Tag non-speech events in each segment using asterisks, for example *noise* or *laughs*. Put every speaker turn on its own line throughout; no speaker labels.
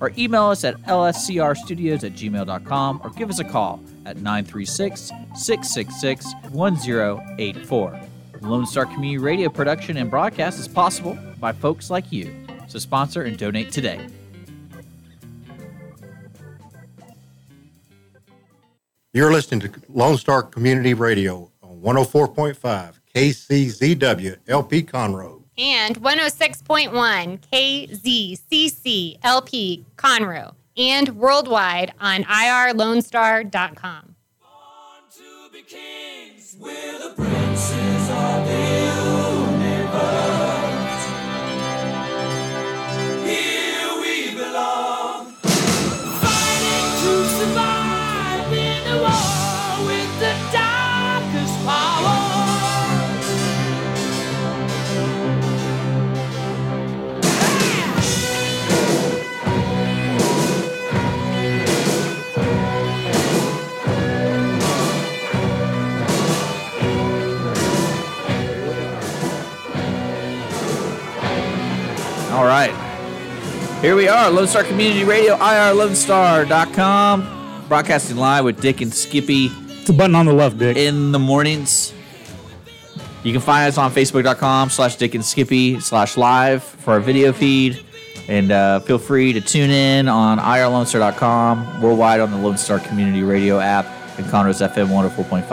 or email us at lscrstudios at gmail.com or give us a call at 936 666 1084. Lone Star Community Radio production and broadcast is possible by folks like you. So sponsor and donate today.
You're listening to Lone Star Community Radio on 104.5 KCZW LP Conroe.
and 106.1 KZCC LP Conroe and worldwide on irlonestar.com.
Fighting to survive in a war with the darkest power.
All right. Here we are, Lone Star Community Radio, irlonestar.com, broadcasting live with Dick and Skippy
It's a button on the left, Dick.
in the mornings. You can find us on facebook.com slash Dick and Skippy slash live for our video feed. And uh, feel free to tune in on irlonestar.com, worldwide on the Lone Star Community Radio app, and Conroe's FM 104.5,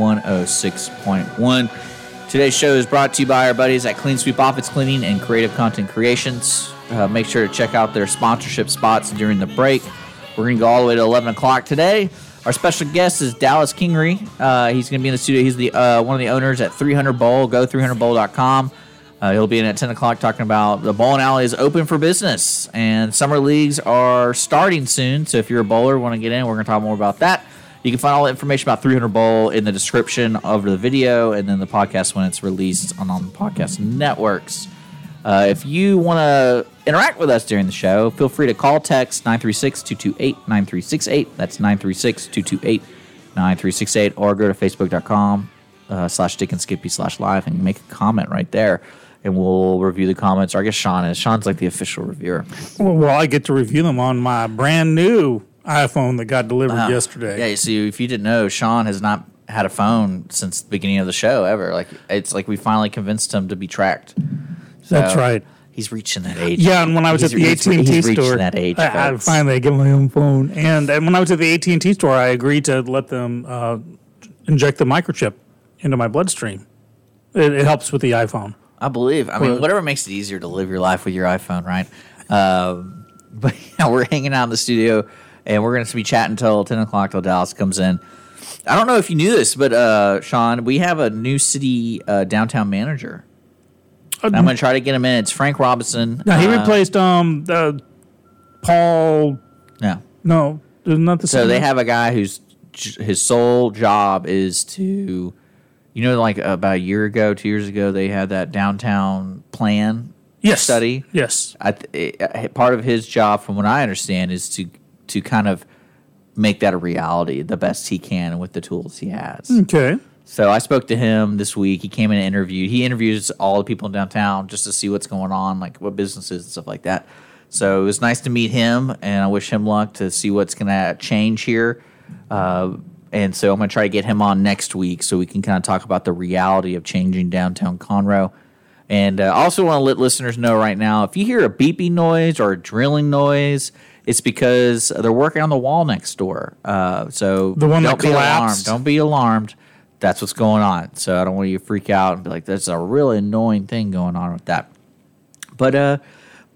106.1. Today's show is brought to you by our buddies at Clean Sweep Office Cleaning and Creative Content Creations. Uh, make sure to check out their sponsorship spots during the break. We're going to go all the way to 11 o'clock today. Our special guest is Dallas Kingery. Uh, he's going to be in the studio. He's the uh, one of the owners at 300 Bowl. Go 300bowl.com. Uh, he'll be in at 10 o'clock talking about the bowling alley is open for business and summer leagues are starting soon. So if you're a bowler, want to get in, we're going to talk more about that. You can find all the information about 300 Bowl in the description of the video and then the podcast when it's released on, on the podcast networks. Uh, if you want to interact with us during the show, feel free to call text 936 228 9368. That's 936 228 9368. Or go to facebook.com uh, slash dick and skippy slash live and make a comment right there. And we'll review the comments. Or I guess Sean is. Sean's like the official reviewer.
Well, well, I get to review them on my brand new iPhone that got delivered yesterday.
Yeah, so if you didn't know, Sean has not had a phone since the beginning of the show ever. Like It's like we finally convinced him to be tracked.
That's
So,
right.
He's reaching that age.
Yeah, and when I was
He's
at the
re-
AT and T
he's reaching
store,
that age,
I, I
folks.
finally get my own phone. And, and when I was at the AT and T store, I agreed to let them uh, inject the microchip into my bloodstream. It, it helps with the iPhone.
I believe. I mean,
Well-
whatever makes it easier to live your life with your iPhone, right? Um, *laughs* but yeah, we're hanging out in the studio, and we're going to be chatting until ten o'clock till Dallas comes in. I don't know if you knew this, but uh, Sean, we have a new city uh, downtown manager. And I'm going to try to get him in. It's Frank Robinson.
Now Oh, he
Uh,
replaced um uh, Paul.
yeah.
No, not the
So
same
they
guy.
have a guy whose j- his sole job is to, you know, like about a year ago, two years ago, they had that downtown plan
yes
study.
Yes,
I th- eh, part of his job, from what I understand, is to to kind of make that a reality the best he can with the tools he has.
okay.
So I spoke to him this week. He came in and interviewed. He interviews all the people in downtown just to see what's going on, like what businesses and stuff like that. So it was nice to meet him, and I wish him luck to see what's going to change here. Uh, and so I'm going to try to get him on next week so we can kind of talk about the reality of changing downtown Conroe. And uh, I also want to let listeners know right now if you hear a beeping noise or a drilling noise, it's because they're working on the wall next door. Uh, so
The one
don't
that
be alarmed.
collapsed?
Don't be alarmed. That's what's going on. So I don't want you to freak out and be like, "There's a really annoying thing going on with that." But uh,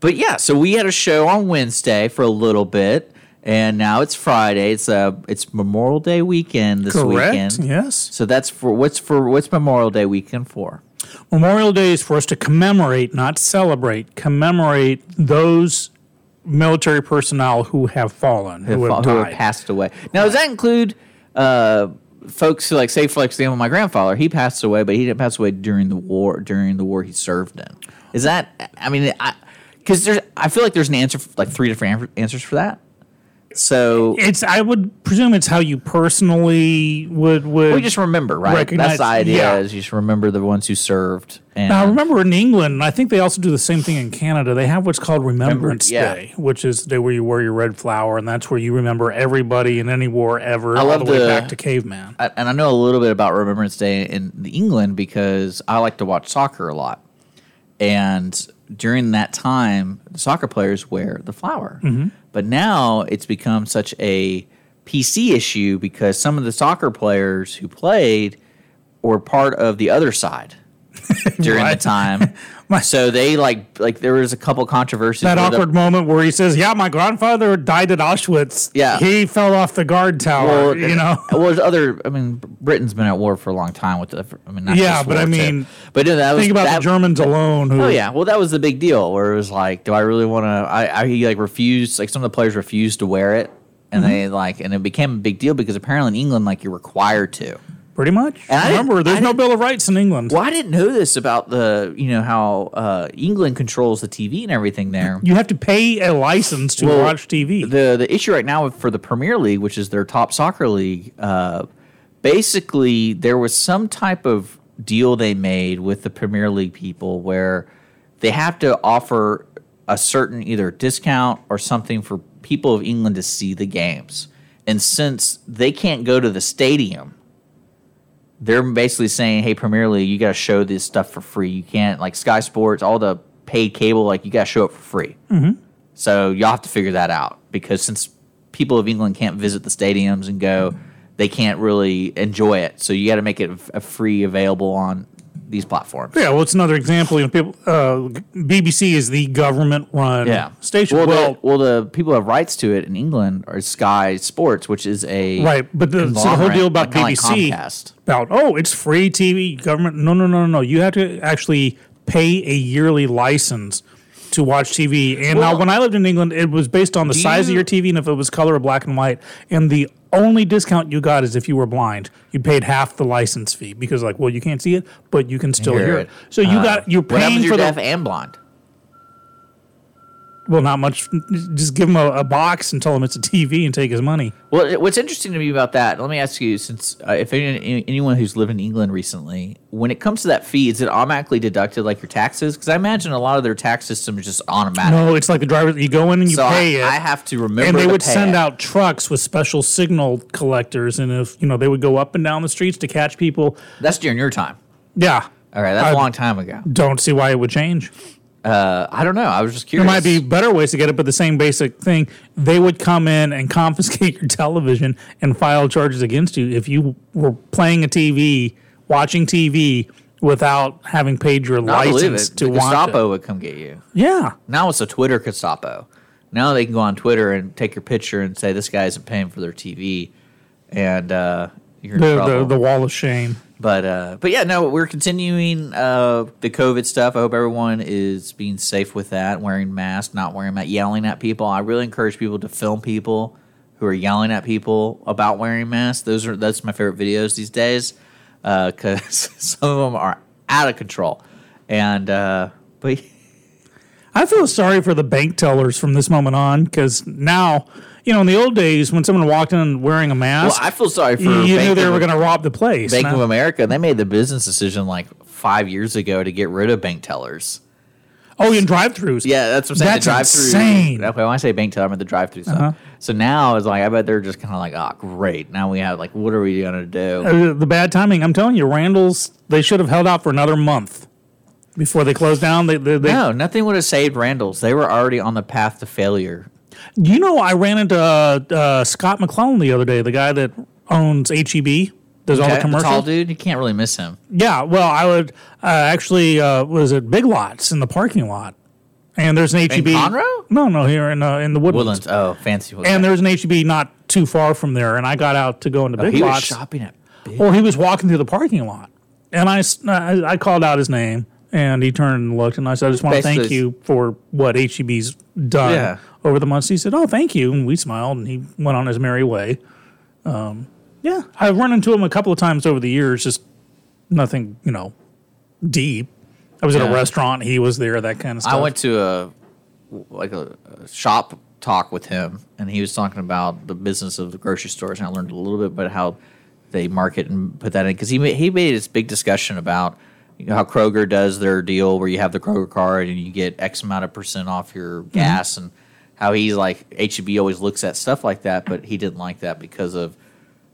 but yeah. So we had a show on Wednesday for a little bit, and now it's Friday. It's uh, it's Memorial Day weekend this
Correct.
weekend.
Yes.
So that's for what's for what's Memorial Day weekend for?
Memorial Day is for us to commemorate, not celebrate, commemorate those military personnel who have fallen, who,
fa-
have
who
died.
passed away. Now, does that include uh, folks who like say for example my grandfather he passed away but he didn't pass away during the war during the war he served in is that i mean i because there's i feel like there's an answer for, like three different an- answers for that so
It's I would presume it's how you personally would would.
we just remember right
Recognize-
that's the idea
yeah.
is you just remember the ones who served and
Now, I remember in England, and I think they also do the same thing in Canada. They have what's called Remembrance
yeah.
Day, which is the day where you wear your red flower, and that's where you remember everybody in any war ever, all
love
the way
the-
back to caveman.
I, and I know a little bit about Remembrance Day in the England because I like to watch soccer a lot. And during that time, the soccer players wear the flower.
Mm-hmm.
But now it's become such a PC issue because some of the soccer players who played were part of the other
*laughs*
side during the
Right.
time.
*laughs* My-
so they like like there was a couple controversies.
that
where the-
awkward moment where he says, "Yeah, my grandfather died at Auschwitz.
Yeah.
he fell off the guard tower.
Well,
you know,
*laughs* well, there's other. I mean, Britain's been at war for a long time with the. I mean, not
Yeah,
just
but
World
I
War II.
mean,
but no, that was
think about
that,
the Germans alone. Who,
Oh yeah, well that was the big deal where it was like, do I really want to? I, I he like refused, like some of the players refused to wear it, and
Mm-hmm.
they like, and it became a big deal because apparently in England, like you're required to.
pretty much.
And I didn't-
Remember, there's
I
no
didn't-
Bill of Rights in England.
Well, I didn't know this about the, you know, how uh, England controls the TV and everything there.
You have to pay a license to
Well,
watch TV.
The the issue right now for the Premier League, which is their top soccer league, uh, basically there was some type of deal they made with the Premier League people where they have to offer a certain either discount or something for people of England to see the games. And since they can't go to the stadium, they're basically saying, "Hey, Premier League, you got to show this stuff for free. You can't like Sky Sports, all the paid cable, like you got to show it for free."
Mm-hmm.
So y'all have to figure that out because since people of England can't visit the stadiums and go, they can't really enjoy it. So you got to make it a free available on these platforms.
yeah, well, it's another example. You know, people, uh, BBC is the government-run
Yeah.
station.
Well,
Well,
the, well, the people who have rights to it in England are Sky Sports, which is a
right, but the, so the whole
conglomerate,
deal about
kinda like
BBC
Comcast.
about oh, it's free TV. Government? No, no, no, no, no. You have to actually pay a yearly license to watch TV. And
Well-
now, when I lived in England, it was based on the
Do
size
you-
of your TV and if it was color or black and white. And the only discount you got is if you were blind. You paid half the license fee because, like, well, you can't see it, but you can still hear, it. So you
Uh,
got you're
what happens
paying
if
for
you're
the
deaf and blonde.
Well, not much. Just give him a, a box and tell him it's a TV and take his money.
Well, it- what's interesting to me about that, let me ask you, since uh, if any, anyone who's lived in England recently, when it comes to that fee, is it automatically deducted like your taxes? Because I imagine a lot of their tax system is just automatic.
No, it's like the driver. You go in and you
so I,
pay it,
I have to remember.
and they
to
would
pay
send
it.
out trucks with special signal collectors, and if you know, they would go up and down the streets to catch people.
That's during your time.
Yeah,
All right, that's
I
a long time ago.
don't see why it would change.
Uh, I don't know. I was just
There
curious.
might be better ways to get it, but the same basic thing. They would come in and *laughs* confiscate your television and file charges against you if you were playing a TV, watching TV without having paid your
I believe
license
it.
to
the
watch
Gestapo
it.
would come get you.
Yeah.
Now it's a Twitter Gestapo. Now they can go on Twitter and take your picture and say this guy isn't paying for their TV, and uh, you're in
the,
trouble.
the, the wall of shame.
But uh, but yeah, no, we're continuing uh, the COVID stuff. I hope everyone is being safe with that, wearing masks, not wearing masks, yelling at people. I really encourage people to film people who are yelling at people about wearing masks. Those are that's my favorite videos these days because *laughs* some of them are out of control. And uh, but *laughs*
I feel sorry for the bank tellers from this moment on because now, you know, in the old days when someone walked in wearing a
well,
mask,
I feel sorry for
you knew
Bank
they
of-
were going to rob the place.
Bank of
Now-
America. They made the business decision like five years ago to get rid of bank tellers.
oh, in drive-throughs.
Yeah, that's what I'm saying.
That's
the drive through.
insane. Uh-huh.
Okay, when I say bank teller, I'm at the drive through stuff. So now it's like I bet they're just kind of like, oh, great. Now we have like, what are we gonna do?
Uh, the bad timing. I'm telling you, Randall's. They should have held out for another month before they closed down. They, they, they
No, nothing would have saved Randall's. They were already on the path to failure.
You know, I ran into uh, uh, Scott McClellan the other day, the guy that owns HEB, does
Okay, the
all the
tall
commercials.
dude, you can't really miss him.
Yeah, well, I would uh, actually uh, was at Big Lots in the parking lot, and there's an HEB.
Conroe?
No, no, here in uh, in the Woodlands.
Woodlands. Oh, fancy Woodlands.
And there's an HEB not too far from there, and I got out to go into Big
Oh, he was
Lots.
shopping at Big.
Well, he was walking through the parking lot, and I, s- I- I called out his name, and he turned and looked, and I said, "I just want to thank
Basically-
you for what HEB's done
Yeah.
over the months." He said, "Oh, thank you," and we smiled, and he went on his merry way. Um, Yeah, I've run into him a couple of times over the years. Just nothing, you know, deep. I was at
Yeah.
a restaurant. He was there. That kind of stuff.
I went to a like a, a shop talk with him, and he was talking about the business of the grocery stores, and I learned a little bit about how they market and put that in because he made, he made this big discussion about you know, how Kroger does their deal where you have the Kroger card and you get X amount of percent off your gas, and how he's like HEB always looks at stuff like that, but he didn't like that because of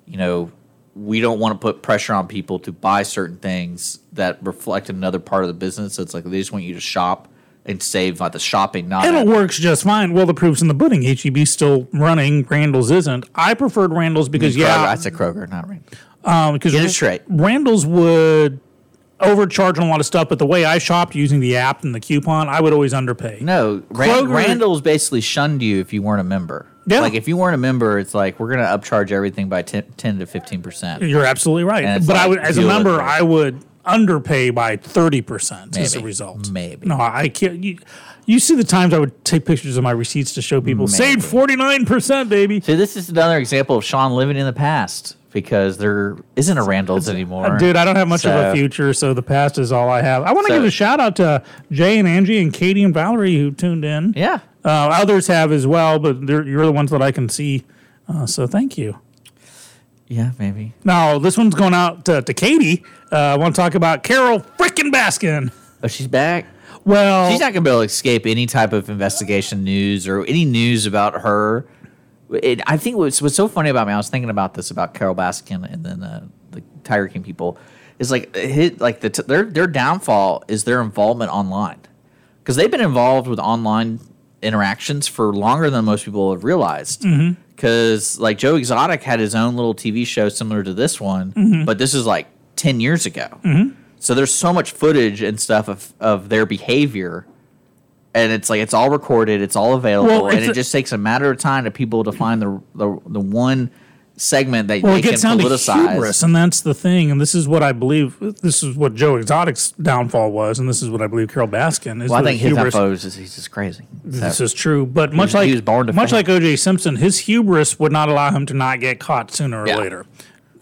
you know, we don't want to put pressure on people to buy certain things that reflect another part of the business. So it's like they just want you to shop and save by the shopping, not
And
at-
it works just fine. Well, the proof's in the pudding. HEB's still running. Randall's isn't. I preferred Randall's because,
Kroger. I
yeah,
said Kroger, not Rand.
um, because
Get it straight.
Randall's would overcharge on a lot of stuff, but the way I shopped using the app and the coupon, I would always underpay.
No, Ran-
Kroger-
Randall's basically shunned you if you weren't a member.
Yeah.
Like if you weren't a member, it's like we're gonna upcharge everything by 10, 10 to fifteen percent.
You're absolutely
And
right.
it's
But I
like,
would, as a
deal with
member,
it.
I would underpay by thirty percent as a
Maybe.
result.
Maybe.
no, I can't. You, you see the times I would take pictures of my receipts to show people saved forty nine percent, baby.
So this is another example of Sean living in the past because there isn't a Randall's anymore.
Uh, Dude, I don't have much of
So-
a future, so the past is all I have. I want to
So-
give a shout out to Jay and Angie and Katie and Valerie who tuned in.
Yeah.
Uh, others have as well, but they're, you're the ones that I can see. Uh, so thank you.
Yeah, maybe.
Now, this one's going out to, to Katie. Uh, I want to talk about Carol frickin' Baskin.
Oh, she's back.
Well,
She's not going to be able to escape any type of investigation news or any news about her. It, I think what's, what's so funny about me, I was thinking about this about Carol Baskin and then uh, the Tiger King people, is like hit, like the t- their their downfall is their involvement online because they've been involved with online interactions for longer than most people have realized. Because like Joe Exotic had his own little TV show similar to this one,
Mm-hmm.
but this is like ten years ago. So there's so much footage and stuff of, of their behavior. And it's like it's all recorded, it's all available,
Well,
and
it's
it
a-
just takes a matter of time to people to find the the, the one segment that
well,
they
it
can
gets down to
politicize.
hubris, and that's the thing. And this is what I believe. This is what Joe Exotic's downfall was, and this is what I believe Carol Baskin is.
well, I
the
think his
hubris.
info is just- he's just crazy.
This
So-
is true, but much
was-
like
he was born to
much
fail.
like OJ Simpson, his hubris would not allow him to not get caught sooner or
Yeah.
later.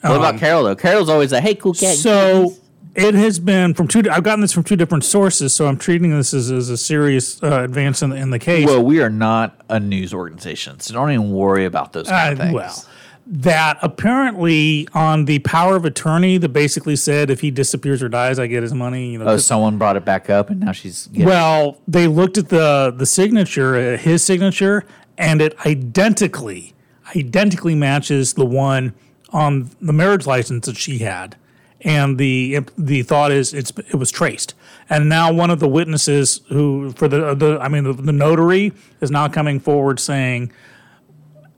what about Carol though? Carol's always like, "Hey, cool cat."
um, So it has been from two. I've gotten this from two different sources, so I'm treating this as, as a serious uh, advance in the, in the case.
well, we are not a news organization, so don't even worry about those kind of
Uh,
things.
well, that apparently on the power of attorney that basically said if he disappears or dies, I get his money. You know,
oh, someone brought it back up, and now she's getting,
Well, they looked at the the signature, uh, his signature, and it identically identically matches the one on the marriage license that she had. And the the thought is it's it was traced, and now one of the witnesses who for the the I mean the, the notary is now coming forward saying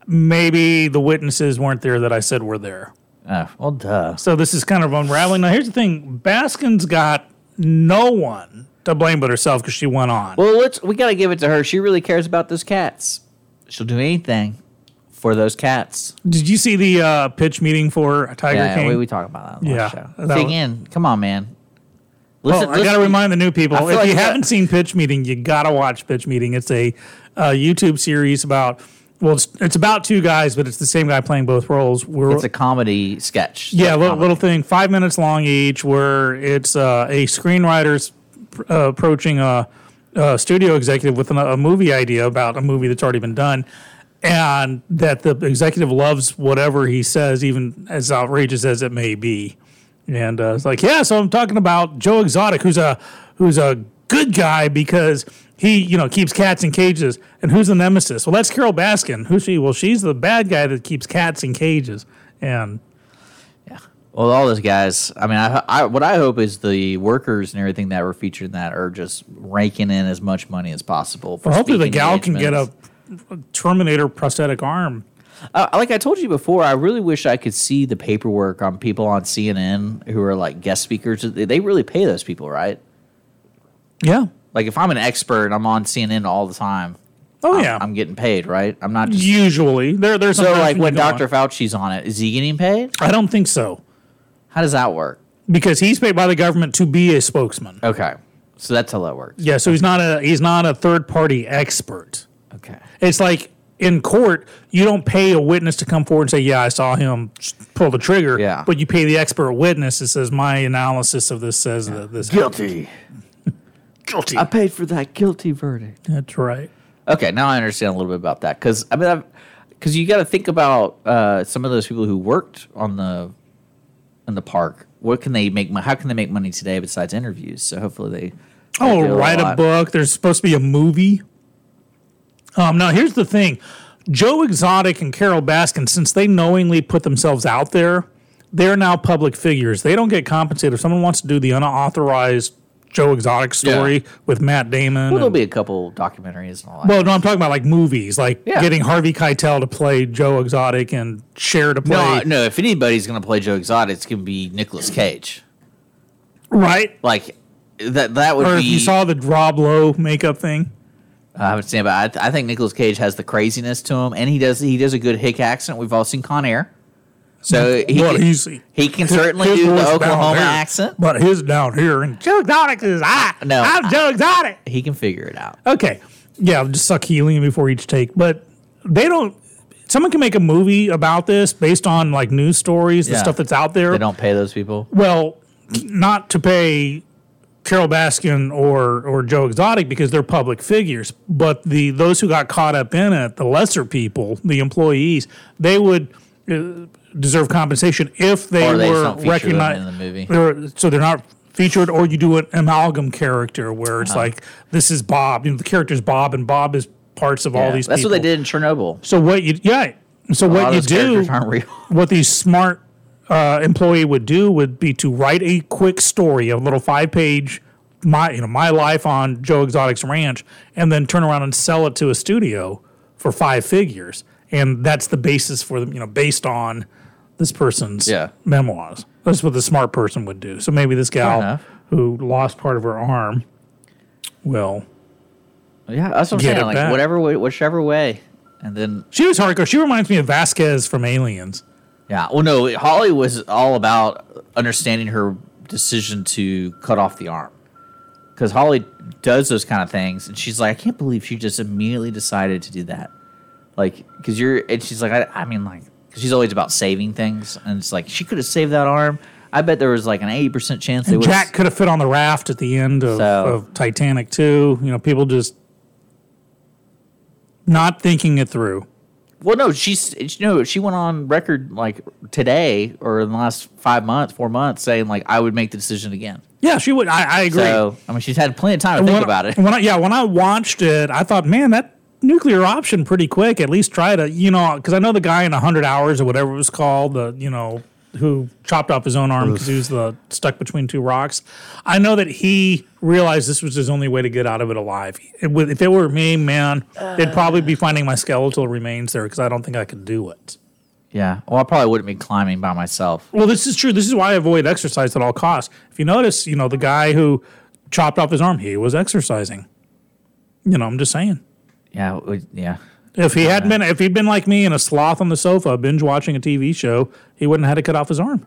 maybe the witnesses weren't there that I said were there. Oh.
Uh, well, duh.
So this is kind of unraveling. Now here's the thing: Baskin's got no one to blame but herself because she went on.
Well, let's we got to give it to her. She really cares about those cats. She'll do anything for those cats.
Did you see the uh, pitch meeting for Tiger
Yeah,
King?
we, we talk about that on the last
Yeah,
show.
that
Dig
was-
in. Come on, man.
Well,
Listen,
Oh, I got to
listen-
remind the new people
I
if
feel like
you
that-
haven't seen Pitch Meeting, you got to watch Pitch Meeting. It's a uh, YouTube series about well, it's, it's about two guys, but it's the same guy playing both roles. We're,
It's a comedy sketch.
yeah,
It's a
little,
comedy.
little thing, five minutes long each, where it's uh, a screenwriter's uh, approaching a, a studio executive with an, a movie idea about a movie that's already been done, and that the executive loves whatever he says, even as outrageous as it may be. And uh, it's like, yeah, so I'm talking about Joe Exotic, who's a who's a good guy because he, you know, keeps cats in cages. And who's the nemesis? Well, that's Carol Baskin. Who's she? Well, she's the bad guy that keeps cats in cages. And
Well, all those guys. I mean, I, I what I hope is the workers and everything that were featured in that are just raking in as much money as possible. for
Well, hopefully the
speaking
gal can get a
engagements.
Terminator prosthetic arm.
Uh, like I told you before, I really wish I could see the paperwork on people on CNN who are like guest speakers. They they really pay those people, right?
Yeah.
Like if I'm an expert and I'm on CNN all the time,
Oh
I'm,
yeah.
I'm getting paid, right? I'm not just
Usually there there's
so
sometimes
*laughs* like when
you go on-
Dr. Fauci's on it, is he getting paid?
I don't think so
How does that work?
because he's paid by the government to be a spokesman.
Okay, so that's how that works.
Yeah, so he's not a he's not a third party expert.
Okay,
It's like in court, you don't pay a witness to come forward and say, "Yeah, I saw him sh- pull the trigger."
Yeah.
But you pay the expert witness that says, "My analysis of this says that this."
Guilty. *laughs*
Guilty.
I paid for that guilty verdict.
That's right.
Okay, now I understand a little bit about that because I mean, I've, because you got to think about uh, some of those people who worked on the in the park. What can they make? mo- How can they make money today besides interviews? So hopefully they. they
Oh,
do
write a
lot.
book. There's supposed to be a movie. Um, now here's the thing: Joe Exotic and Carol Baskin, since they knowingly put themselves out there, they're now public figures. They don't get compensated. If someone wants to do the unauthorized Joe Exotic story with Matt Damon,
Well, there'll
and-
be a couple documentaries and all that.
well, no, I'm talking about like movies, like
Yeah.
getting Harvey Keitel to play Joe Exotic and Cher to play
no, no. If anybody's gonna play Joe Exotic, it's gonna be Nicolas Cage.
right.
Like that. That would
Or
be.
if you saw the Rob Lowe makeup thing,
I haven't seen it, but I, I think Nicolas Cage has the craziness to him, and he does he does a good hick accent. We've all seen Con Air, so he
Well,
can,
he's-
he can certainly
His
do
voice
the
down
Oklahoma
there,
accent.
but his down here and Joe Exotic is I.
No.
I'm Joe Exotic.
He can figure it out.
Okay. Yeah, I'll just suck helium before each take. But they don't. Someone can make a movie about this based on like news stories, the
Yeah.
stuff that's out there.
They don't pay those people.
Well, not to pay Carol Baskin or or Joe Exotic because they're public figures, but the those who got caught up in it, the lesser people, the employees, they would uh, deserve compensation if they
Or they just
were
don't feature them
recognized
in the movie.
They're, so they're not featured, or you do an amalgam character where
Uh-huh.
it's like this is Bob, you know, the character's Bob, and Bob is parts of all
Yeah.
these.
That's what they
people.
did in Chernobyl.
So what you yeah. So
lot of
what you
those characters
do
aren't real. *laughs*
what the smart uh, employee would do would be to write a quick story, a little five page my you know my life on Joe Exotic's ranch, and then turn around and sell it to a studio for five figures, and that's the basis for them you know based on this person's
Yeah.
memoirs. That's what the smart person would do. So maybe this gal
enough.
who lost part of her arm will.
Yeah, that's what I'm
Get
saying.
it
Like
back.
whatever, way, whichever way, and then
She was hardcore. She reminds me of Vasquez from Aliens.
yeah. Well, no, Holly was all about understanding her decision to cut off the arm. Because Holly does those kind of things, and she's like, I can't believe she just immediately decided to do that. like because you're and she's like i, I mean like 'cause she's always about saving things and it's like she could have saved that arm i bet there was like an 80% chance they would
Jack could have fit on the raft at the end of,
So-
of Titanic 2. You know, people just not thinking it through.
well no she's you know she went on record like today or in the last five months four months saying like i would make the decision again
Yeah, she would. I, I agree.
so i mean she's had plenty of time to
And
think
when-
about it
When I, yeah, when I watched it, I thought, man, that nuclear option pretty quick. At least try to, you know, because I know the guy in 100 Hours or whatever it was called, the, you know, who chopped off his own arm because he was the, stuck between two rocks. I know that he realized this was his only way to get out of it alive. It would- if it were me, man, it'd probably be finding my skeletal remains there because I don't think I could do it.
yeah well i probably wouldn't be climbing by myself
Well, this is true. This is why I avoid exercise at all costs. If you notice, you know, the guy who chopped off his arm, he was exercising. You know, I'm just saying.
yeah it would- yeah
If he had been, if he'd been like me and a sloth on the sofa, binge watching a TV show, he wouldn't have had to cut off his arm.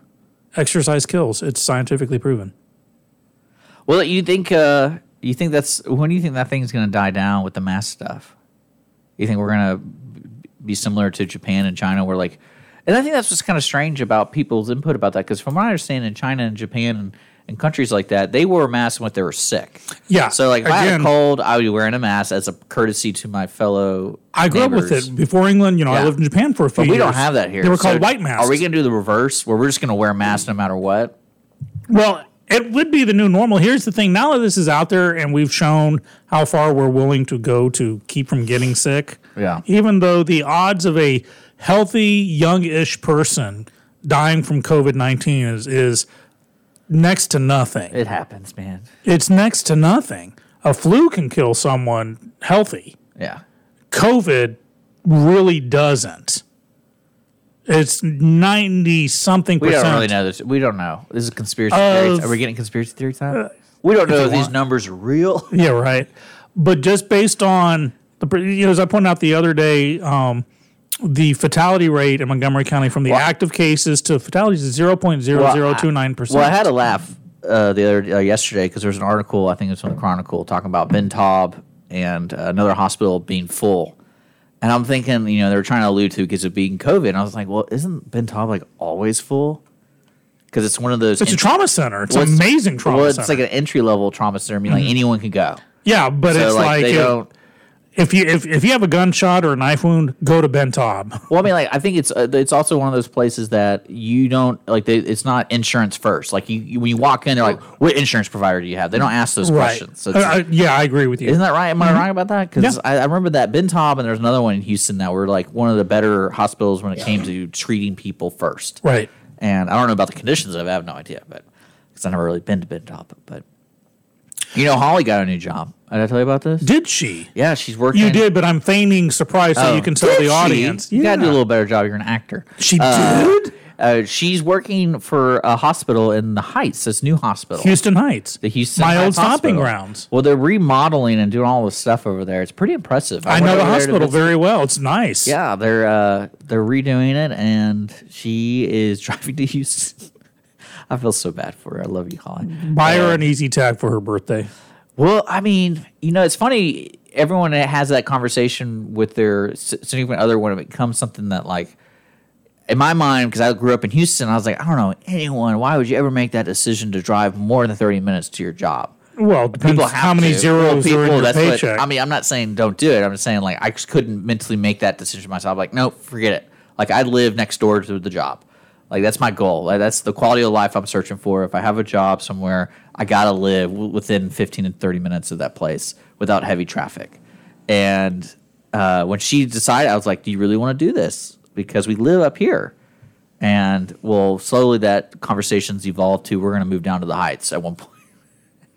Exercise kills. It's scientifically proven.
well you think uh you think that's when do you think that thing's gonna die down with the mass stuff you think we're gonna be similar to Japan and China, where like, and I think that's what's kind of strange about people's input about that, because from what I understand, in China and Japan and, and countries like that, they wore masks when they were sick.
Yeah,
So like, if I had
again-
a cold, I would be wearing a mask as a courtesy to my fellow.
I grew up with
neighbors.
it before England. You know, I
Yeah.
lived in Japan for a few.
But we don't
years.
have that here.
They were called
So
white masks.
Are we going to do the reverse, where we're just going to wear masks no matter what?
Well, it would be the new normal. Here's the thing: now that this is out there, and we've shown how far we're willing to go to keep from getting sick.
Yeah.
Even though the odds of a healthy, youngish person dying from COVID nineteen is is next to nothing.
It happens, man.
It's next to nothing. A flu can kill someone healthy.
Yeah.
COVID really doesn't. It's ninety something
We
percent.
don't really know this. We don't know. This is conspiracy theories.
Of-
Are we getting conspiracy theory time?
uh,
we don't know if these numbers are real.
Yeah, right. But just based on the, pr- you know, as I pointed out the other day, um, the fatality rate in Montgomery County from the active cases to fatalities is zero point zero zero two nine percent.
Well, I had a laugh uh, the other uh, yesterday because there was an article I think it was from the Chronicle talking about Ben Taub and uh, another hospital being full, And I'm thinking, you know, they were trying to allude to because of being COVID. And I was like, well, isn't Bentob like always full? Because it's one of those.
It's a
ent-
trauma center. It's
well,
an amazing trauma
Well, it's
center.
like an entry level trauma center. I mean, like anyone can go.
yeah, but
So
it's
like,
like,
they
if-
don't.
if you if, if you have a gunshot or a knife wound, go to Bentob.
Well, I mean, like I think it's uh, it's also one of those places that you don't like. They, it's not insurance first. Like you, you, when you walk in, they're like, "What insurance provider do you have?" They don't ask those questions. So
Uh,
it's,
uh, yeah, I agree with you.
isn't that right? Am I wrong about that? Because
Yeah.
I, I remember that Bentob, and there's another one in Houston that were like one of the better hospitals when it came to treating people first.
right.
And I don't know about the conditions of it. I have no idea, but because I've never really been to Bentob. But you know, Holly got a new job. Did I tell you about this?
Did she?
yeah, she's working.
You did, but I'm feigning surprise so
Oh.
you can tell
Did
the
she?
audience.
You gotta do a little better job. You're an actor.
She did.
Uh, she's working for a hospital in the Heights, this new hospital.
Houston Heights.
The Houston
My old
Heights
stomping
Hospital.
grounds.
Well, they're remodeling and doing all this stuff over there. It's pretty impressive.
I
went
know the
over there to
hospital
visit-
very well. It's nice.
Yeah, they're uh, they're redoing it, and she is *laughs* driving to Houston. I feel so bad for her. I love you, Holly.
Buy her an easy tag for her birthday.
Well, I mean, you know, it's funny. Everyone that has that conversation with their s- significant other when it becomes something that, like, in my mind, because I grew up in Houston, I was like, I don't know anyone. Why would you ever make that decision to drive more than thirty minutes to your job?
Well, it depends
People have
how many
to.
zeros
Well,
are in your
that's what-
paycheck.
I mean, I'm not saying don't do it. I'm just saying like I just couldn't mentally make that decision myself. Like, no, forget it. Like I live next door to the job. Like that's my goal. Like, that's the quality of life I'm searching for. If I have a job somewhere, I gotta live w- within 15 and 30 minutes of that place without heavy traffic. And uh, when she decided, I was like, "Do you really want to do this? Because we live up here." And well, slowly that conversation's evolved to we're gonna move down to the heights at one point. *laughs*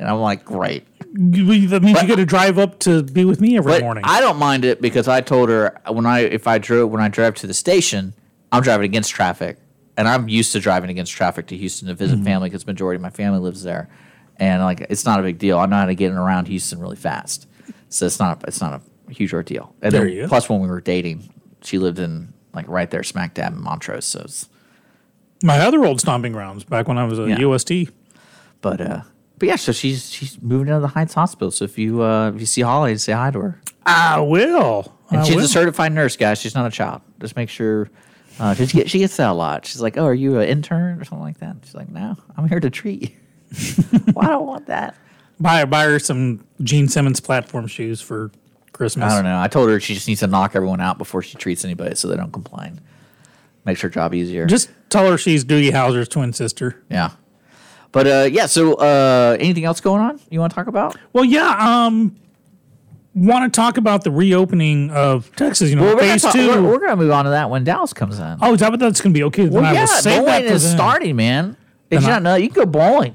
And I'm like, "Great."
You- that means
But-
you got to drive up to be with me every
But
morning.
I don't mind it because I told her when I if I drove when I drove to the station, I'm driving against traffic, and I'm used to driving against traffic to Houston to
Mm-hmm.
visit family because majority of my family lives there, and like it's not a big deal. I know how to get in and around Houston really fast, so it's not a, it's not a huge ordeal. And
There
then
you go.
plus when we were dating, she lived in like right there, smack dab in Montrose. So, it's,
My other old stomping grounds back when I was a
Yeah.
UST.
but uh, but yeah, so she's she's moving down to the Heights Hospital. So if you uh, if you see Holly, say hi to her.
I will.
And
I
she's
will.
a certified nurse, guys. She's not a child. Just make sure. Uh, 'cause she, get, she gets that a lot. She's like, "Oh, are you an intern or something like that?" She's like, "No, I'm here to treat you. *laughs* well, I don't want that."
buy, buy her some Gene Simmons platform shoes for Christmas.
I don't know. I told her she just needs to knock everyone out before she treats anybody, so they don't complain. Makes her job easier.
Just tell her she's Doogie Howser's twin sister.
yeah. But uh, yeah. So uh, anything else going on you want to talk about?
Well, yeah. Um, want to talk about the reopening of Texas? You know,
Well, we're gonna
phase
talk-
2
we're, we're gonna move on to that when Dallas comes in.
Oh, is that what that's going to be? Okay, then
well,
I
yeah.
will Oh, save that
Bowling
for
is
then.
starting, man. Did
And
you
I-
not know? You can go bowling.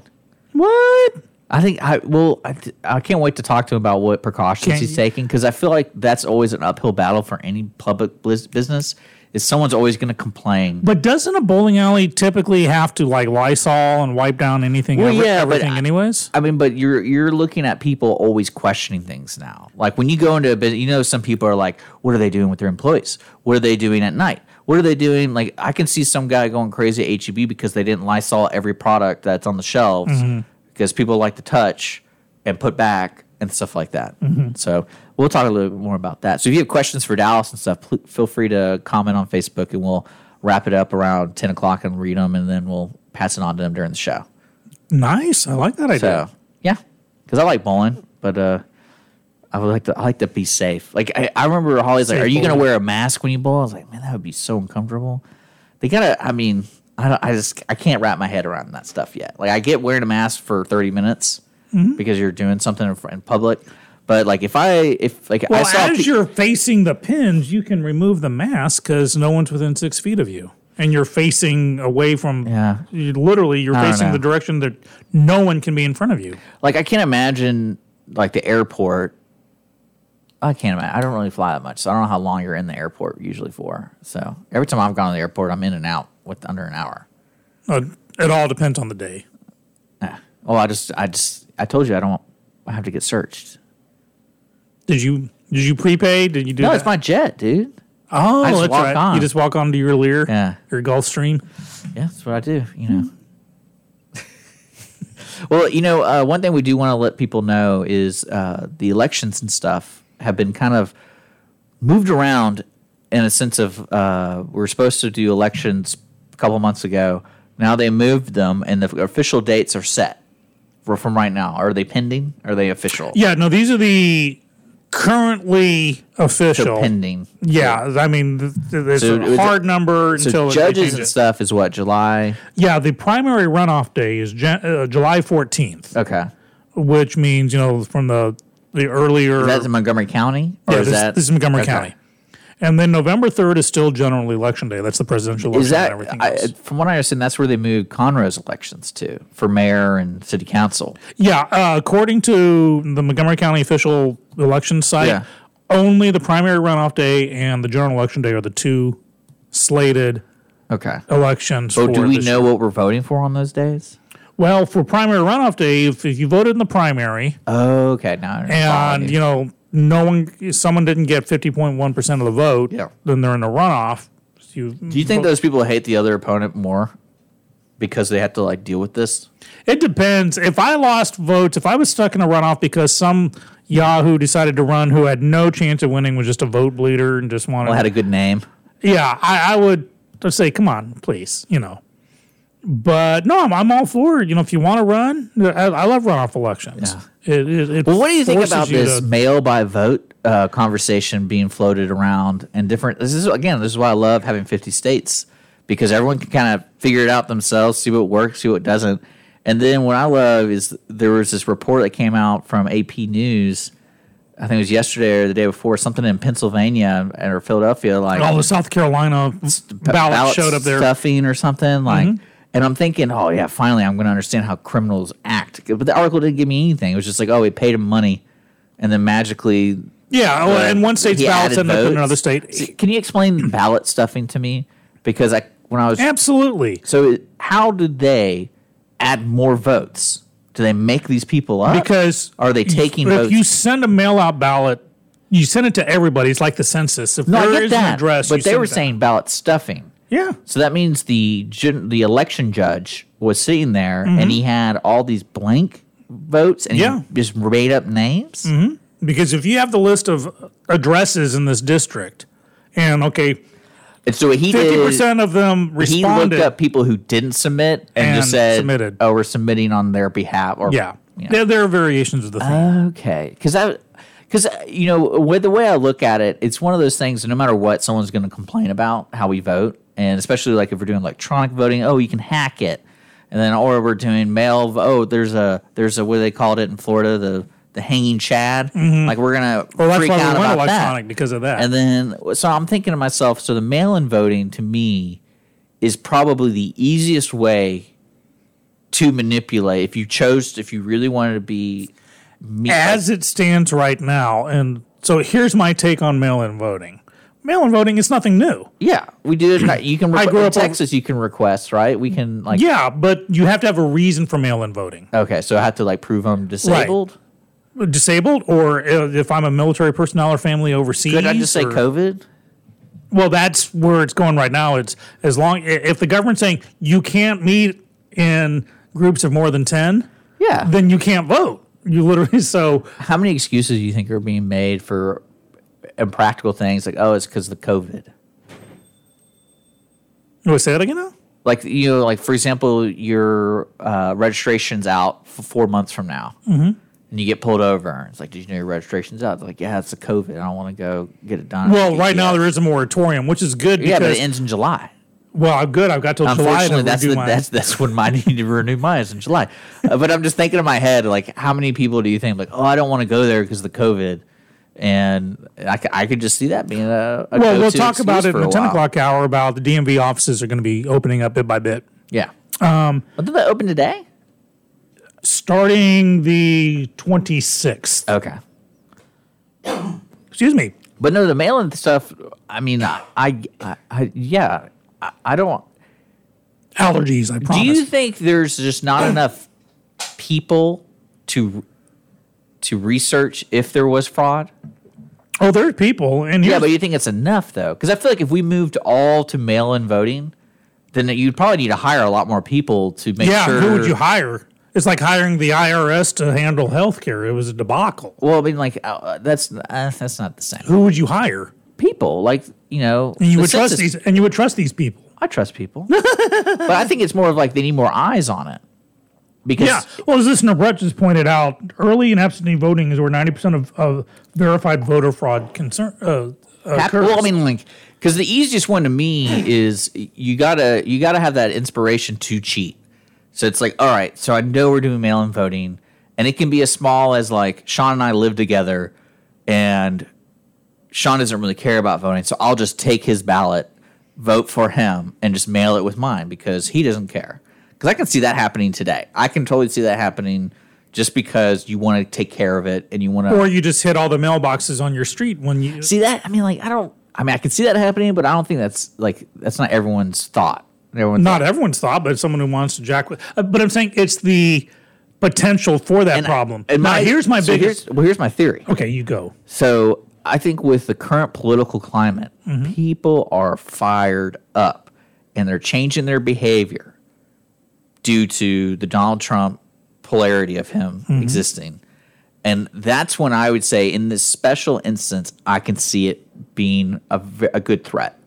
What?
I think I well I, th- I can't wait to talk to him about what precautions
Can
he's
you-
taking because I feel like that's always an uphill battle for any public bus- business is someone's always going to complain.
But doesn't a bowling alley typically have to like Lysol and wipe down anything?
Well,
every-
yeah, but
everything
I-
anyways.
I mean, but you're you're looking at people always questioning things now. Like when you go into a business, you know, some people are like, "What are they doing with their employees? What are they doing at night? What are they doing?" Like I can see some guy going crazy at HEB because they didn't Lysol every product that's on the shelves because people like to touch and put back and stuff like that. So we'll talk a little bit more about that. So if you have questions for Dallas and stuff, pl- feel free to comment on Facebook and we'll wrap it up around ten o'clock and read them, and then we'll pass it on to them during the show.
Nice. I like that idea.
So yeah, because I like bowling, but uh, I would like to. I like to be safe. Like I, I remember Holly's like,
Safe
"Are you gonna
bowling.
wear a mask when you bowl?" I was like, "Man, that would be so uncomfortable." They gotta. I mean, I don't. I just I can't wrap my head around that stuff yet. Like I get wearing a mask for thirty minutes
Mm-hmm.
because you're doing something in, fr- in public. But like if I if like I
Well,
saw
as
pe-
you're facing the pins, you can remove the mask because no one's within six feet of you, and you're facing away from.
Yeah.
you literally, you're
I don't
facing
know.
the direction that no one can be in front of you.
like I can't imagine like the airport. I can't imagine. I don't really fly that much, so I don't know how long you're in the airport usually for. So every time I've gone to the airport, I'm in and out with under an hour.
Uh, it all depends on the day.
Oh, I just, I just, I told you I don't. I have to get searched.
Did you did you prepay? Did you do?
No,
that?
it's my jet, dude.
Oh,
I just
that's
walk
right.
on.
You just walk onto your Lear,
Yeah.
your Gulf Stream.
Yeah, that's what I do. You know. *laughs* well, you know, uh, one thing we do want to let people know is uh, the elections and stuff have been kind of moved around in a sense of uh, we are supposed to do elections a couple months ago. Now they moved them, and the official dates are set for from right now. Are they pending? Are they official?
Yeah, no, these are the currently official.
So pending.
Yeah, I mean, th- th- it's
So
a
it's-
hard number
So
until it- they
judges
change
and
it.
stuff is what July.
Yeah, the primary runoff day is Jan- uh, July 14th,
Okay,
which means, you know, from the the earlier
is that in Montgomery County? Or
Yeah,
is
this,
that,
this is Montgomery
okay.
County. And then November 3rd is still general election day. That's the presidential election
Is that
and everything
I,
else.
from what I understand? That's where they moved Conroe's elections to for mayor and city council.
yeah, uh, according to the Montgomery County official election site,
Yeah.
only the primary runoff day and the general election day are the two slated
Okay.
elections.
So
for
Oh, do we
this
know
year.
what we're voting for on those days?
Well, for primary runoff day, if, if you voted in the primary
Okay, now
and you know no one, someone didn't get 50.1 percent of the vote,
Yeah.
then they're in the runoff. You,
Do you think those people hate the other opponent more because they have to like deal with this?
It depends. If I lost votes, if I was stuck in a runoff because some Yahoo decided to run who had no chance of winning was just a vote bleeder and just wanted,
Well, I had a good name.
yeah, I, I would just say, come on, please, you know. But no, I'm, I'm all for it. You know, if you want to run, I, I love runoff elections. It, it, it
Well, what do you think
forces
about
you
this
to-
mail by vote uh, conversation being floated around and different? This is again, this is why I love having fifty states because everyone can kind of figure it out themselves, see what works, see what doesn't. And then what I love is there was this report that came out from AP News. I think it was yesterday or the day before, something in Pennsylvania or Philadelphia, like
all the South Carolina ballots,
ballot
showed up there. Mm-hmm.
stuffing or something like and i'm thinking oh yeah finally i'm going to understand how criminals act but the article didn't give me anything it was just like oh we paid him money and then magically
Yeah, well, and one state's
he
ballots
added
ended up in
votes.
another state.
S- can you
*clears throat*
explain ballot stuffing to me because i when i was
Absolutely.
so it, how did they add more votes do they make these people up
because
are they taking
if
votes
you send a mail out ballot you send it to everybody it's like the census if
no
there
i get
is an
that
address you
but they
send
were
that.
saying ballot stuffing
yeah
So that means the gen- the election judge was sitting there and he had all these blank votes and
Mm-hmm. Yeah. Mm-hmm.
he just made up names.
because if you have the list of addresses in this district and okay
And so what he did
50% of them
he looked
responded
up people who didn't submit and,
And
just said,
submitted.
"Oh, we're submitting on their behalf." Or
yeah,
you know.
There, there are variations of the thing
Oh. Okay, because I, because you know, with the way I look at it, it's one of those things. No matter what, someone's going to complain about how we vote, and especially like if we're doing electronic voting, oh, you can hack it, and then or we're doing mail. v- Oh, there's a there's a what they called it in Florida the the hanging Chad. Like we're gonna
Mm-hmm. well that's
freak
why
out
we went
about
electronic
that.
because of that
And then, so I'm thinking to myself, so the mail in voting to me is probably the easiest way to manipulate. If you chose, if you really wanted to be me-
as it stands right now and so here's my take on mail-in voting mail-in voting is nothing new
Yeah, we do. You can. Requ-
*clears throat* I grew
in
up over-
Texas. you can request, right? We can like.
yeah but you have to have a reason for mail-in voting
Okay, so I have to like prove I'm disabled.
disabled or uh, if I'm a military personnel or family overseas.
Could I just say
or-
COVID?
Well, that's where it's going right now. It's as long i- if the government's saying you can't meet in groups of more than 10,
Yeah.
then you can't vote. You literally *laughs* so
How many excuses do you think are being made for impractical things like, oh, it's because of the COVID?
Wait, say that again now?
Like you know, like for example, your uh, registration's out for four months from now, mm-hmm. and you get pulled over. And it's like, did you know your registration's out? They're like, yeah, it's the COVID. I don't want to go get it done.
Well, right now
Yeah.
there is a moratorium, which is good
yeah, but
because
it ends in July.
well, I'm good. I've got till July to
Unfortunately, that's
redo
the,
my
that's that's when mine need to renew mine is in July. Uh, but I'm just thinking in my head, like, how many people do you think like, oh, I don't want to go there because the COVID, and I, c- I could just see that being a, a
well, we'll
go-to
talk about
excuse
it
for
in
a
the 10
while.
o'clock hour about the DMV offices are going to be opening up bit by bit.
Yeah. Um, but did that open today?
Starting the 26th.
Okay.
Excuse me.
But no, the mail-in stuff. I mean, I, I, I yeah, I, I don't.
allergies. I
Do
promise.
you think there's just not enough people to to research if there was fraud?
oh, there are people, and
Yeah,
here's-
but you think it's enough though? Because I feel like if we moved all to mail-in voting, then you'd probably need to hire a lot more people to make
yeah,
sure.
who would you hire? It's like hiring the IRS to handle healthcare. It was a debacle.
Well, I mean, like uh, that's uh, that's not the same.
Who would you hire?
people. Like you know,
And you
the
would
census-
trust these, and you would trust these people.
I trust people,
*laughs*
but I think it's more of like they need more eyes on it because
Yeah. Well, as listener Brett just pointed out, early and absentee voting is where ninety percent of, of verified voter fraud concern uh,
Hap-
occurs.
well, I mean, like, because the easiest one to me is you gotta you gotta have that inspiration to cheat. So it's like, all right, so I know we're doing mail-in voting, and it can be as small as like Sean and I live together, and Sean doesn't really care about voting, so I'll just take his ballot, vote for him, and just mail it with mine because he doesn't care. Because I can see that happening today. I can totally see that happening just because you want to take care of it and you want to
or you just hit all the mailboxes on your street when you.
see that i mean like i don't i mean i can see that happening but i don't think that's like that's not everyone's thought everyone's
not everyone's thought, but someone who wants to jack with. uh, but I'm saying it's the potential for that problem.
and
now, here's my
so
biggest.
here's, well here's my theory
okay, you go.
so i think with the current political climate
Mm-hmm.
people are fired up and they're changing their behavior due to the donald trump polarity of him
Mm-hmm.
existing and that's when i would say in this special instance i can see it being a, ve- a good threat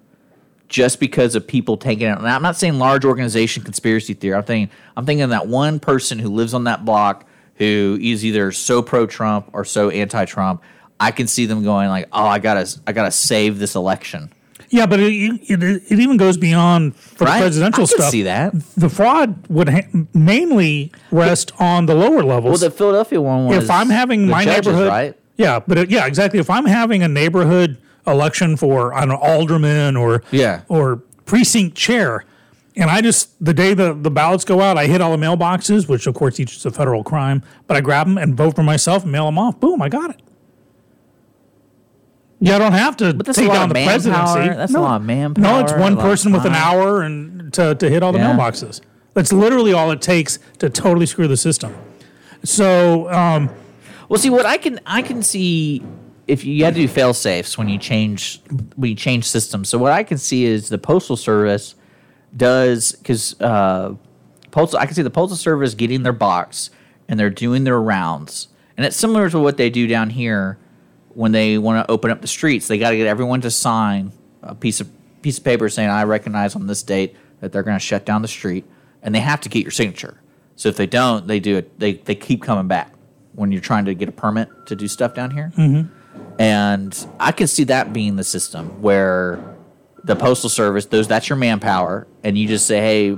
just because of people taking it. And I'm not saying large organization conspiracy theory. I'm thinking I'm thinking that one person who lives on that block who is either so pro Trump or so anti Trump. I can see them going like, "Oh, I gotta, I gotta save this election."
Yeah, but it, it, it even goes beyond for the
Right?
presidential
I could
stuff.
see that.
the fraud would ha- mainly rest on the lower
Well,
levels.
the Philadelphia one was.
if I'm having
the
my
judges,
neighborhood,
right?
yeah, but it, yeah, exactly. If I'm having a neighborhood election for I don't know, alderman or
Yeah.
or precinct chair, and I just the day the the ballots go out, I hit all the mailboxes, which of course each is a federal crime, but I grab them and vote for myself, and mail them off. Boom, I got it. Yeah, I don't have to
that's a
take
lot of
down the
manpower.
presidency.
That's a lot of
No, it's
manpower, a
one
lot of
person with an
time.
hour and to, to hit all the
Yeah.
mailboxes. That's literally all it takes to totally screw the system. So um,
Well, see what I can I can see if you had to do fail safes when you change when you change systems. So what I can see is the postal service does because uh, postal I can see the postal service getting their box and they're doing their rounds, and it's similar to what they do down here when they want to open up the streets. They got to get everyone to sign a piece of piece of paper saying I recognize on this date that they're going to shut down the street, and they have to get your signature. So if they don't, they do it. They they keep coming back when you're trying to get a permit to do stuff down here. And I can see that being the system where the postal service those that's your manpower, and you just say, hey,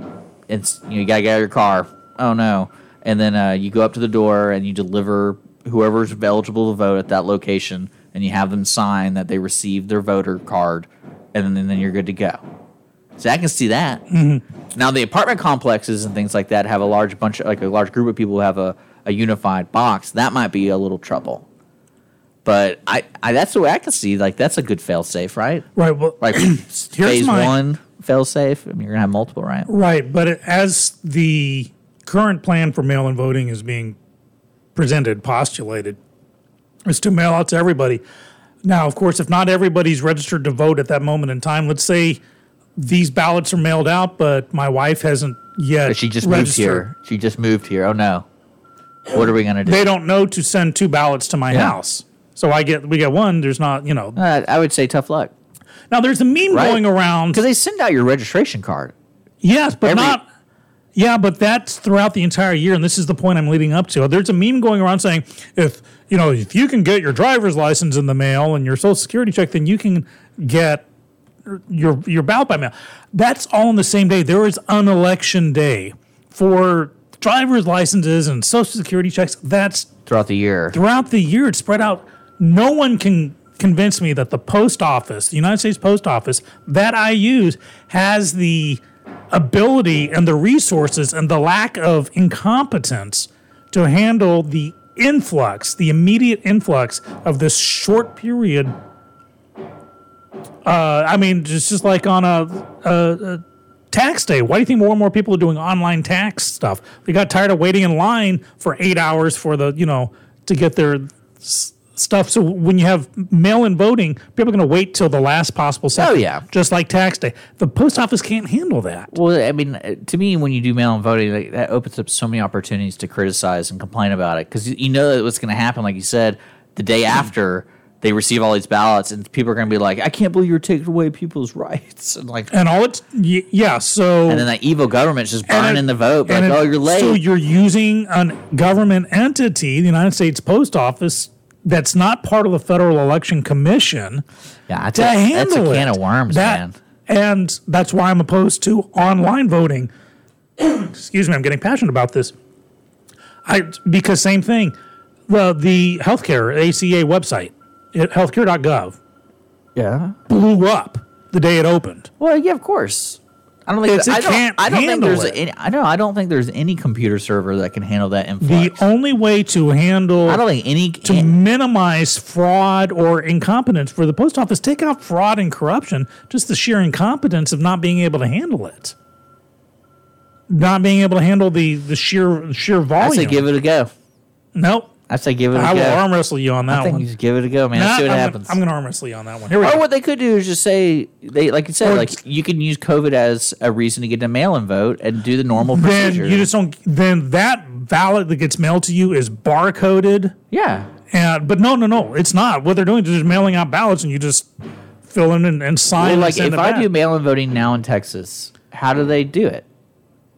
it's you, know, you gotta get out of your car. Oh no! And then uh, you go up to the door and you deliver whoever's eligible to vote at that location, and you have them sign that they received their voter card, and then, and then you're good to go. So I can see that. Now the apartment complexes and things like that have a large bunch, like a large group of people who have a, a unified box. That might be a little trouble. But I, I that's the way I can see. Like that's a good fail safe, right?
Right. Well, *clears throat*
Like phase
my-
one fail safe. I mean, you're gonna have multiple, right?
right. But it- as the current plan for mail in voting is being presented, postulated, is to mail out to everybody. Now, of course, if not everybody's registered to vote at that moment in time, let's say these ballots are mailed out, but my wife hasn't yet.
But she just moved
registered.
here. She just moved here. Oh no, what are we gonna do?
They don't know to send two ballots to my
Yeah.
house. So I get we get one. There's not you know.
Uh, I would say tough luck
Now there's a meme
Right.
going around.
because they send out your registration card.
Yes, but
Every-
not. Yeah, but that's throughout the entire year, and this is the point I'm leading up to. There's a meme going around saying if you know if you can get your driver's license in the mail and your social security check, then you can get your your ballot by mail. That's all on the same day. There is an election day for driver's licenses and social security checks. That's
Throughout the year,
throughout the year it's spread out no one can convince me that the post office the united states post office that i use has the ability and the resources and the lack of incompetence to handle the influx the immediate influx of this short period uh, i mean it's just like on a, a, a tax day why do you think more and more people are doing online tax stuff they got tired of waiting in line for eight hours for the you know to get their s- stuff so when you have mail-in voting people are going to wait till the last possible second
Oh, yeah.
just like tax day the post office can't handle that
Well, I mean, uh, to me, when you do mail-in voting, like, that opens up so many Hmm. opportunities to criticize and complain about it because you know that what's going to happen. Like you said, the day after, they receive all these ballots, and people are going to be like, "I can't believe you're taking away people's *laughs* rights," and like,
And all it's y- yeah. So
and then that evil government's just
And
burning
it-
the vote. Like,
and it-
oh, you're late.
So you're using a government entity, the United States Post Office, that's not part of the Federal Election Commission
yeah, that's,
to
a,
handle
that's a
it.
can of worms,
That-
man.
And that's why I'm opposed to online voting. *clears throat* Excuse me, I'm getting passionate about this. I because same thing. The the healthcare ACA website, it- healthcare.gov,
Yeah.
blew up the day it opened.
Well, yeah, of course. I don't think
It's-
I
it
don't,
can't
I don't think
handle
there's
it.
any, I know I don't think there's any computer server that can handle that
The
influx.
only way to handle
I don't think any
to minimize fraud or incompetence for the post office. Take out fraud and corruption, just the sheer incompetence of not being able to handle it, not being able to handle the the sheer sheer
I
volume.
say give it a go.
nope.
I say give it a
I
go.
will arm wrestle you on
I
that
think
one.
you just give it a go, man.
Nah,
Let's see what
I'm
happens.
Gonna, I'm going to arm wrestle you on that one. Oh, Here we
or
go.
what they could do is just say they like you said,
Or-
like you can use COVID as a reason to get a mail-in vote and do the normal
Then
procedure.
you just don't. Then that ballot that gets mailed to you is barcoded.
yeah,
And but no, no, no, it's not. What they're doing is just mailing out ballots, and you just fill in and, and sign.
well,
and
like
send
if
it
I
back.
do mail-in voting now in Texas, how do they do it?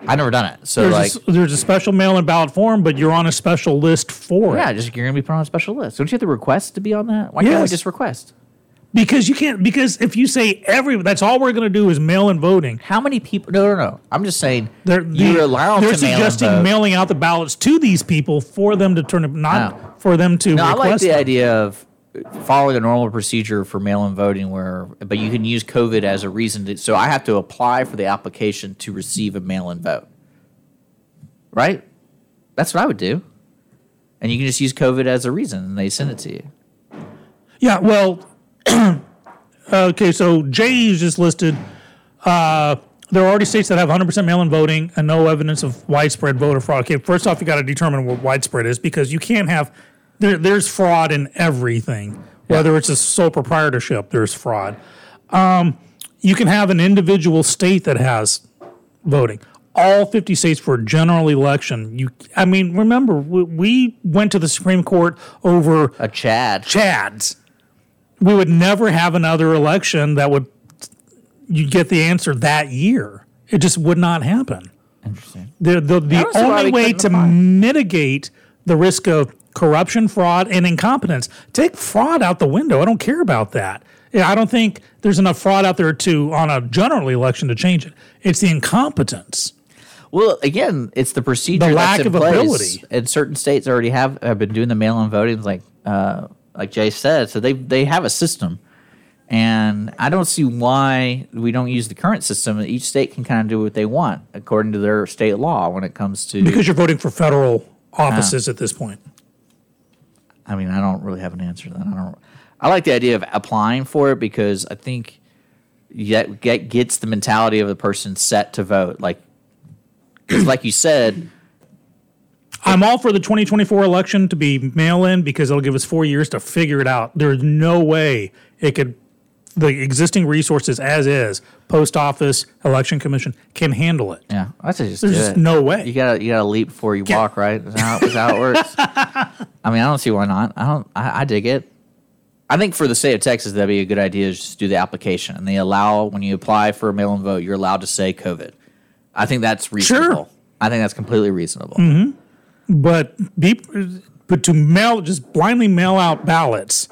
I've never done it, so
there's,
like.
a, s- there's a special mail-in ballot form, but you're on a special list for
yeah,
it
just you're gonna be put on a special list. Don't you have to request to be on that? Why can't we
Yes.
just request?
because you can't. Because if you say every, that's all we're going to do is mail-in voting.
How many people? No, no, no. I'm just saying
They're,
you're
they-
allowed
they're
to mail and
suggesting
vote.
mailing out the ballots to these people for them to turn it, not
No.
for them to.
No, I like
request
the
them.
idea of following a normal procedure for mail-in voting, where but you can use COVID as a reason. To, so I have to apply for the application to receive a mail-in vote, right? That's what I would do, and you can just use COVID as a reason, and they send it to you.
Yeah, well, *clears throat* okay, so JE's just listed. Uh, there are already states that have 100% mail in voting and no evidence of widespread voter fraud. Okay, first off, you got to determine what widespread is because you can't have, there, there's fraud in everything, whether it's a sole proprietorship, there's fraud. Um, you can have an individual state that has voting. All 50 states for a general election. You, I mean, remember, we, we went to the Supreme Court over
A Chad.
Chads, we would never have another election that would you get the answer that year. It just would not happen.
Interesting.
The the, the
don't see why we
only way
couldn't
to
apply.
mitigate the risk of corruption, fraud, and incompetence, take fraud out the window. I don't care about that. Yeah, I don't think there's enough fraud out there to on a general election to change it. It's the incompetence.
Well, again, it's the procedure.
The
that's
lack
in
of
place.
ability.
And certain states already have have been doing the mail-in voting, like uh, like Jay said. So they they have a system, and I don't see why we don't use the current system. Each state can kind of do what they want according to their state law when it comes to.
Because you're voting for federal offices at this point.
I mean, I don't really have an answer to that. I don't. I like the idea of applying for it because I think that get gets the mentality of the person set to vote. Like, 'cause like you said,
I'm all for the 2024 election to be mail in because it'll give us four years to figure it out. There's no way it could, the existing resources as is, post office, election commission, can handle it.
Yeah, I say just
There's
do
just
it.
no way.
You gotta you gotta leap before you walk, right? That's how, that's how it
*laughs*
works. I mean, I don't see why not. I don't. I, I dig it. I think for the state of Texas, that'd be a good idea. Is just do the application, and they allow when you apply for a mail-in vote, you're allowed to say COVID. I think that's reasonable. I think that's completely reasonable.
Mm-hmm. But be, but to mail, just blindly mail out ballots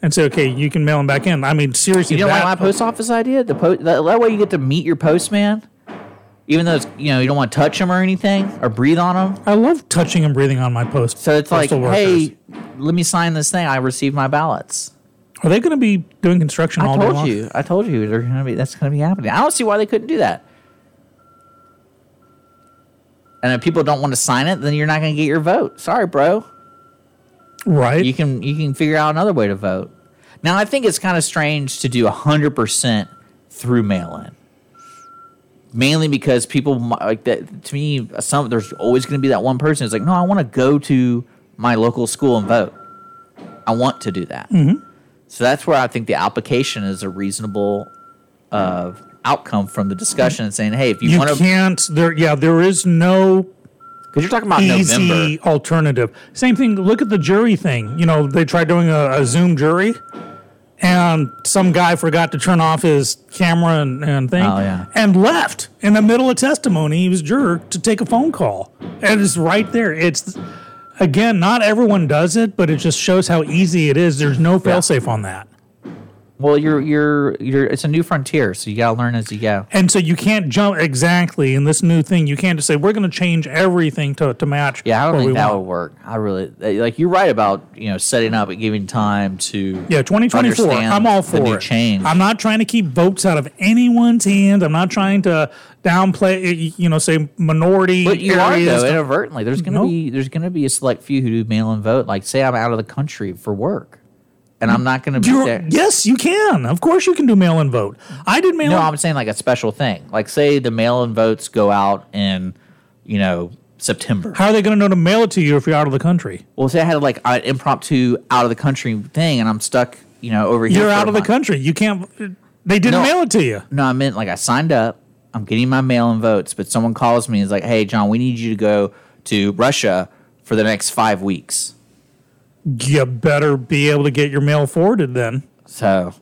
and say, okay, you can mail them back in. I mean, seriously,
You know, like
that-
my post office idea, the post that, that way you get to meet your postman, even though it's, you know you don't want to touch him or anything or breathe on him.
I love touching and breathing on my post.
So it's like,
postal workers.
hey, let me sign this thing. I received my ballots.
are they going to be doing construction
I
all day
told
long?
you. I told you. They're gonna be. That's gonna be happening. I don't see why they couldn't do that. And if people don't want to sign it, then you're not gonna get your vote. Sorry, bro. *laughs*
Right?
You can you can figure out another way to vote. Now I think it's kind of strange to do hundred percent through mail in. Mainly because people mi- like that. To me, some there's always going to be that one person. who's like, no, I want to go to my local school and vote. I want to do that. So that's where I think the application is a reasonable uh, outcome from the discussion and saying, hey, if you,
you
want to,
can't there yeah there is no
because you're talking about
easy
November.
alternative. Same thing. Look at the jury thing. You know, they tried doing a, a Zoom jury, and some guy forgot to turn off his camera and, and thing,
Oh, yeah.
and left in the middle of testimony. He was juror to take a phone call, and it's right there. It's again, not everyone does it, but it just shows how easy it is. There's no failsafe on that.
Well, you're you're you're. It's a new frontier, so you gotta learn as you go.
And so you can't jump exactly in this new thing. You can't just say we're going to change everything to, to match.
Yeah, I don't
what we
think that
want."
would work. I really eh, like you're right about you know setting up and giving time to
Yeah, 2024. I'm
understand
all for
the new
it.
change.
I'm not trying to keep votes out of anyone's hands. I'm not trying to downplay, you know, say minority
But you are
areas.
though inadvertently. There's gonna
Nope.
be there's gonna be a select few who do mail and vote. Like say I'm out of the country for work, and I'm not gonna be
You're-
there.
yes, you can. Of course, you can do mail-in vote. I did mail.
No,
in
I'm saying like a special thing. Like say the mail in votes go out in you know September.
How are they going to know to mail it to you if you're out of the country?
Well, say I had like an impromptu out of the country thing, and I'm stuck you know over here.
You're
for a
out of the
month.
country. You can't. They
No.
didn't mail it to you.
No, I meant like I signed up. I'm getting my mail in votes, but someone calls me and is like, "Hey, John, we need you to go to Russia for the next five weeks."
You better be able to get your mail forwarded. Then
So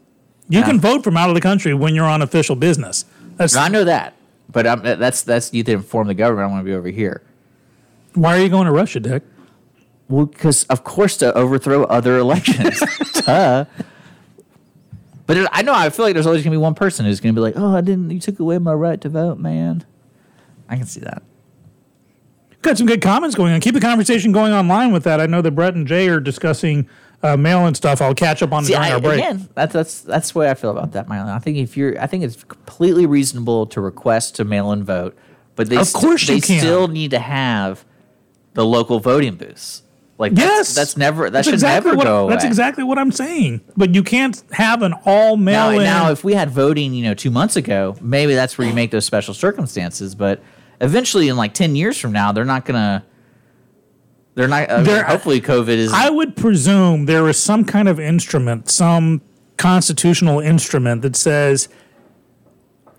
you can vote from out of the country when you're on official business. That's
No, I know that, but I'm, that- that's that's you to inform the government. I want to be over here.
why are you going to Russia, Dick?
Well, because of course to overthrow other elections, *laughs* duh. But it, I know I feel like there's always gonna be one person who's gonna be like, "Oh, I didn't. You took away my right to vote, man." I can see that.
Got some good comments going on. Keep the conversation going online with that. I know that Brett and Jay are discussing uh, mail and stuff. I'll catch up on
See,
the during
I,
our break.
again, that's that's that's the way I feel about that, Mylan. I think if you're, I think it's completely reasonable to request to mail and vote, but they
Of
st-
course you
they
can.
still need to have the local voting booths. Like that's-
yes,
that's, never that
That's
should
exactly
never
what,
go away.
That's exactly what I'm saying. But you can't have an all mail
Now,
in.
now, if we had voting, you know, two months ago, maybe that's where you make those special circumstances. But eventually, in like ten years from now, they're not gonna. They're not. I mean,
There-
hopefully, COVID is.
I would presume there is some kind of instrument, some constitutional instrument that says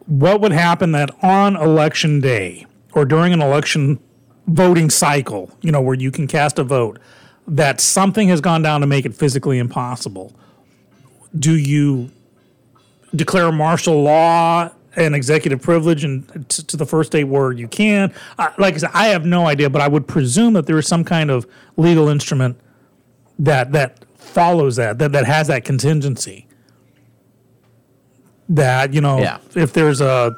what would happen that on election day or during an election voting cycle, you know, where you can cast a vote, that something has gone down to make it physically impossible. Do you declare martial law and executive privilege and t- to the first state where you can? I, like I said, I have no idea, but I would presume that there is some kind of legal instrument that that follows that that, that has that contingency that you know
Yeah.
if there's a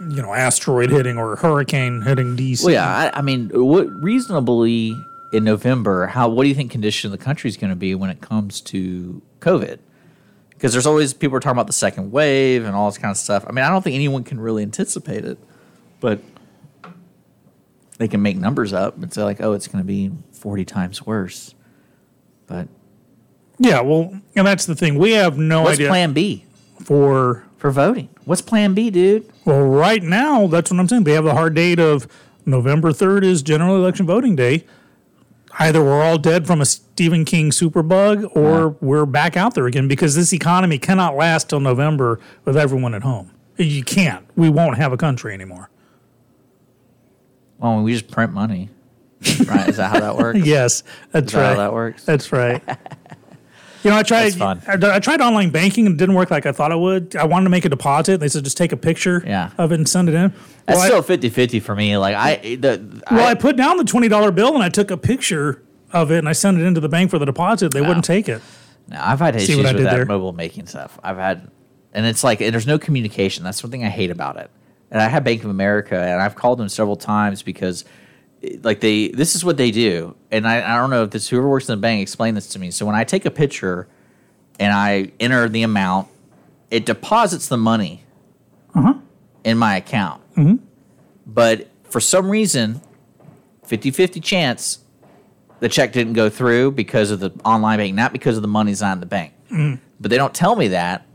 you know asteroid hitting or hurricane hitting DC
well, yeah. I, I mean, what reasonably in November? How? What do you think condition of the country is going to be when it comes to COVID? Because there's always people are talking about the second wave and all this kind of stuff. I mean, I don't think anyone can really anticipate it, but they can make numbers up and say like, oh, it's going to be forty times worse. But
yeah well and that's the thing we have no
What's
idea
plan B
for
for voting? What's plan B, dude?
Well, right now, that's what I'm saying. They have the hard date of November 3rd is general election voting day. Either we're all dead from a Stephen King superbug or we're back out there again because this economy cannot last till November with everyone at home. You can't. We won't have a country anymore.
Well, we just print money. right? Is that how that
*laughs*
works?
Yes, that's
Is
right.
that how that works? *laughs*
That's right. You know, I tried.
That's fun.
I, I tried online banking and it didn't work like I thought it would. I wanted to make a deposit. They said just take a picture
Yeah.
of it and send it in.
That's
Well, I-
still 50 50 for me. Like, I, the,
Well, I, put down the twenty dollar bill and I took a picture of it and I sent it into the bank for the deposit. They wouldn't take it.
No, I've had
See
issues
what
with
I
that
did there?
mobile making stuff. I've had, and it's like, and there's no communication. That's one thing I hate about it. And I have Bank of America, and I've called them several times because, eh, like, they this is what they do. And I, I don't know if this whoever works in the bank explained this to me. So when I take a picture and I enter the amount, it deposits the money
Uh-huh.
in my account.
Mm-hmm.
But for some reason, 50 50 chance the check didn't go through because of the online bank, not because of the money's not in the bank.
Mm-hmm.
But they don't tell me that.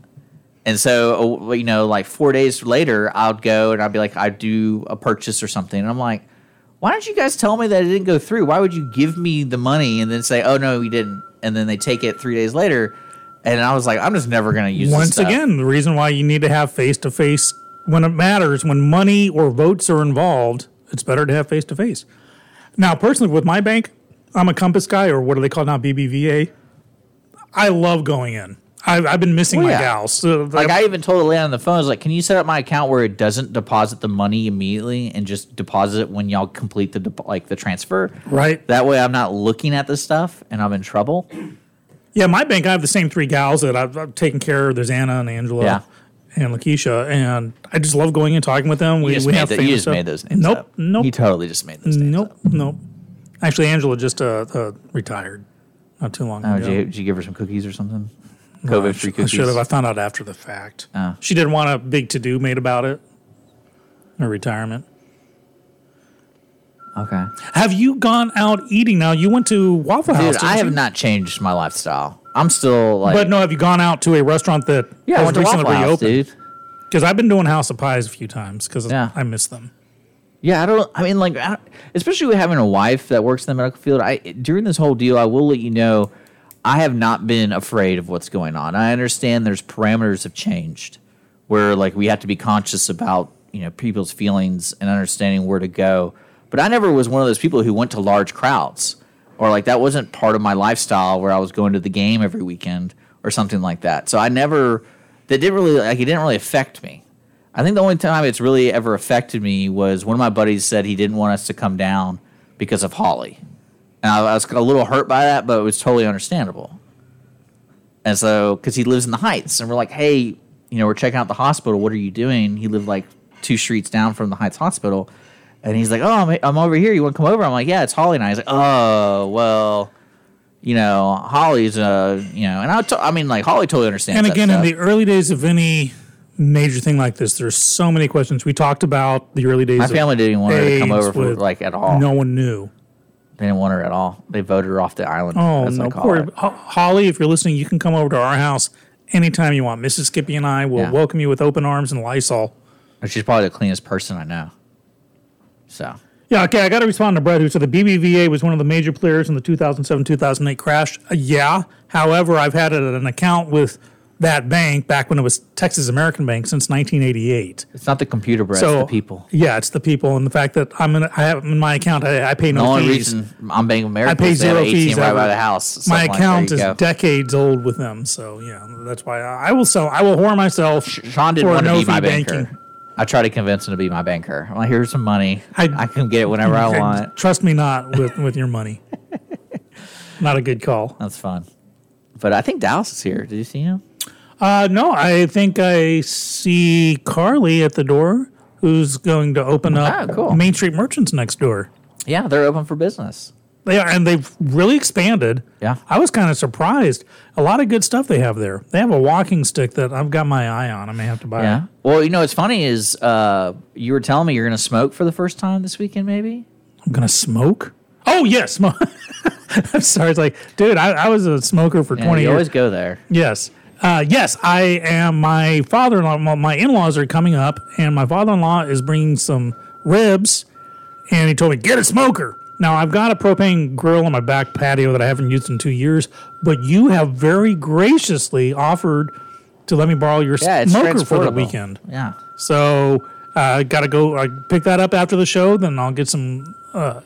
And so, uh, you know, like four days later, I'll go and I'll be like, I do a purchase or something. And I'm like, why don't you guys tell me that it didn't go through? Why would you give me the money and then say, oh, no, you didn't? And then they take it three days later. And I was like, I'm just never going to use this
Once
stuff.
again, the reason why you need to have face to face when it matters, when money or votes are involved, it's better to have face to face. Now, personally, with my bank, I'm a Compass guy, or what do they call it now, BBVA. I love going in. I've, I've been missing
Well,
my
Oh, yeah.
gals. So,
Like I even told Atlanta on the phone, I was like, "Can you set up my account where it doesn't deposit the money immediately and just deposit it when y'all complete the dep like the transfer?
Right.
That way, I'm not looking at this stuff and I'm in trouble."
Yeah, my bank. I have the same three gals that I've, I've taken care of. There's Anna and Angela,
Yeah.
and Lakeisha, and I just love going and talking with them. We
You just,
we
made,
have
that,
famous
you just
stuff.
made those names
Nope,
up.
nope,
You totally just made those names
nope,
up.
nope. Actually, Angela just uh, uh, retired not too long
Oh,
ago.
did, you, did you give her some cookies or something? COVID free
I
cookies.
should have. I found out after the fact.
Oh.
She didn't want a big to do made about it. Her retirement.
Okay.
Have you gone out eating now? You went to Waffle House.
Dude,
didn't
I have
you?
not changed my lifestyle. I'm still like,
But no, have you gone out to a restaurant that
yeah, I
has
went to
recently
Waffle House,
reopened?
dude.
Because I've been doing House of Pies a few times because
Yeah.
I miss them.
Yeah, I don't. I mean, like, I don't, especially with having a wife that works in the medical field. I during this whole deal, I will let you know, I have not been afraid of what's going on. I understand there's parameters have changed, where like we have to be conscious about you know people's feelings and understanding where to go. But I never was one of those people who went to large crowds, or like that wasn't part of my lifestyle where I was going to the game every weekend or something like that. So I never that didn't really like it didn't really affect me. I think the only time it's really ever affected me was one of my buddies said he didn't want us to come down because of Holly. And I, I was a little hurt by that, but it was totally understandable. And so, because he lives in the Heights, and we're like, hey, you know, we're checking out the hospital. What are you doing? He lived like two streets down from the Heights Hospital. And he's like, oh, I'm, I'm over here. You want to come over? I'm like, yeah, it's Holly and I. He's like, oh, well, you know, Holly's, uh, you know, and I, to- I mean, like, Holly totally understands.
And
that
again, in
stuff.
the early days of any major thing like this, there's so many questions. We talked about the early days.
My
of
family didn't want her to come
AIDS
over for,
with-
like, at all.
No one knew.
They didn't want her at all. They voted her off the island.
Oh
as they
no,
call
poor
it.
Ho- Holly. If you're listening, you can come over to our house anytime you want. Mrs. Skippy and I will
Yeah.
welcome you with open arms and Lysol.
And She's probably the cleanest person I know. So
Yeah, okay. I got to respond to Brett, who said the BBVA was one of the major players in the 2007 2008 crash. Uh, yeah. However, I've had an account with that bank back when it was Texas American Bank since 1988.
it's not the computer, but
so
it's the people.
Yeah, it's the people, and the fact that I'm in, I have in my account, I, I pay
The
no
only
fees.
reason I'm Bank of America
I pay
is they have an
zero
ATM
fees.
right
ever.
by the house.
My
Something like-
account
there
is
you go.
decades old with them, so yeah, that's why I, I will sell. I will whore myself.
Sean didn't
for
want to be
no-fee
my banker. I tried to convince him to be my banker. I'm like, here's some money. I,
I-
can get it whenever I
*laughs* Okay,
want.
Trust me, not with with your money.
*laughs*
Not a good call.
That's fun. But I think Dallas is here. Did you see him?
Uh, no, I think I see Carly at the door, who's going to open up
Oh, cool.
Main Street Merchants next door.
Yeah, they're open for business.
They are, and they've really expanded.
Yeah.
I was kind of surprised. A lot of good stuff they have there. They have a walking stick that I've got my eye on. I may have to buy.
Yeah. Well, you know what's funny is uh, you were telling me you're going to smoke for the first time this weekend, maybe.
I'm gonna smoke. Oh yes, *laughs* smoke. I'm sorry. It's like, dude, I, I was a smoker for
Yeah,
20
you
years.
always go there.
Yes. Uh, yes, I am. My father in law, my in laws are coming up, and my father in law is bringing some ribs, and he told me, get a smoker. Now, I've got a propane grill on my back patio that I haven't used in two years, but you have very graciously offered to let me borrow your
Yeah, it's
smoker for the
transportable.
weekend.
Yeah.
So I uh, got to go uh, pick that up after the show. Then I'll get some uh,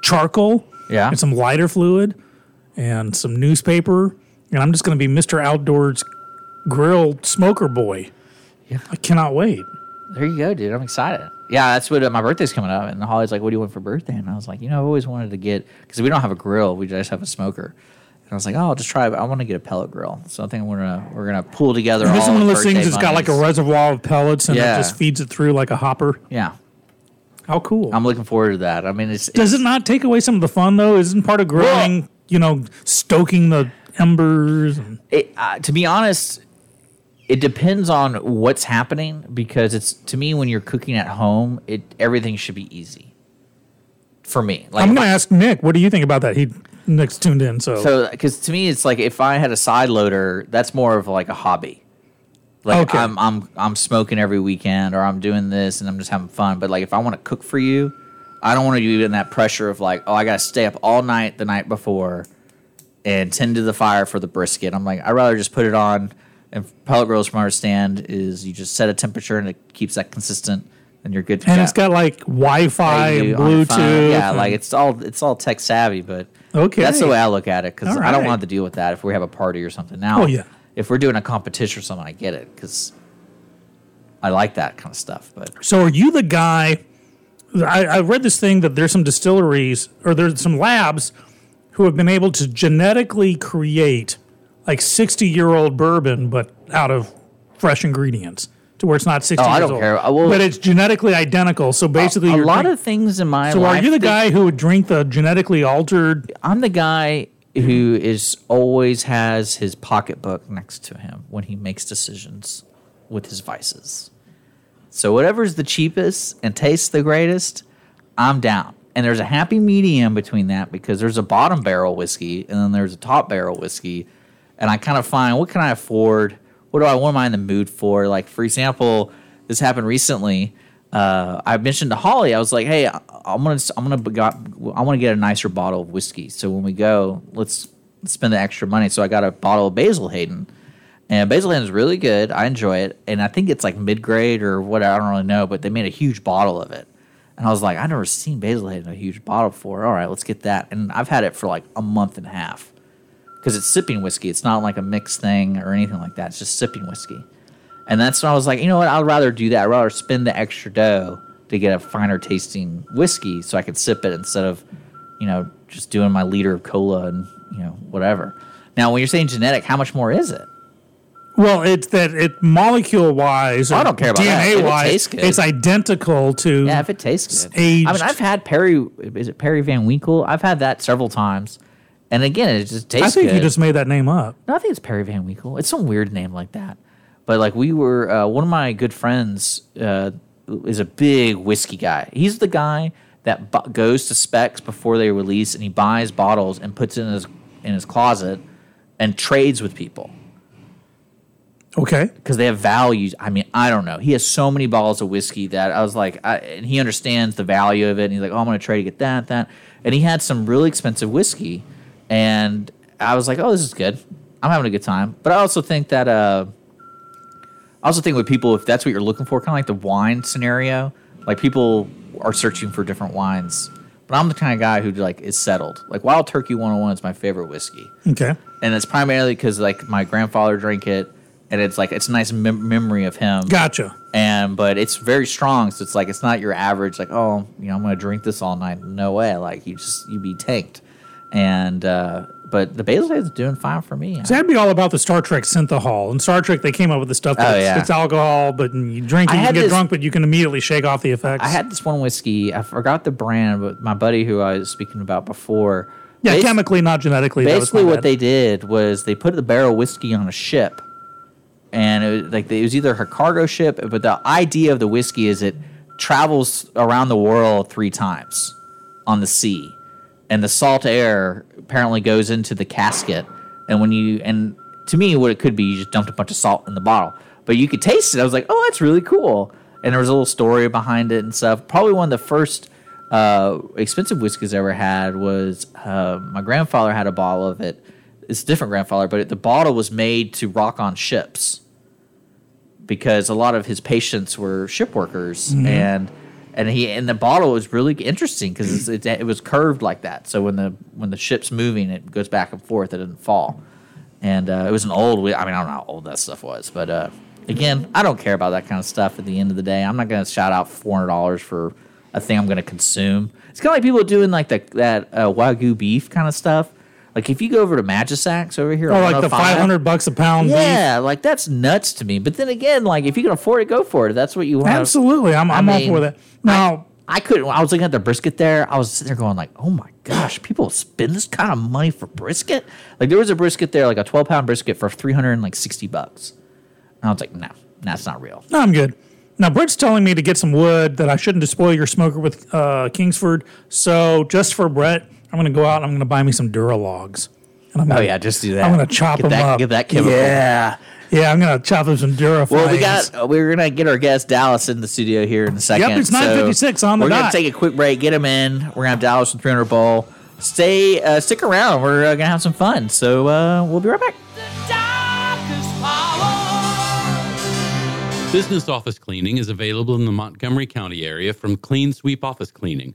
charcoal,
Yeah.
and some lighter fluid, and some newspaper, and I'm just going to be Mister Outdoors Grill Smoker Boy. Yeah, I cannot wait.
There you go, dude. I'm excited. Yeah, that's what uh, my birthday's coming up, and Holly's like, "What do you want for birthday?" And I was like, "You know, I've always wanted to get because we don't have a grill, we just have a smoker." And I was like, "Oh, I'll just try. it. I want to get a pellet grill, so I think we're gonna we're gonna pull together."
This is
all
one of
the
those things
birthday
that's got like a
monies.
reservoir of pellets, and
Yeah.
it just feeds it through like a hopper.
yeah.
How cool!
I'm looking forward to that. I mean, it's,
Does it not take away some of the fun though? Isn't part of grilling, you know, stoking the embers? And,
it, uh, to be honest, it depends on what's happening because it's to me when you're cooking at home, it everything should be easy. For me, like
I'm
if
going
I-
to ask Nick. What do you think about that? He Nick's tuned in,
So, because to me, it's like if I had a side loader, that's more of like a hobby. Like
Okay.
I'm, I'm, I'm smoking every weekend, or I'm doing this, and I'm just having fun. But like, if I want to cook for you, I don't want to do in that pressure of like, oh, I gotta stay up all night the night before, and tend to the fire for the brisket. I'm like, I'd rather just put it on. And pellet grills from our stand is you just set a temperature and it keeps that consistent. and you're good to
and
go.
it's got like Wi-Fi
They
and
do on your phone.
Bluetooth.
Yeah,
and-
like it's all it's all tech savvy, but
Okay.
that's the way I look at it because
All
I don't
right.
want to deal with that if we have a party or something. Now,
Oh, yeah.
if we're doing a competition or something, I get it because I like that kind of stuff. But
So are you the guy? I, I read this thing that there's some distilleries or there's some labs who have been able to genetically create like 60 year old bourbon, but out of fresh ingredients to where it's not 60
Oh, I
years
don't
old.
care. I will-
but it's genetically identical. So basically,
a
you're
lot
drink-
of things in my
So
life.
are you the
that-
guy who would drink the genetically altered?
I'm the guy who is always has his pocketbook next to him when he makes decisions with his vices. So whatever's the cheapest and tastes the greatest, I'm down. And there's a happy medium between that because there's a bottom barrel whiskey and then there's a top barrel whiskey. And I kind of find what can I afford? What do I what am I in the mood for? Like for example, this happened recently. Uh, I mentioned to Holly, I was like, "Hey, I- I'm gonna I'm gonna b- got, I want to get a nicer bottle of whiskey. So when we go, let's spend the extra money." So I got a bottle of Basil Hayden. And Basil Hen is really good. I enjoy it. And I think it's like mid grade or what I don't really know, but they made a huge bottle of it. And I was like, I've never seen Basil Hen in a huge bottle before. All right, let's get that. And I've had it for like a month and a half because it's sipping whiskey. It's not like a mixed thing or anything like that. It's just sipping whiskey. And that's when I was like, you know what? I'd rather do that. I'd rather spend the extra dough to get a finer tasting whiskey so I could sip it instead of, you know, just doing my liter of cola and, you know, whatever. Now, when you're saying genetic, how much more is it?
Well, it's that it molecule wise.
I don't care about that. If it
DNA wise.
tastes good.
It's identical to
Yeah, if it tastes good. I mean,
Mm-hmm. aged.
I've had Perry. Is it Perry Van Winkle? I've had that several times, and again, it just tastes.
I think
good.
you just made that name up.
No, I think it's Perry Van Winkle. It's some weird name like that. But like we were, uh, one of my good friends uh, is a big whiskey guy. He's the guy that bu- goes to specs before they release, and he buys bottles and puts it in his in his closet and trades with people
Okay.
because they have values. I mean, I don't know. He has so many bottles of whiskey that I was like, I, and he understands the value of it. And he's like, oh, I'm going to try to get that, that. And he had some really expensive whiskey. And I was like, oh, this is good. I'm having a good time. But I also think that, uh, I also think with people, if that's what you're looking for, kind of like the wine scenario, like people are searching for different wines. But I'm the kind of guy who like is settled. Like Wild Turkey 101 is my favorite whiskey
Okay.
and it's primarily because like my grandfather drank it, and it's like it's a nice mem- memory of him.
Gotcha.
And but it's very strong, so it's like it's not your average like oh you know I'm gonna drink this all night. No way, like you just you be tanked. And uh, but the Basil is doing fine for me.
So that'd be all about the Star Trek synthahol. In Star Trek, they came up with the stuff
Oh,
that it's,
yeah.
it's alcohol, but you drink
I
it, you
had
can get
this-
drunk, but you can immediately shake off the effects.
I had this one whiskey. I forgot the brand, but my buddy who I was speaking about before.
yeah,
basi-
chemically, not genetically. that was
basically
my
what
bad.
they did was they put the barrel whiskey on a ship and it was, like it was either a cargo ship but the idea of the whiskey is it travels around the world three times on the sea and the salt air apparently goes into the casket and when you and to me what it could be you just dumped a bunch of salt in the bottle but you could taste it i was like oh that's really cool and there was a little story behind it and stuff probably one of the first uh, expensive whiskeys I ever had was uh, my grandfather had a bottle of it. It's a different grandfather, but the bottle was made to rock on ships because a lot of his patients were ship workers
Mm-hmm.
and and he and the bottle was really interesting because it, it was curved like that so when the when the ship's moving it goes back and forth it doesn't fall and uh, it was an old whi- i mean i don't know how old that stuff was but uh, again i don't care about that kind of stuff at the end of the day i'm not going to shout out $400 for a thing i'm going to consume it's kind of like people doing like the, that uh, wagyu beef kind of stuff like if you go over to Magisacs over here,
Or
on
Oh, like the
105,
500 bucks a pound beef.
yeah, like that's nuts to me. But then again, like if you can afford it, go for it. If that's what you want.
Absolutely. I'm,
I
I'm all
mean,
for that. Now,
I couldn't. I was looking at the brisket there. I was sitting there going like, "Oh my gosh, people spend this kind of money for brisket." Like there was a brisket there, like a twelve pound brisket for three hundred and like sixty bucks. And I was like, "No, that's not real."
no, I'm good. Now, Britt's telling me to get some wood that I shouldn't despoil your smoker with uh, Kingsford. So just for Brett, I'm going to go out and I'm going to buy me some Duralogs. And I'm
Oh
gonna,
yeah, just do that.
I'm gonna chop
get
them
that,
up.
Get that chemical.
Yeah. Yeah, I'm going to chop up some Duraflames.
Well, we got uh, we're gonna get our guest Dallas in the studio here in a second.
it's 9:56 on the
We're gonna
dot.
take a quick break, get him in. We're gonna have Dallas from 300 Bowl. Stay, uh, stick around. We're uh, gonna have some fun. So uh, we'll be right back.
The darkest power
Business office cleaning is available in the Montgomery County area from Clean Sweep Office Cleaning,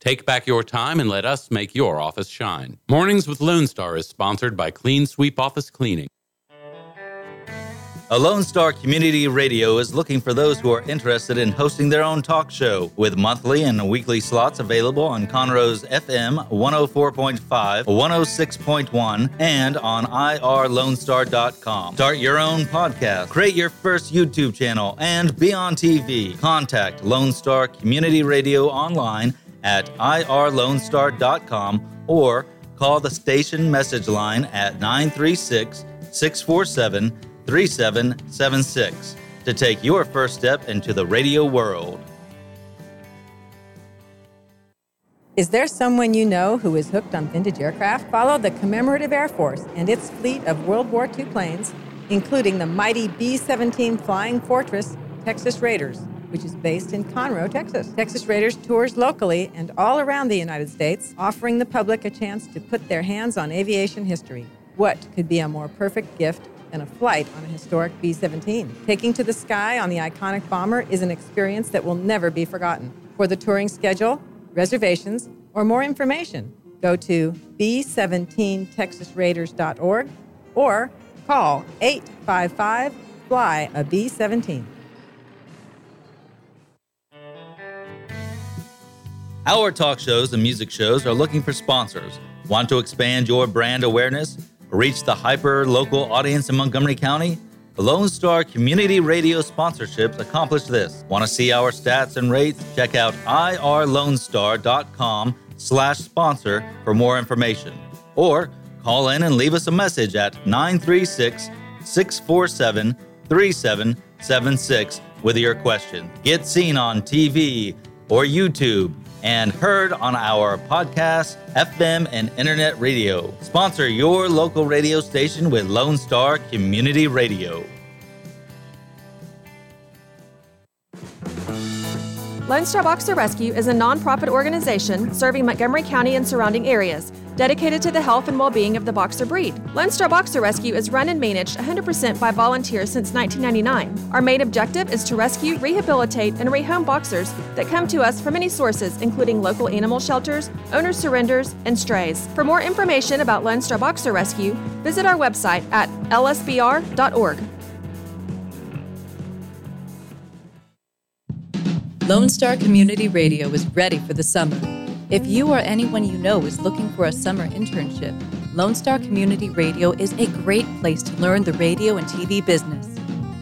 Take back your time and let us make your office shine. Mornings with Lone Star is sponsored by Clean Sweep Office Cleaning.
A Lone Star Community Radio is looking for those who are interested in hosting their own talk show, with monthly and weekly slots available on Conroe's FM 104.5, 106.1, and on IRLoneStar.com. Start your own podcast, create your first YouTube channel, and be on TV. Contact Lone Star Community Radio online at IRLoneStar.com or call the station message line at 936 647 3776 to take your first step into the radio world.
Is there someone you know who is hooked on vintage aircraft? Follow the Commemorative Air Force and its fleet of World War II planes, including the mighty B 17 Flying Fortress Texas Raiders, which is based in Conroe, Texas. Texas Raiders tours locally and all around the United States, offering the public a chance to put their hands on aviation history. What could be a more perfect gift than a flight on a historic B 17? Taking to the sky on the iconic bomber is an experience that will never be forgotten. For the touring schedule, reservations, or more information, go to b17texasraiders.org or call 855 Fly a B 17.
Our talk shows and music shows are looking for sponsors. Want to expand your brand awareness? Reach the hyper local audience in Montgomery County? The Lone Star Community Radio sponsorships accomplish this. Want to see our stats and rates? Check out irlonestar.com slash sponsor for more information. Or call in and leave us a message at 936 647 3776 with your question. Get seen on TV or YouTube and heard on our podcast, FM, and internet radio. Sponsor your local radio station with Lone Star Community Radio.
Lone Star Boxer Rescue is a nonprofit organization serving Montgomery County and surrounding areas, dedicated to the health and well being of the boxer breed. Lone Star Boxer Rescue is run and managed 100% by volunteers since 1999. Our main objective is to rescue, rehabilitate, and rehome boxers that come to us from many sources, including local animal shelters, owner surrenders, and strays. For more information about Lone Star Boxer Rescue, visit our website at lsbr.org.
Lone Star Community Radio is ready for the summer. If you or anyone you know is looking for a summer internship, Lone Star Community Radio is a great place to learn the radio and TV business.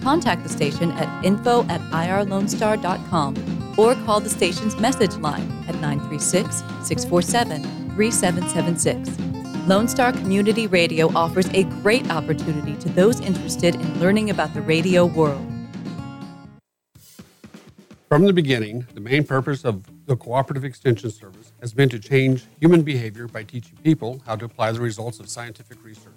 Contact the station at info at irlonestar.com or call the station's message line at 936 647 3776. Lone Star Community Radio offers a great opportunity to those interested in learning about the radio world.
From the beginning, the main purpose of the Cooperative Extension Service has been to change human behavior by teaching people how to apply the results of scientific research.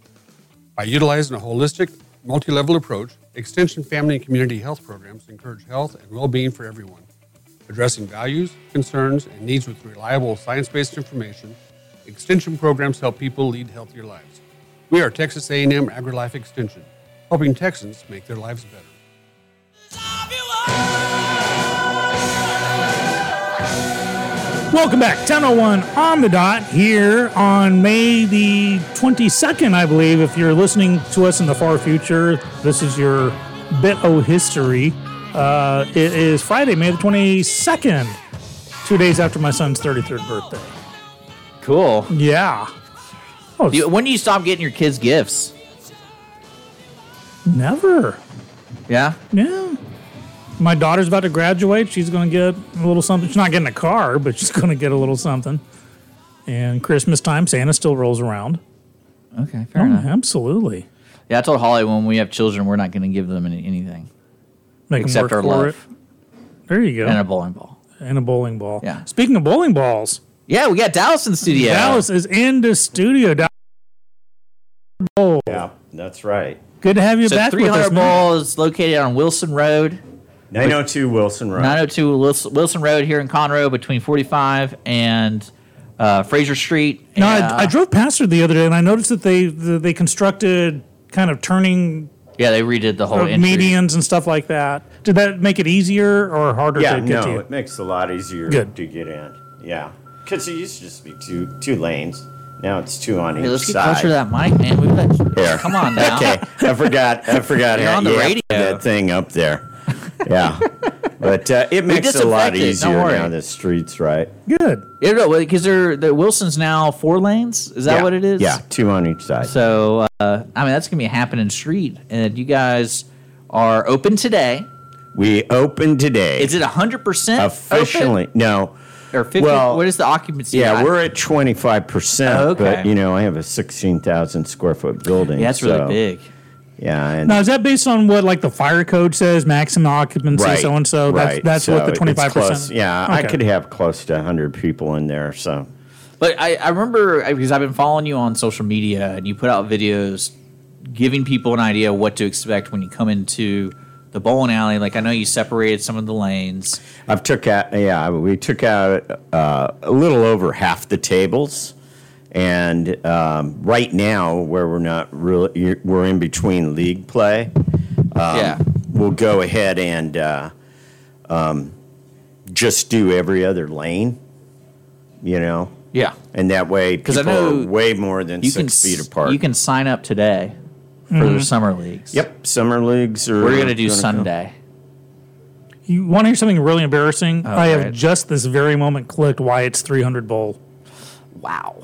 By utilizing a holistic, multi level approach, Extension family and community health programs encourage health and well being for everyone, addressing values, concerns, and needs with reliable science based information. Extension programs help people lead healthier lives. We are Texas A&M AgriLife Extension, helping Texans make their lives better.
Welcome back, 1001 on the dot here on May the 22nd, I believe. If you're listening to us in the far future, this is your bit o history. Uh, it is Friday, May the 22nd, two days after my son's 33rd birthday.
Cool.
Yeah. Oh,
You- when do you stop getting your kids gifts?
Never.
Yeah.
Yeah. My daughter's about to graduate. She's going to get a little something. She's not getting a car, but she's going to get a little something. And Christmas time, Santa still rolls around.
Okay, fair
Oh,
enough.
Absolutely.
Yeah, I told Holly when we have children, we're not going to give them any, anything
Make 'em
except
work
our
for
love
it. There you go.
and a bowling ball.
And a bowling ball.
Yeah.
Speaking of bowling balls,
Yeah, we got Dallas in the studio.
Dallas is in the studio. Dallas. Bowl.
Yeah, that's right.
Good to have you
so
back with
300
us, man.
Bowl is located on Wilson Road.
902 Wilson Road.
902 Wilson oh Wilson Road here in Conroe between 45 and uh, Fraser Street.
No,
And, uh,
I, I drove past her the other day, and I noticed that they that they constructed kind of turning
yeah, they redid the whole
uh,
Oh, entry.
medians and stuff like that. Did that make it easier or harder
yeah,
to get
no,
to? You?
it makes it a lot easier
Good.
to get in. Yeah, because it used to just be two two lanes. Now it's two on
Hey,
each
let's get
side.
closer to that mic, man. We've got,
Here.
Come
*laughs*
on now.
Okay, I forgot. I
*laughs*
forgot.
You're
how-
on the
yeah,
radio.
That thing
*laughs*
up there. Yeah, but uh, it makes it a
disinfected,
lot
don't
easier
worry.
now. The streets, right?
Good.
Yeah, no, because they're, the Wilson's now four lanes. Is that
yeah.
what it is?
Yeah, two on each side.
So, uh, I mean, that's going to be a happening street. And you guys are open today.
we open today.
Is it 100% open?
officially no?
Or 50?
well,
what is the occupancy?
Yeah,
at?
we're at twenty five
Oh,
percent,
okay.
but you know I have a sixteen thousand square foot building.
Yeah, that's
so,
really big.
Yeah, and
Now is that based on what like the fire code says, maximum occupancy,
right,
so and so?
Right.
That's that's
so
what the
it's
twenty five
close.
percent.
Yeah, I
Okay.
could have close to hundred people in there. So
But I, I remember I- because I've been following you on social media and you put out videos giving people an idea of what to expect when you come into the bowling alley. Like I know you separated some of the lanes.
I've took out. Yeah, we took out uh, a little over half the tables, and um, right now where we're not really we're in between league play. Um,
yeah.
we'll go ahead and uh, um, just do every other lane, you know,
Yeah.
and that way
'Cause
people
I know
are way more than
You
six
can
feet
s-
apart.
You can sign up today for the summer leagues.
yep, summer leagues are.
We're gonna do
gonna come.
Sunday.
You want to hear something really embarrassing?
Oh,
I have
right.
just this very moment clicked why it's three hundred bowl.
Wow.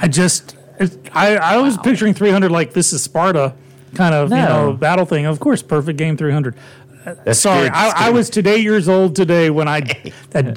I just it, I I was picturing three hundred like this is Sparta kind of you
No.
know battle thing. Of course, perfect game three hundred.
That's
Sorry,
good, that's
I, I
good.
was today years old today when I that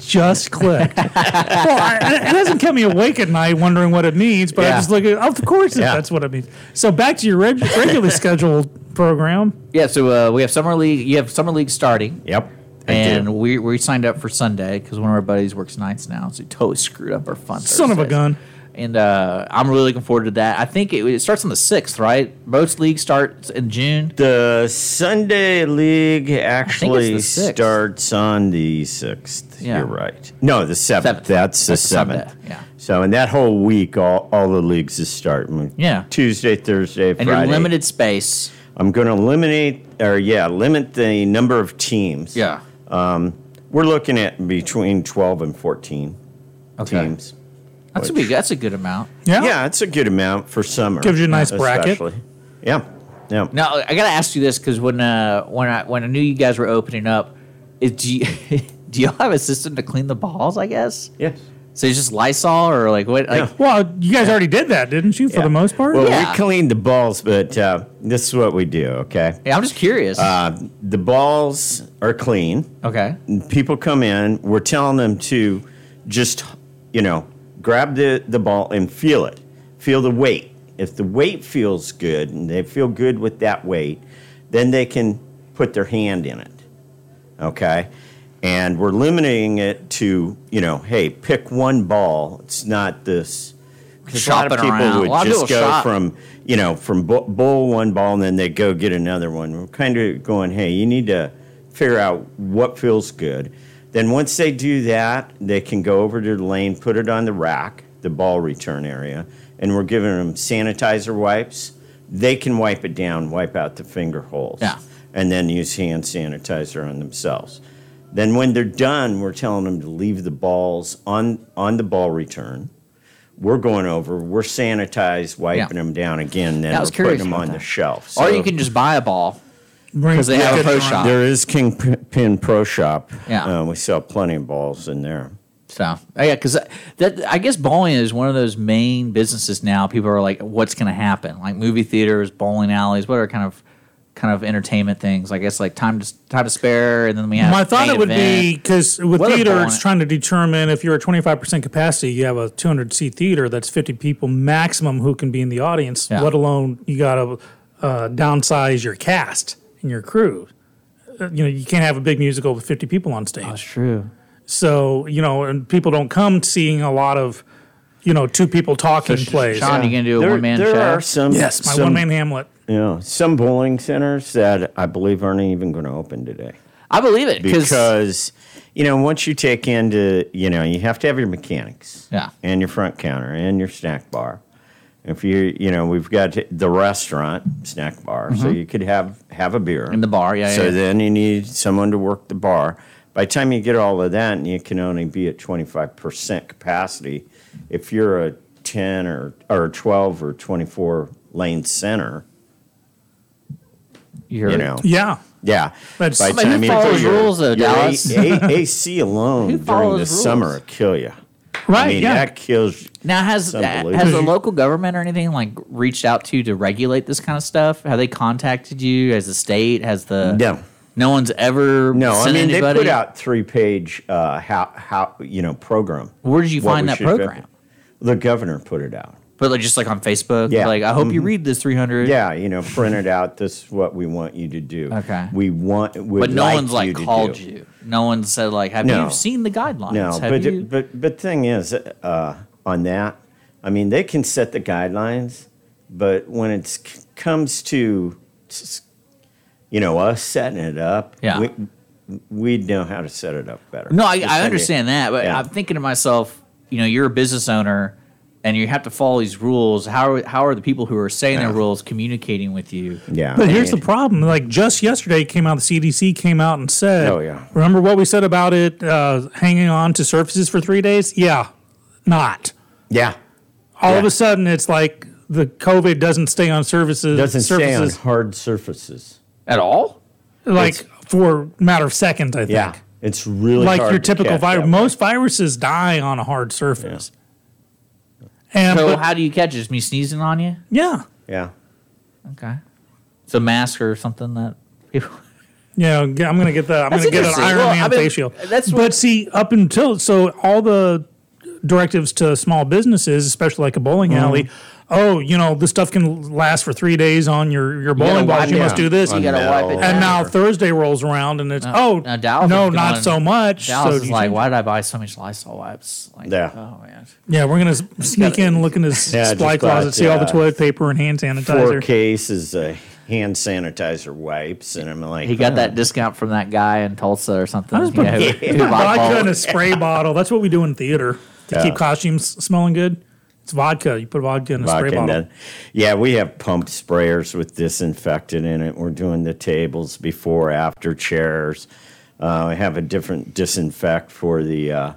*laughs*
just clicked. well, I, it hasn't kept me awake at night wondering what it means, but I
Yeah.
just look at of course it-
Yeah.
that's what it means. So back to your reg- regularly scheduled program.
Yeah, so uh, we have summer league you have summer league starting.
Yep. I do.
And we, we signed up for Sunday because one of our buddies works nights now, so he totally screwed up our fun.
Son of a
Thursdays.
gun.
And uh, I'm really looking forward to that. I think it, it starts on the sixth, right? Most leagues start in June.
the Sunday league actually
sixth.
starts on the sixth.
Yeah.
You're right. No, the seventh.
Seventh.
That's the
That's Sunday,
seventh.
yeah.
So in that whole week, all, all the leagues is starting.
Yeah.
Tuesday, Thursday,
And
Friday.
your limited space.
I'm going to eliminate, or yeah, limit the number of teams. We're looking at between 12 and 14
Okay.
teams.
That's a, big, that's a good amount.
Yeah.
Yeah, it's a good amount for summer.
Gives you a nice bracket.
especially. Yeah. Yeah.
Now I gotta ask you this because when uh, when I when I knew you guys were opening up, is, do you *laughs* do y'all have a system to clean the balls? I guess.
Yes.
So it's just Lysol or like what? Like,
Yeah.
Well, you guys already did that, didn't you? For
Yeah.
the most part.
Well,
Yeah.
we cleaned the balls, but uh, this is what we do, okay?
yeah, I'm just curious.
Uh, the balls are clean.
okay.
people come in, we're telling them to just, you know, grab the, the ball and feel it. Feel the weight. If the weight feels good and they feel good with that weight, then they can put their hand in it. Okay? And we're limiting it to, you know, hey, pick one ball. It's not this. 'cause a lot of
Shopping
people
around. A
would
lot of
just
people
go
shop.
from, you know, from bo- bowl one ball and then they go get another one. We're kind of going, hey, you need to figure out what feels good. Then once they do that, they can go over to the lane, put it on the rack, the ball return area, and we're giving them sanitizer wipes. They can wipe it down, wipe out the finger holes,
Yeah.
and then use hand sanitizer on themselves. Then when they're done, we're telling them to leave the balls on on the ball return. We're going over, we're sanitized, wiping
Yeah.
them down again, then
Yeah, I
we're
was curious
putting them
about
on
that.
the shelf.
or you
So-
can just buy a ball.
because
they have a pro shop.
there is Kingpin Pro Shop.
Yeah.
Uh, we sell plenty of balls in there.
So uh, yeah, because that I guess bowling is one of those main businesses now. People are like, what's going to happen? Like movie theaters, bowling alleys, what are kind of kind of entertainment things? I guess like time to time to spare, and then we have.
My thought
main
it would be
event.
because with
What a
theater,
bonus.
it's trying to determine if you're at 25% capacity, you have a 200 seat theater that's 50 people maximum who can be in the audience,
Yeah.
let alone you got to uh, downsize your cast and your crew. Uh, You know, you can't have a big musical with 50 people on stage.
That's true.
So you know, and people don't come seeing a lot of, you know, two people talking
So, Sh-
plays.
Sean, you gonna do a There- one-man there show? are some-
Yes, my
some-
one man Hamlet.
You know, some bowling centers that I believe aren't even going to open today.
I believe it 'cause-
because you know once you take into you know you have to have your mechanics,
Yeah.
and your front counter and your snack bar. If you you know we've got the restaurant snack bar, so
Mhm.
you could have have a beer
In the bar, yeah,
So
yeah.
then you need someone to work the bar. By the time you get all of that, and you can only be at twenty five percent capacity. If you're a ten or or twelve or twenty four lane center,
You're,
you know,
Yeah.
yeah.
That's-
By
I mean, who
time you-
follows
your-
rules, though,
your
Dallas?
A- A- AC
*laughs*
alone
Who
during the
follows rules?
summer will kill you.
Right,
I mean,
yeah.
that kills.
Now has uh,
It's
has the
unbelievable.
local government or anything like reached out to you to regulate this kind of stuff? Have they contacted you? Has the state? Has the
No.
No one's ever
No, I
sent
mean
anybody?
they put out three page uh, how how you know program.
Where did you
What
find
we
that
should go-
program?
The governor put it out.
But like just like on Facebook,
Yeah.
like I hope you
Mhm.
read this 300.
Yeah, you know, print it out. This is what we want you to do.
Okay.
We want. Would
But no
like
one's like
you to
called
do.
you. No one said like, have
No.
you seen the guidelines?
No,
have
but,
you?
but but thing is, uh, on that, I mean, they can set the guidelines, but when it comes to, s- you know, us setting it up,
Yeah.
we, we'd know how to set it up better.
No, I,
Just
I
send it-
understand that, but
Yeah.
I'm thinking to myself, you know, you're a business owner, and you have to follow these rules. How are, how are the people who are saying their rules communicating with you?
Yeah,
But here's the problem. Like just yesterday, it came out the CDC came out and said,
Oh, yeah.
Remember what we said about it uh, hanging on to surfaces for three days? Yeah, not.
Yeah.
All of
Yeah.
a sudden, it's like the COVID doesn't stay on surfaces.
doesn't stay on
surfaces
hard surfaces
at all.
like for a matter of seconds. I think.
Yeah, it's really
like
hard
your
to
typical
catch
virus.
that.
Most viruses die on a hard surface. And
so
but-
how do you catch it? Just me sneezing on you?
yeah,
Yeah.
Okay. It's a mask or something that people.
Yeah, I'm gonna get that. I'm
That's
gonna get an
interesting.
Iron
Well,
Man
I mean,
face shield.
that's
but see, up until so all the directives to small businesses, especially like a bowling alley, oh, you know, this stuff can last for three days on your your
You gotta
bowling balls.
wipe
You
it
must
down.
do this.
You gotta wipe it down.
And now Thursday rolls around, and it's oh
now Dallas
no,
is
not
going-
so much.
Dallas
so do
is
you
like,
think-
why did I buy so much Lysol wipes? Like,
Yeah.
Oh man.
yeah,
*laughs*
we're gonna s- sneak in, look in his
Yeah, I
supply
just got,
closet, see all the
uh,
toilet paper and hand sanitizer.
Four cases of hand sanitizer wipes, and I'm like,
He got
oh.
that discount from that guy in Tulsa or something.
I was
you know,
putting
who bought
vodka
both.
in
*laughs*
a spray bottle. That's what we do in theater to
Yeah.
keep costumes smelling good. It's vodka. You put vodka in a
Vodka
spray
and
bottle.
then- yeah, we have pump sprayers with disinfectant in it. We're doing the tables before, after chairs. Uh, we have a different disinfect for the, uh,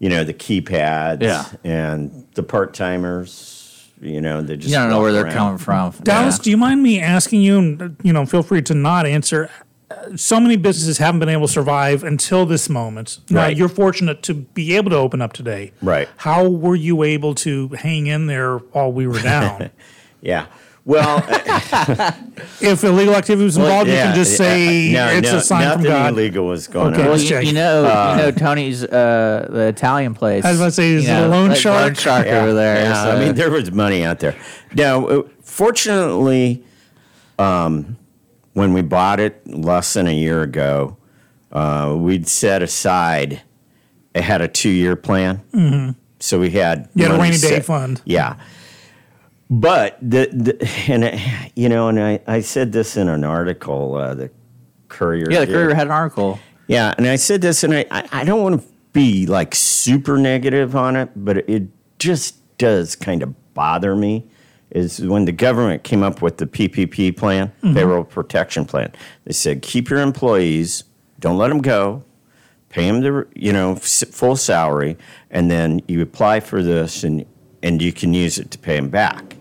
you know, the keypads
Yeah.
and the part timers. You know, they just
You don't know
walk
where they're
around.
coming from.
Dallas, do you mind me asking you? And you know, feel free to not answer. Uh, So many businesses haven't been able to survive until this moment. Now
Right.
you're fortunate to be able to open up today.
Right.
How were you able to hang in there while we were down?
*laughs* Yeah. Well,
*laughs*
*laughs*
if illegal activity was
Well,
involved, you
yeah,
can just
yeah,
say
no,
it's
no,
a sign from
nothing
God.
illegal was going on.
Okay,
Well,
let's
you,
check.
you know,
Uh,
you know Tony's uh, the Italian place.
I was about to say, is
you
it a
know,
loan
that
shark?
shark
Yeah,
over there.
yeah,
so-
I mean, there was money out there. Now, uh, fortunately, um, when we bought it less than a year ago, uh, we'd set aside. It had a two-year plan,
Mhm.
so we had
You had a
money
rainy day
set-
fund.
Yeah, but the, the and it, you know, and I, I said this in an article, uh, the Courier.
yeah, the
did.
Courier had an article.
Yeah, and I said this, and I, I, I don't want to be like super negative on it, but it just does kind of bother me. Is when the government came up with the PPP plan,
Mhm.
payroll protection plan. They said keep your employees, don't let them go, pay them the you know s- full salary, and then you apply for this, and and you can use it to pay them back.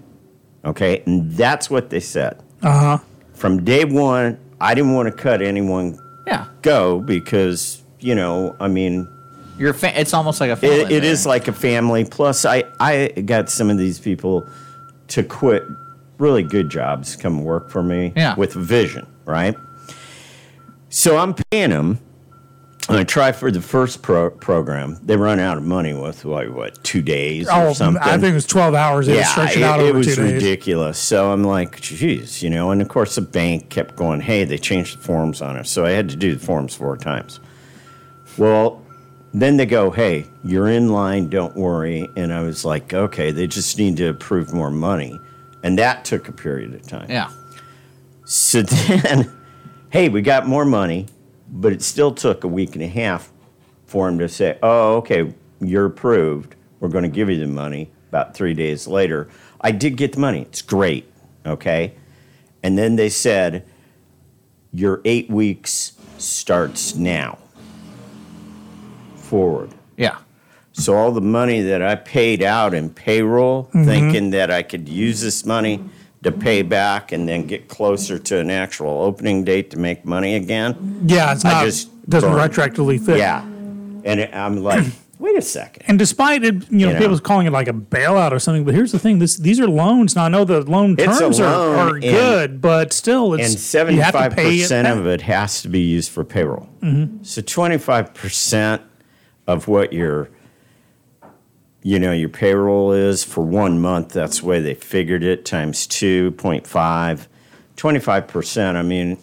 Okay, and that's what they said
Uh huh.
from day one, I didn't want to cut anyone
Yeah.
go because, you know, I mean,
You're a fa- it's almost like a family.
it, it is like a family. Plus, I, I got some of these people to quit really good jobs, come work for me
Yeah.
with vision, right? So I'm paying them. I try for the first pro- program. They run out of money with like what two days
Oh,
or something.
I think it was 12 hours. They yeah, stretched it, out
it
over
was
two days.
ridiculous. So I'm like, geez, you know. And of course, the bank kept going, hey, they changed the forms on us. So I had to do the forms four times. Well, Then they go, hey, you're in line, don't worry. And I was like, okay, they just need to approve more money. And that took a period of time.
Yeah.
So then, hey, we got more money, but it still took a week and a half for him to say, oh, okay, you're approved. We're going to give you the money. About three days later, I did get the money. It's great. Okay. And then they said, your eight weeks starts now forward.
Yeah.
So all the money that I paid out in payroll,
Mhm.
thinking that I could use this money to pay back and then get closer to an actual opening date to make money again.
Yeah, it's
I
not
just
doesn't
burned.
retroactively fit.
Yeah. And it- I'm like, wait a second.
And despite it, you know,
You know.
people calling it like a bailout or something, but here's the thing: this these are loans. Now I know the loan
It's a
terms
loan
are, are
and-
good, but still, it's
and seventy-five percent of it has to be used for payroll.
Mhm.
So twenty-five percent of what your, you know, your payroll is for one month. That's the way they figured it times two point five. Twenty-five percent. I mean,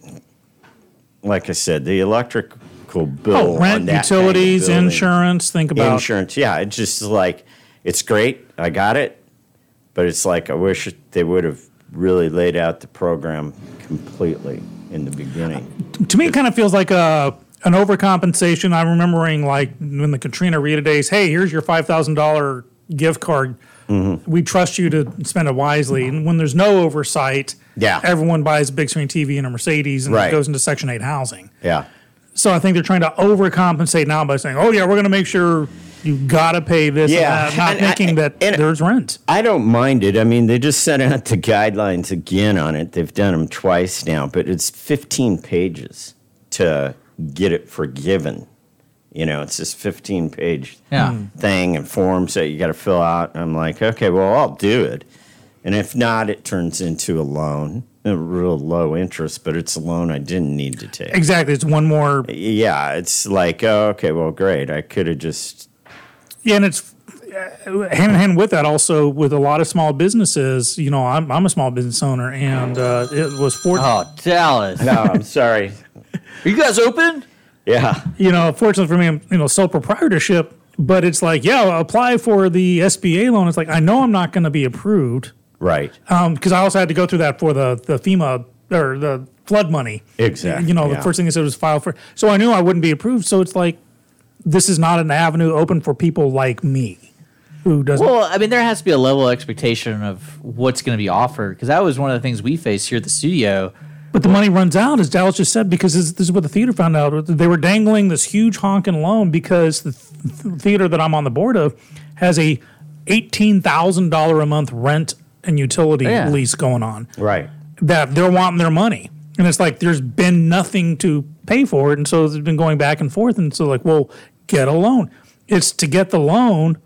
like I said, the electrical bill,
Oh,
on
rent,
that kind of
utilities,
building-
insurance. Think about
insurance. Yeah, it's just like it's great. I got it, but it's like I wish they would have really laid out the program completely in the beginning.
to me, it kind of feels like a an overcompensation. I'm remembering like when the Katrina Rita days. Hey, here's your five thousand dollar gift card.
Mm-hmm.
We trust you to spend it wisely. And when there's no oversight,
Yeah.
everyone buys a big screen TV and a Mercedes, and
Right.
it goes into Section Eight housing.
Yeah.
So I think they're trying to overcompensate now by saying, "Oh yeah, we're going to make sure you got to pay this." and
Yeah,
that, not
and I-
thinking that there's rent.
I don't mind it. I mean, they just sent out the guidelines again on it. They've done them twice now, but it's 15 pages to get it forgiven. You know, it's this 15 page
Yeah.
thing and forms that you got to fill out. And I'm like, okay, well, I'll do it. And if not, it turns into a loan, a real low interest, but it's a loan I didn't need to take.
Exactly, it's one more.
Yeah, it's like, oh, okay, well, great. I could have just,
Yeah, and it's uh, hand in hand with that. Also, with a lot of small businesses, you know, I'm, I'm a small business owner, and uh, it was for
Uh-huh.
Oh, Dallas.
no, I'm sorry.
Are you guys open?
Yeah.
you know, fortunately for me, I'm you know sole proprietorship. But it's like, yeah, apply for the SBA loan. It's like I know I'm not going to be approved
Right.
because I also had to go through that for the the FEMA or the flood money.
Exactly.
You know, the
yeah.
first thing they said was file for. So I knew I wouldn't be approved. So it's like, this is not an avenue open for people like me, who doesn't.
Well, I mean, there has to be a level of expectation of what's going to be offered because that was one of the things we faced here at the studio.
But the money runs out, as Dallas just said, because this, this is what the theater found out. They were dangling this huge honking loan because the th- theater that I'm on the board of has a eighteen thousand dollar a month rent and utility
Yeah.
lease going on
Right.
that they're wanting their money, and it's like there's been nothing to pay for it, and so it's been going back and forth, and so like, well, get a loan. It's to get the loan.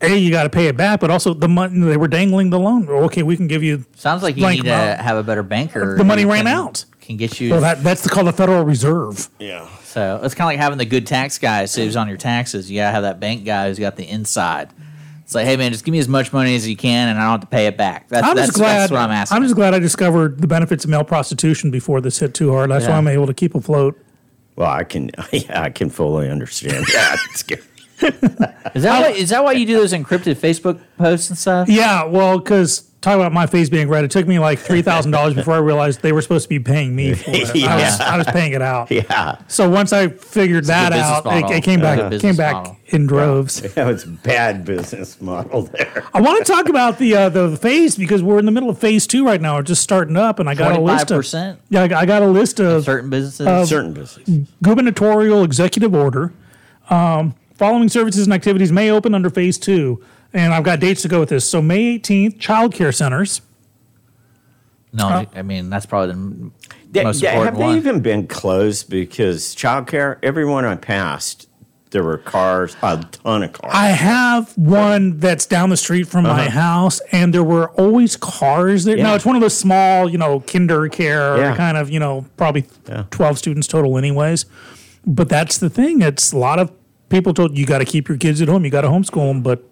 A, you got to pay it back, but also the money they were dangling the loan. Okay, we can give you
Sounds like you
Blank
need
amount.
to have a better banker.
The money
who
ran
can-
out.
Can get you.
Well, that, that's called the Federal Reserve.
Yeah.
so it's kind of like having the good tax guy saves on your taxes. You gotta have that bank guy who's got the inside. It's like, hey man, just give me as much money as you can, and I don't have to pay it back. That's,
I'm
that's,
just glad.
that's what I'm asking.
just glad I discovered the benefits of male prostitution before this hit too hard. That's why
Yeah.
I'm able to keep afloat.
Well, I can, *laughs* yeah, I can fully
*laughs*
understand that. It's good.
is that why, is that why you do those encrypted Facebook posts and stuff?
Yeah, well, because talk about my face being red. It took me like three thousand dollars before I realized they were supposed to be paying
*laughs*
me for it. I, was,
Yeah.
I was paying it out.
Yeah.
So once I figured
a good
that
business
out,
model.
it, it came
It's a
back
good
came
business
back
model.
in droves.
That was bad business model there.
I want to talk about the uh, the phase because we're in the middle of phase two right now. We're just starting up, and I got a list of
25%?
yeah, I got- I got a list of
certain businesses.
Uh,
Certain business.
gubernatorial executive order. Um, following services and activities may open under phase two. And I've got dates to go with this. So May 18th, childcare centers.
No,
Uh,
I mean that's probably the m-
They-
most
they- have
important one.
they even been closed? Because childcare, everyone I passed, there were cars, a ton of cars.
I have one that's down the street from my
Uh-huh.
house, and there were always cars there. Now
Yeah.
it's one of those small, you know, kinder care
Yeah.
kind of, you know, probably 12 students total, anyways. But that's the thing. It's a lot of people told you got to keep your kids at home, you got to homeschool them. But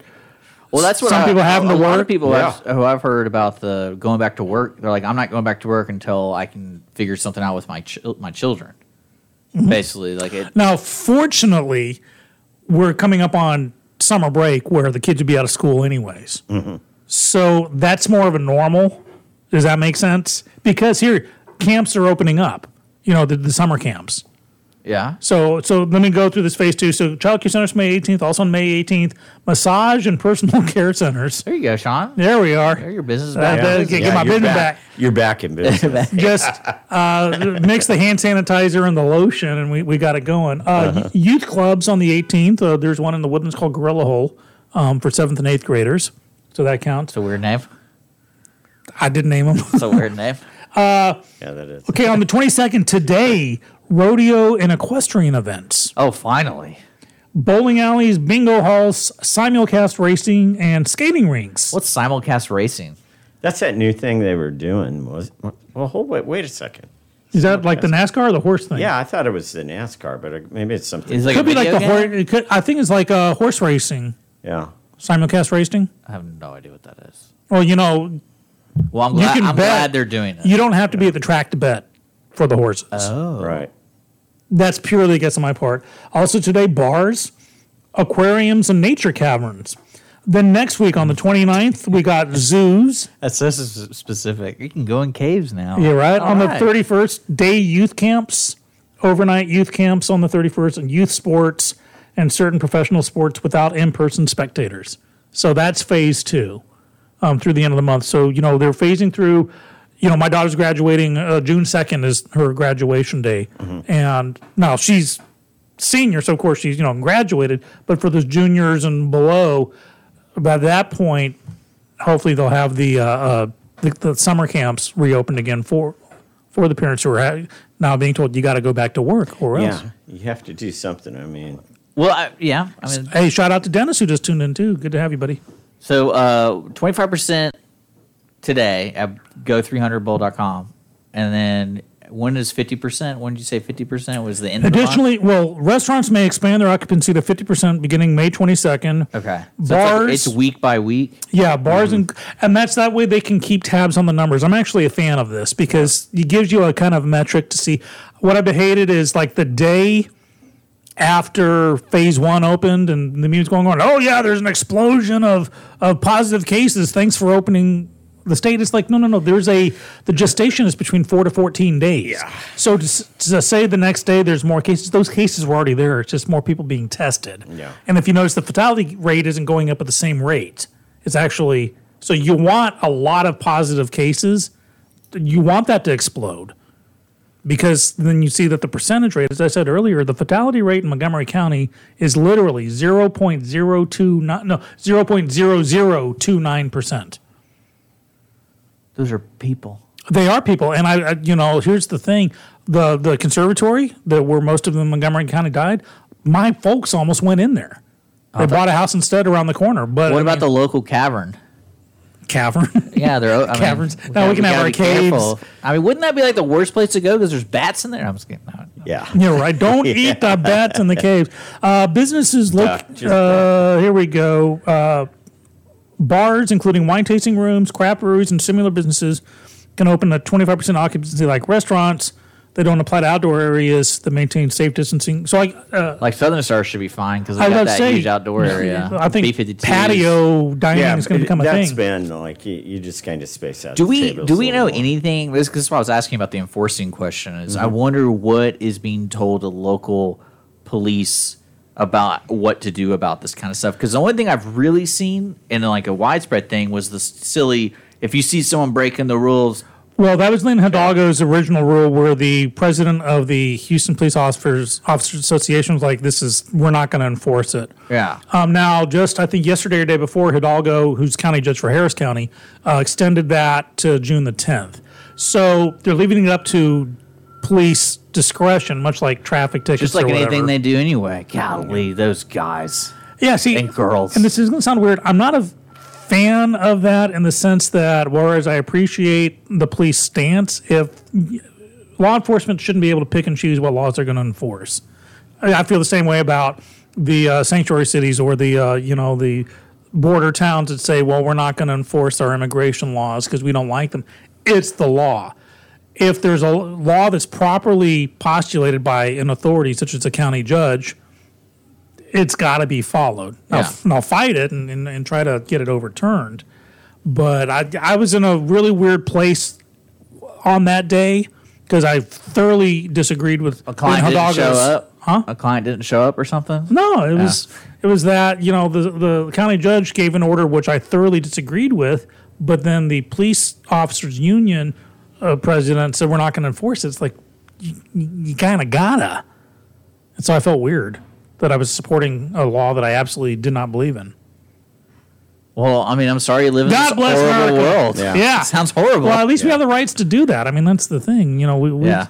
Well, that's what
some
I-
people
a-
have
a
to
Lot
work.
of people I've- who I've heard about the going back to work, they're like, I'm not going back to work until I can figure something
Mm-hmm.
out with my chil- my children. Basically, like it.
Now, fortunately, we're coming up on summer break where the kids would be out of school anyways. So that's more of a normal. Does that make sense? Because here camps are opening up. You know the, the summer camps.
Yeah.
So so let me go through this phase two. So child care centers May 18th, also on May 18th, massage and personal *laughs* care centers. There
you go, Sean.
There we are. There
your business
back. get, get my
you're
business back.
You're back in
*laughs*
business.
Just uh, mix the hand sanitizer and the lotion, and we, we got it going. Uh,
Uh-huh.
y- Youth clubs on the 18th. Uh, there's one in the Woodlands called Gorilla Hole um, for seventh and eighth graders. So that counts. It's
a weird name.
I did name them.
It's a weird name.
Uh,
yeah, that is.
*laughs* okay, on the 22nd today, rodeo and equestrian events.
Oh, finally.
Bowling alleys, bingo halls, simulcast racing, and skating rings.
What's simulcast racing?
That's that new thing they were doing. Was well, hold wait, wait a second.
Is that like the NASCAR or the horse thing?
Yeah, I thought it was the NASCAR, but it- maybe it's something.
It could be like the horse. Could, I think it's like uh, horse racing,
Yeah.
simulcast racing.
I have no idea what that is.
Well, you know,
Well, I'm
You
glad,
can
I'm
bet.
glad they're doing it.
you don't have to be at the track to bet for the horses.
Oh.
Right.
That's purely a guess on my part. Also today, bars, aquariums, and nature caverns. Then next week on the 29th, we got zoos.
That's this is specific. You can go in caves now.
Yeah, right.
All
on
right.
the 31st, day youth camps, overnight youth camps on the 31st, and youth sports and certain professional sports without in person spectators. So that's phase two um, through the end of the month. So, you know, they're phasing through. You know, my daughter's graduating. Uh, June 2nd is her graduation day.
Mm-hmm.
And now she's senior, so of course she's, you know, graduated. But for those juniors and below, by that point, hopefully they'll have the uh, uh, the, the summer camps reopened again for for the parents who are ha- now being told you got to go back to work or else.
Yeah. You have to do something. I mean,
Well, I, yeah. I mean,
Hey, shout out to Dennis who just tuned in too. Good to have you, buddy.
so uh, 25% today at go300bull.com. And then when is 50%? When did you say 50% was the end of the month?
Additionally, well, restaurants may expand their occupancy to fifty percent beginning May twenty second.
Okay. So it's like-
Bars-
it's week by week.
Yeah, bars and and that's that way they can keep tabs on the numbers. I'm actually a fan of this because it gives you a kind of metric to see. What I've hated is like the day after phase one opened and the media's going on. Oh yeah, there's an explosion of of positive cases. Thanks for opening the state. It's like no, no, no. There's a the gestation is between four to fourteen days. Yeah. So to, s- to say the next day there's more cases, those cases were already there. It's just more people being tested.
yeah.
And if you notice, the fatality rate isn't going up at the same rate. It's actually so you want a lot of positive cases. You want that to explode because then you see that the percentage rate, as I said earlier, the fatality rate in Montgomery County is literally 0.029 no 0.0029 percent.
Those are people.
They are people, and I, I, you know, here's the thing: the the conservatory that where most of them in Montgomery County died, my folks almost went in there. They bought a house instead around the corner. But
Uh, what about the local cavern?
cavern? *laughs*
Yeah, they're *laughs* I mean,
Caverns.
we
Now
gotta-
we can have
gotta
our
be
caves.
careful. I mean, wouldn't that be like the worst place to go because there's bats in there? I'm just kidding. No.
Yeah.
*laughs* You're right. Don't
Yeah.
eat the bats in the caves. Uh, businesses look.
Yeah, just
uh, here we go. Uh, bars, including wine tasting rooms, crap breweries, and similar businesses, can open at 25% occupancy, like restaurants. They don't apply to outdoor areas that maintain safe distancing. So, I, uh,
Like Southern Star should be fine because they
I was
got
about to
that
say,
huge
*laughs*
outdoor area.
I think
B-52s.
patio dining is going
it-
to become a
that's
thing.
been like you, you just kind of space out.
Do
the
we
tables
do
a
we know
little more.
anything? This, this is what I was asking about the enforcing question. Is
Mm-hmm.
I wonder what is being told to local police about what to do about this kind of stuff. Because the only thing I've really seen and like a widespread thing was the silly. If you see someone breaking the rules,
Well, that was Lynn Hidalgo's original rule, where the president of the Houston Police Officers Officers Association was like, "This is we're not going to enforce it."
yeah,
Um, now, just I think yesterday or day before, Hidalgo, who's county judge for Harris County, uh, extended that to June the 10th. So they're leaving it up to police discretion, much like traffic tickets.
just like
or whatever.
anything they do anyway. Golly, those guys.
Yeah, see,
and girls.
And this is going to sound weird. I'm not a fan of that in the sense that, whereas I appreciate the police stance, if law enforcement shouldn't be able to pick and choose what laws they're going to enforce. I I feel the same way about the uh, sanctuary cities or the uh, you know the border towns that say, well, we're not going to enforce our immigration laws because we don't like them. It's the law. If there's a law that's properly postulated by an authority, such as a county judge, it's got to be followed. Now,
Yeah.
f- now fight it and, and, and try to get it overturned. But I, I was in a really weird place on that day because I thoroughly disagreed with
A client didn't show
Hidalgo's-
up. Huh? A client didn't show up or something.
No, it
Yeah.
was it was that you know the the county judge gave an order which I thoroughly disagreed with, but then the police officers union uh, president said we're not going to enforce it. It's like you, you kind of gotta. And so I felt weird that I was supporting a law that I absolutely did not believe in.
Well, I mean, I'm sorry you live in
God
this
bless
horrible
America.
world.
Yeah.
It sounds horrible.
Well, at least we have the rights to do that. I mean, that's the thing. You know, we, we
Yeah.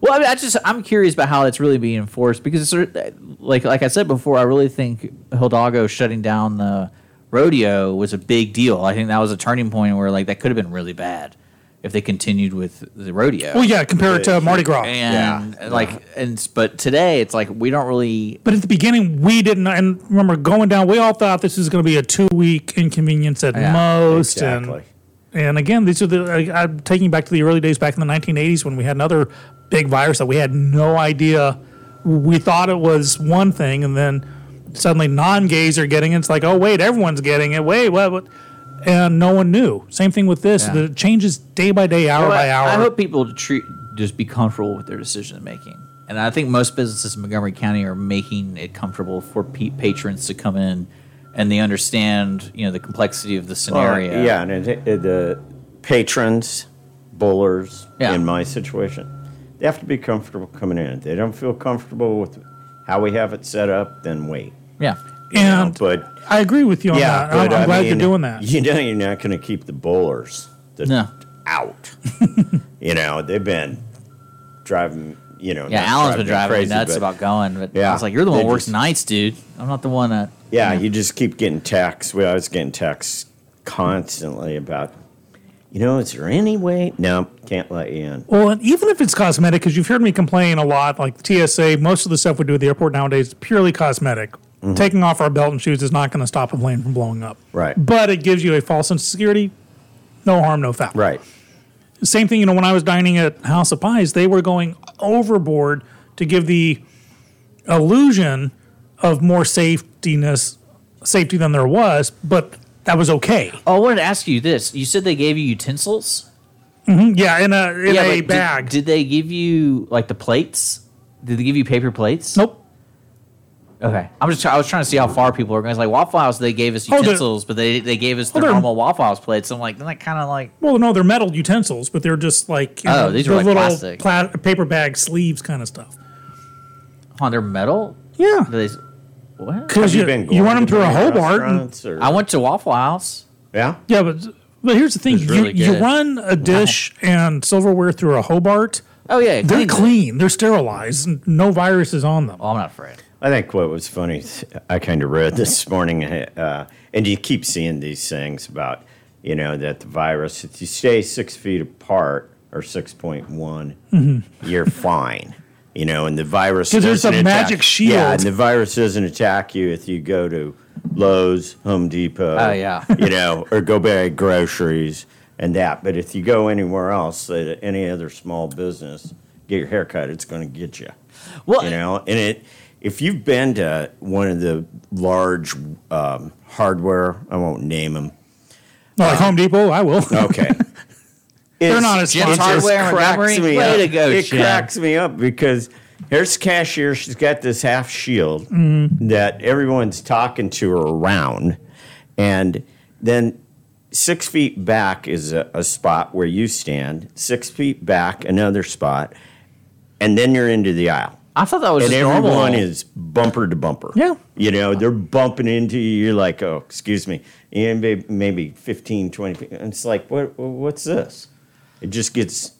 Well, I mean, I just I'm curious about how it's really being enforced because it's sort of- like like I said before, I really think Hildago shutting down the rodeo was a big deal. I think that was a turning point where like that could have been really bad if they continued with the rodeo.
Well, yeah, compare it to Mardi Gras.
And like and but today it's like we don't really
But at the beginning, we didn't. And remember, going down, we all thought this was going to be a two-week inconvenience at
Yeah,
most.
exactly.
And, and again, these are the I, I'm taking back to the early days, back in the 1980s, when we had another big virus that we had no idea. We thought it was one thing, and then suddenly non-gays are getting it. It's like, oh wait, everyone's getting it. Wait, what? what? And no one knew. Same thing with this.
Yeah.
The it changes day by day, hour
Well,
by
I-
hour.
I hope people treat just be comfortable with their decision making, and I think most businesses in Montgomery County are making it comfortable for pe- patrons to come in, and they understand you know the complexity of the scenario.
Well, yeah, and it, it- the patrons, bowlers,
Yeah.
in my situation, they have to be comfortable coming in. If they don't feel comfortable with how we have it set up, then wait.
Yeah.
And
But
I agree with you on
yeah,
that. I'm,
but,
I'm
I
glad
mean,
you're doing that.
You know, you're not going to keep the bowlers the
No.
out.
*laughs*
you know, they've been driving. You know,
Yeah,
not
Alan's been
me
driving me
crazy,
nuts
but-
about going, but
Yeah,
I was like, "You're the one
they
who works
just-
nights, dude. I'm not the one that."
Yeah, you just keep getting texts. We always getting texts constantly about, you know, is there any way? No, can't let you in.
Well, and even if it's cosmetic, because you've heard me complain a lot, like TSA, most of the stuff we do at the airport nowadays is purely cosmetic.
Mhm.
Mm-hmm.
Taking off our belt and shoes is not going to stop a plane from blowing up.
Right.
But it gives you a false sense of security. No harm, no foul.
Right.
Same thing, you know, when I was dining at House of Pies, they were going overboard to give the illusion of more safetiness, safety than there was, but that was okay.
Oh, I wanted to ask you this. You said they gave you utensils.
hmm Yeah, in a in
Mm-hmm. Yeah, but
a
did-
bag.
Did, they give you like the plates? Did they give you paper plates?
Nope.
Okay, I'm just. I was trying to see how far people were going. It's like Waffle House. They gave us
Oh, they're-
utensils, but they they gave us the
they're-
normal Waffle House plates. I'm like, then that kind of like.
Well, no, they're metal utensils, but they're just like you
Oh,
know,
these are
they're
like
little
plastic.
pla- paper bag sleeves kind of stuff.
On their metal?
Yeah.
They, what?
'Cause Have you you- been you going run 'em to through a many Hobart and- restaurants or-
I went to Waffle House.
Yeah.
Yeah, but but here's the thing:
It's really
you, you
good.
run a dish and silverware through a Hobart.
Oh yeah,
they're
cleans it.
clean. They're sterilized. and No viruses on them.
Oh, I'm not afraid.
I think what was funny, is I kind of read
*laughs*
this morning, uh, and you keep seeing these things about, you know, that the virus, if you stay six feet apart or 6one
Mhm.
you you're fine. You know, and the virus
'Cause there's
doesn't
a
attack-
magic shield.
Yeah, and the virus doesn't attack you if you go to Lowe's, Home Depot.
Oh, yeah.
You know, or go buy groceries and that. But if you go anywhere else, uh, any other small business, get your hair cut, it's going to get you.
Well,
you know, and it if you've been to one of the large um, hardware, I won't name them.
Not like Home Depot, I will.
Oh.
*laughs*
Okay. *laughs*
They're
It's-
not as
it just
sponsored.
cracks me
Way
up.
to go,
It
Jim.
cracks me up because here's the cashier. She's got this half shield
Mhm.
that everyone's talking to her around, and then six feet back is a, a spot where you stand. Six feet back, another spot, and then you're into the aisle.
I thought that was
and
just
everyone
normal.
is bumper to bumper.
Yeah.
You know, they're bumping into you. You're like, oh, excuse me. And may- maybe 15, 20 feet. And it's like, what, what's this? It just gets,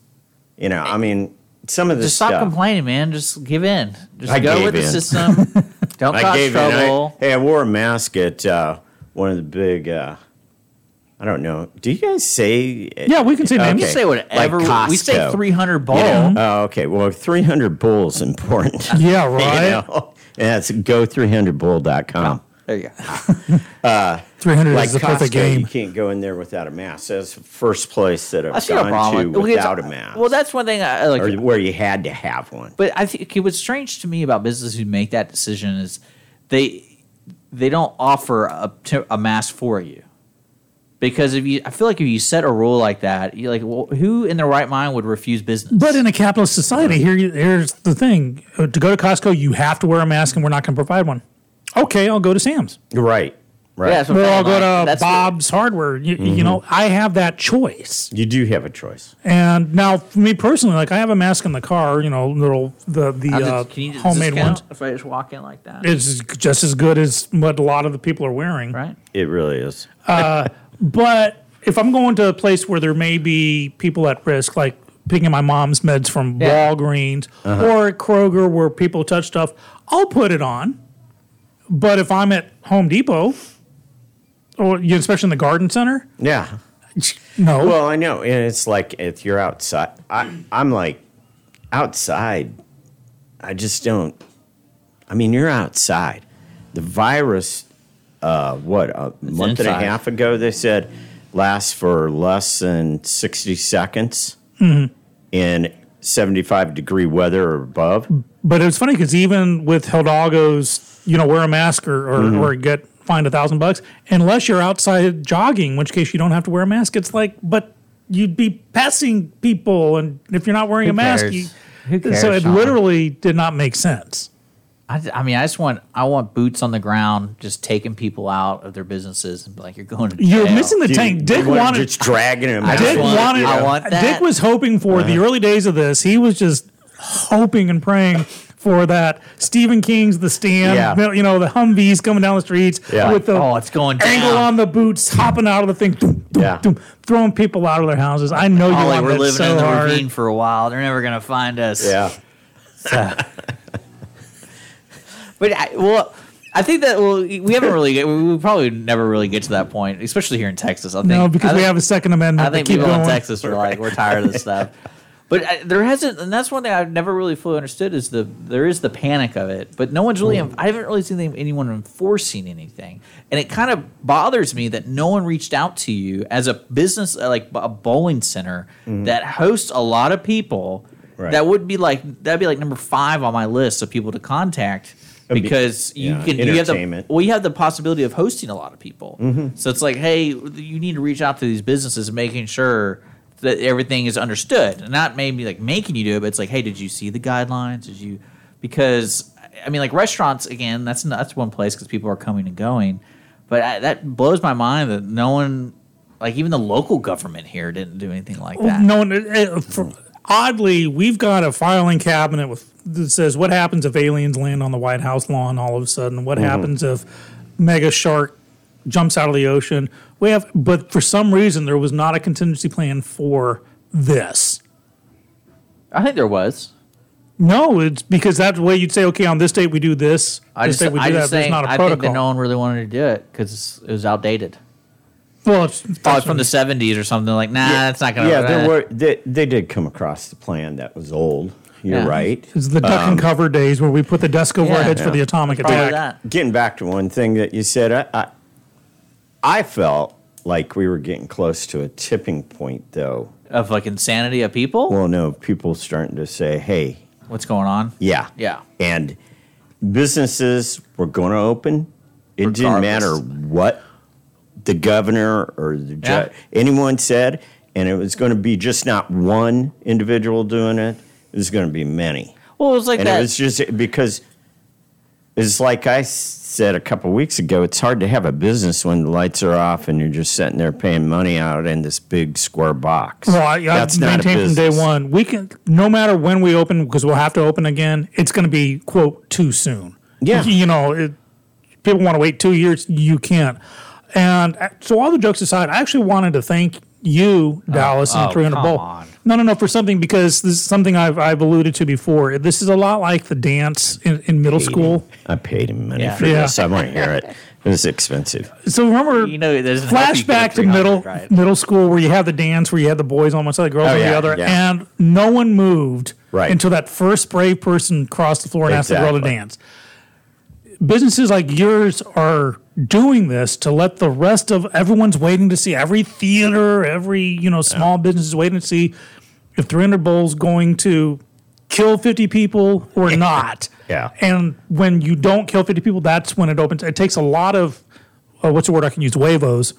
you know, I mean, some of this
Just stop
stuff.
complaining, man. Just give in. Just
I
go
gave
with the
in. *laughs*
system. Don't
I
cause
gave in. I-
trouble.
hey, I wore a mask at uh, one of the big, uh, I don't know. Do you guys say?
Yeah, we can say names.
Okay.
We say whatever
Like
we- we say
Costco,
300
you know?
bull.
Oh, okay. Well, 300 bull is important.
Yeah,
*laughs*
right.
know? And that's go300bull.com.
There you
go. uh,
300
like
is the perfect
Costco,
game.
You can't go in there without a mask. That's the first place that
I
I've
see no problem
gone to
with- well, it's-
without a mask.
Well, that's one thing I I like.
or where you had to have one.
But I think okay, what's strange to me about businesses who make that decision is they they don't offer a, te- a mask for you because if you, I feel like if you set a rule like that, you like well, who in their right mind would refuse business?
But in a capitalist society, here you- here's the thing: Uh, to go to Costco, you have to wear a mask, and we're not going to provide one. Okay, I'll go to Sam's.
Right. Right.
Yeah, we'll all go to Bob's Hardware. You, you know, I have that choice.
You do have a choice.
And now, for me personally, like I have a mask in the car. You know, little the the
How did-
uh,
can you- does this
homemade
count
ones.
If I just walk in like that,
It's just as good as what a lot of the people are wearing.
Right.
It really is.
Uh, but if I'm going to a place where there may be people at risk, like picking my mom's meds from
Yeah.
Walgreens
Uh-huh.
or at Kroger where people touch stuff, I'll put it on. But if I'm at Home Depot, or you know, especially in the garden center, *laughs*
Yeah.
No.
Well, I know, and it's like if you're outside, I, I'm like outside. I just don't. I mean, you're outside. The virus, uh, what a month and
inside.
a half ago, they said lasts for less than sixty seconds
Mm-hmm.
Mhm.
in seventy-five degree weather or above.
But it's funny because even with Hidalgo's, you know, wear a mask or or,
Mm-hmm.
Mhm.
or get fined a thousand bucks, unless you're outside jogging, in which case you don't have to wear a mask. It's like, but you'd be passing people, and if you're not wearing
Who
a mask,
cares?
you,
Who cares,
so it
Sean?
literally did not make sense.
I, I mean, I just want I want boots on the ground, just taking people out of their businesses and be like, you're going to
You're
jail."
missing the tank. Dick wanted
just dragging him.
I
out.
just
Dick
want-
wanted.
I want that. Uh-huh.
Dick was hoping for the early days of this. He was just hoping and praying for that Stephen King's The Stand.
Yeah.
You know the Humvees coming down the streets
Yeah.
with the
Oh, it's going
angle
down.
on the boots, hopping out of the thing, doom, doom, doom, throwing people out of their houses. I know you
Ollie,
want
Oh, we're
that
living
so
in the
hard.
ravine for a while. They're never gonna find us.
Yeah.
but I, well, I think that well, we haven't really get- we we probably never really get to that point, especially here in Texas. I think
No, because
I
we
think-
have a Second Amendment.
I think
to keep
people
going.
in Texas are like, we're tired of this stuff. *laughs* But I, there hasn't, and that's one thing I've never really fully understood is the there is the panic of it, but no one's really. I haven't really seen anyone enforcing anything, and it kind of bothers me that no one reached out to you as a business uh, like a bowling center that hosts a lot of people.
Right.
That would be like that'd be like number five on my list of people to contact
It'd be-
because you
yeah,
can you have the
entertainment.
well you have the possibility of hosting a lot of people. So it's like, hey, you need to reach out to these businesses, making sure that everything is understood, and not maybe like making you do it, but it's like, hey, did you see the guidelines? Did you? Because I mean, like restaurants again, that's not, that's one place because people are coming and going, but I, that blows my mind that no one, like even the local government here, didn't do anything like that.
No one. eh, for- oddly, we've got a filing cabinet with that says what happens if aliens land on the White House lawn all of a sudden. What
Mhm.
happens if mega shark jumps out of the ocean? We have, but for some reason, there was not a contingency plan for this.
I think there was.
No, it's because that's the way you'd say, okay, on this date we do this.
I
this
just,
date we do
I
that.
just
There's
think,
not a
I think that
protocol.
no one really wanted to do it because it was outdated.
well, it's
Probably Oh, from the '70s or something. Like, nah, that's not gonna.
Yeah,
eh.
there were they, they did come across the plan that was old. You're
Yeah.
right.
It's the duck and
Um,
cover days where we put the desk over our heads for the atomic
Oh,
attack.
Getting back to one thing that you said, I, I, I felt like we were getting close to a tipping point, though.
Of like insanity of people?
Well, no, people starting to say, hey.
What's going on?
Yeah.
Yeah.
And businesses were going to open. It didn't matter what the governor or the judge, anyone said. And it was going to be just not one individual doing it, it was going to be many.
Well, it was like
and
that.
it was just because it's like I s- said a couple weeks ago. It's hard to have a business when the lights are off and you're just sitting there paying money out in this big square box.
Well, I, I
That's not a
maintain from
business.
day one. We can, no matter when we open, because we'll have to open again. It's going to be quote too soon.
Yeah.
you, you know, it, people want to wait two years. You can't. And uh, so, all the jokes aside, I actually wanted to thank you, Dallas, and
oh,
300
come
Bowl.
on.
No, no, no, for something because this is something I've I've alluded to before. This is a lot like the dance in, in middle school.
I paid him money
Yeah.
for
Yeah.
this. I want to hear it. It was expensive.
So remember,
you know, it doesn't help you go
flashback to
300,
middle
right?
middle school where you had the dance where you had the boys on one side, the girls
Oh,
on the
yeah,
other,
yeah.
and no one moved
Right.
until that first brave person crossed the floor and asked the girl to
Exactly.
dance. Businesses like yours are doing this to let the rest of everyone's waiting to see every theater, every you know small business is waiting
*laughs*
to see if 300 bowls going to kill 50 people or not.
Yeah.
And when you don't kill 50 people, that's when it opens. It takes a lot of, uh, what's the word I can use? Wavos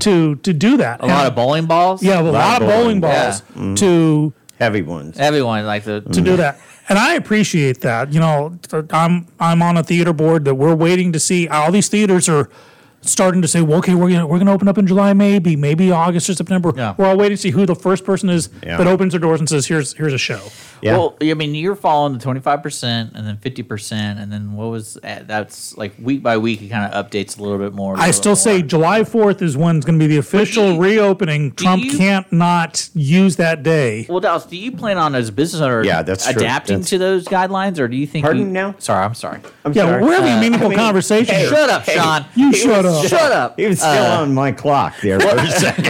to to do that.
Mm. A lot of bowling balls.
Yeah, a lot, of bowling balls
Yeah. Mm.
to
heavy ones.
Everyone like the
to do that. And I appreciate that. You know, th- I'm I'm on a theater board that we're waiting to see. All these theaters are starting to say, well, okay, we're gonna we're gonna open up in July, maybe, maybe August or September. We're all waiting to see who the first person is
Yeah.
that opens their doors and says, here's here's a show.
Well, I mean, you're following the 25% and then 50%, and then what was eh, that's like week by week, it kind of updates a little bit more. a
I
little
still
bit more.
say July 4th is when it's going to be the official reopening. Trump can't not use that day.
Well, Dallas, do you plan on as a business owner
Yeah, that's true.
adapting
That's-
to those guidelines, or do you think?
Pardon
you,
now?
Sorry, I'm sorry.
Yeah, sorry. we're having a meaningful conversation
*laughs*
here.
shut up,
Hey,
Sean.
you He shut was- up.
Shut up.
He was still
Uh,
on my clock there
*laughs*
for a second.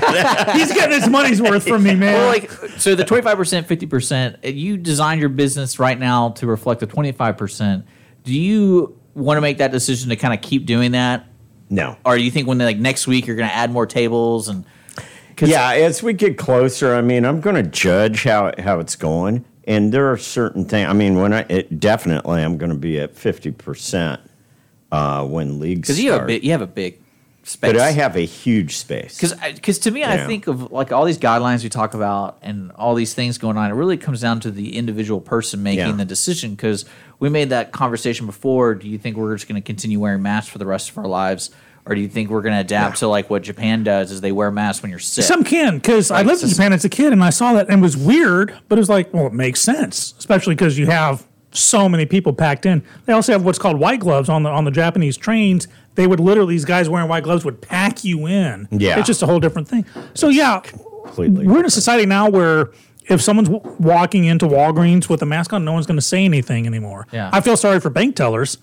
He's getting his money's worth from me, man.
Well, like, so the 25%, 50%, uh, you designed your business right now to reflect the 25%. Do you want to make that decision to kind of keep doing that?
No.
Or do you think when like next week you're going to add more tables and
Yeah, as we get closer, I mean, I'm going to judge how how it's going, and there are certain things. I mean, when I it, definitely, I'm going to be at fifty percent uh, when leagues
because you have a
start.
big, you have a big space.
but I have a huge space.
Because because to me, I
Yeah.
think of like all these guidelines we talk about and all these things going on. It really comes down to the individual person making
Yeah.
the decision. Because we made that conversation before. Do you think we're just going to continue wearing masks for the rest of our lives, or do you think we're going to adapt to like what Japan does? Is they wear masks when you're sick?
Some can, because I lived in Japan as a kid and I saw that and it was weird, but it was like, well, it makes sense, especially because you have so many people packed in. They also have what's called white gloves on the on the Japanese trains. They would literally these guys wearing white gloves would pack you in.
Yeah.
it's just a whole different thing. So yeah,
completely.
We're in a society now where if someone's w- walking into Walgreens with a mask on, no one's going to say anything anymore.
Yeah.
I feel sorry for bank tellers.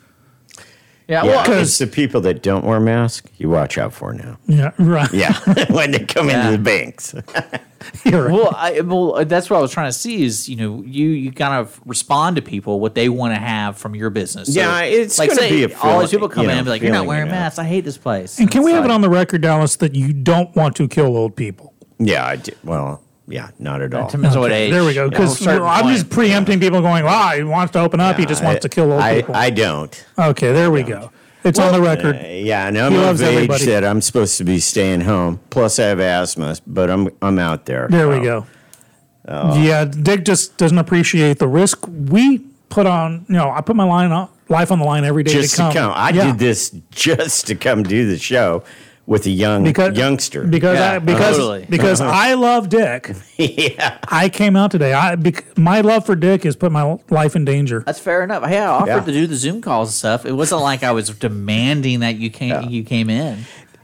yeah,
well,
because the people that don't wear masks, you watch out for now.
Yeah, *laughs* right.
Yeah, *laughs* when they come into the banks. *laughs*
Well, I, well, that's what I was trying to see is you know you you kind of respond to people what they want to have from your business. So,
Yeah, it's
like
gonna
say
be a
all
feeling-
these people come
you
in
know,
and be like, "You're not
feeling it
wearing
out.
masks. I hate this place."
And can we have it on the record, Dallas, that you don't want to kill old people?
Yeah, I did. Well, yeah, not at all.
Okay, There we go. Because I'm just preempting people going, wow, he wants to open up. he just wants to kill old
I,
people.
I don't.
okay, there we go. It's on the record.
Uh, yeah, and I'm
He
of
loves
age
everybody.
that I'm supposed to be staying home. Plus, I have asthma, but I'm I'm out there.
There we go.
oh.
yeah, Dick just doesn't appreciate the risk we put on. You know, I put my line on, life on the line every day
Just
to come.
I
Yeah.
did this just to come do the show with a young
Because-
youngster. Uh-huh.
because I because because I love Dick.
*laughs* yeah,
I came out today. I bec- my love for Dick has put my life in danger.
That's fair enough. Hey, I offered
Yeah.
to do the Zoom calls and stuff. It wasn't like I was demanding that you came you came in.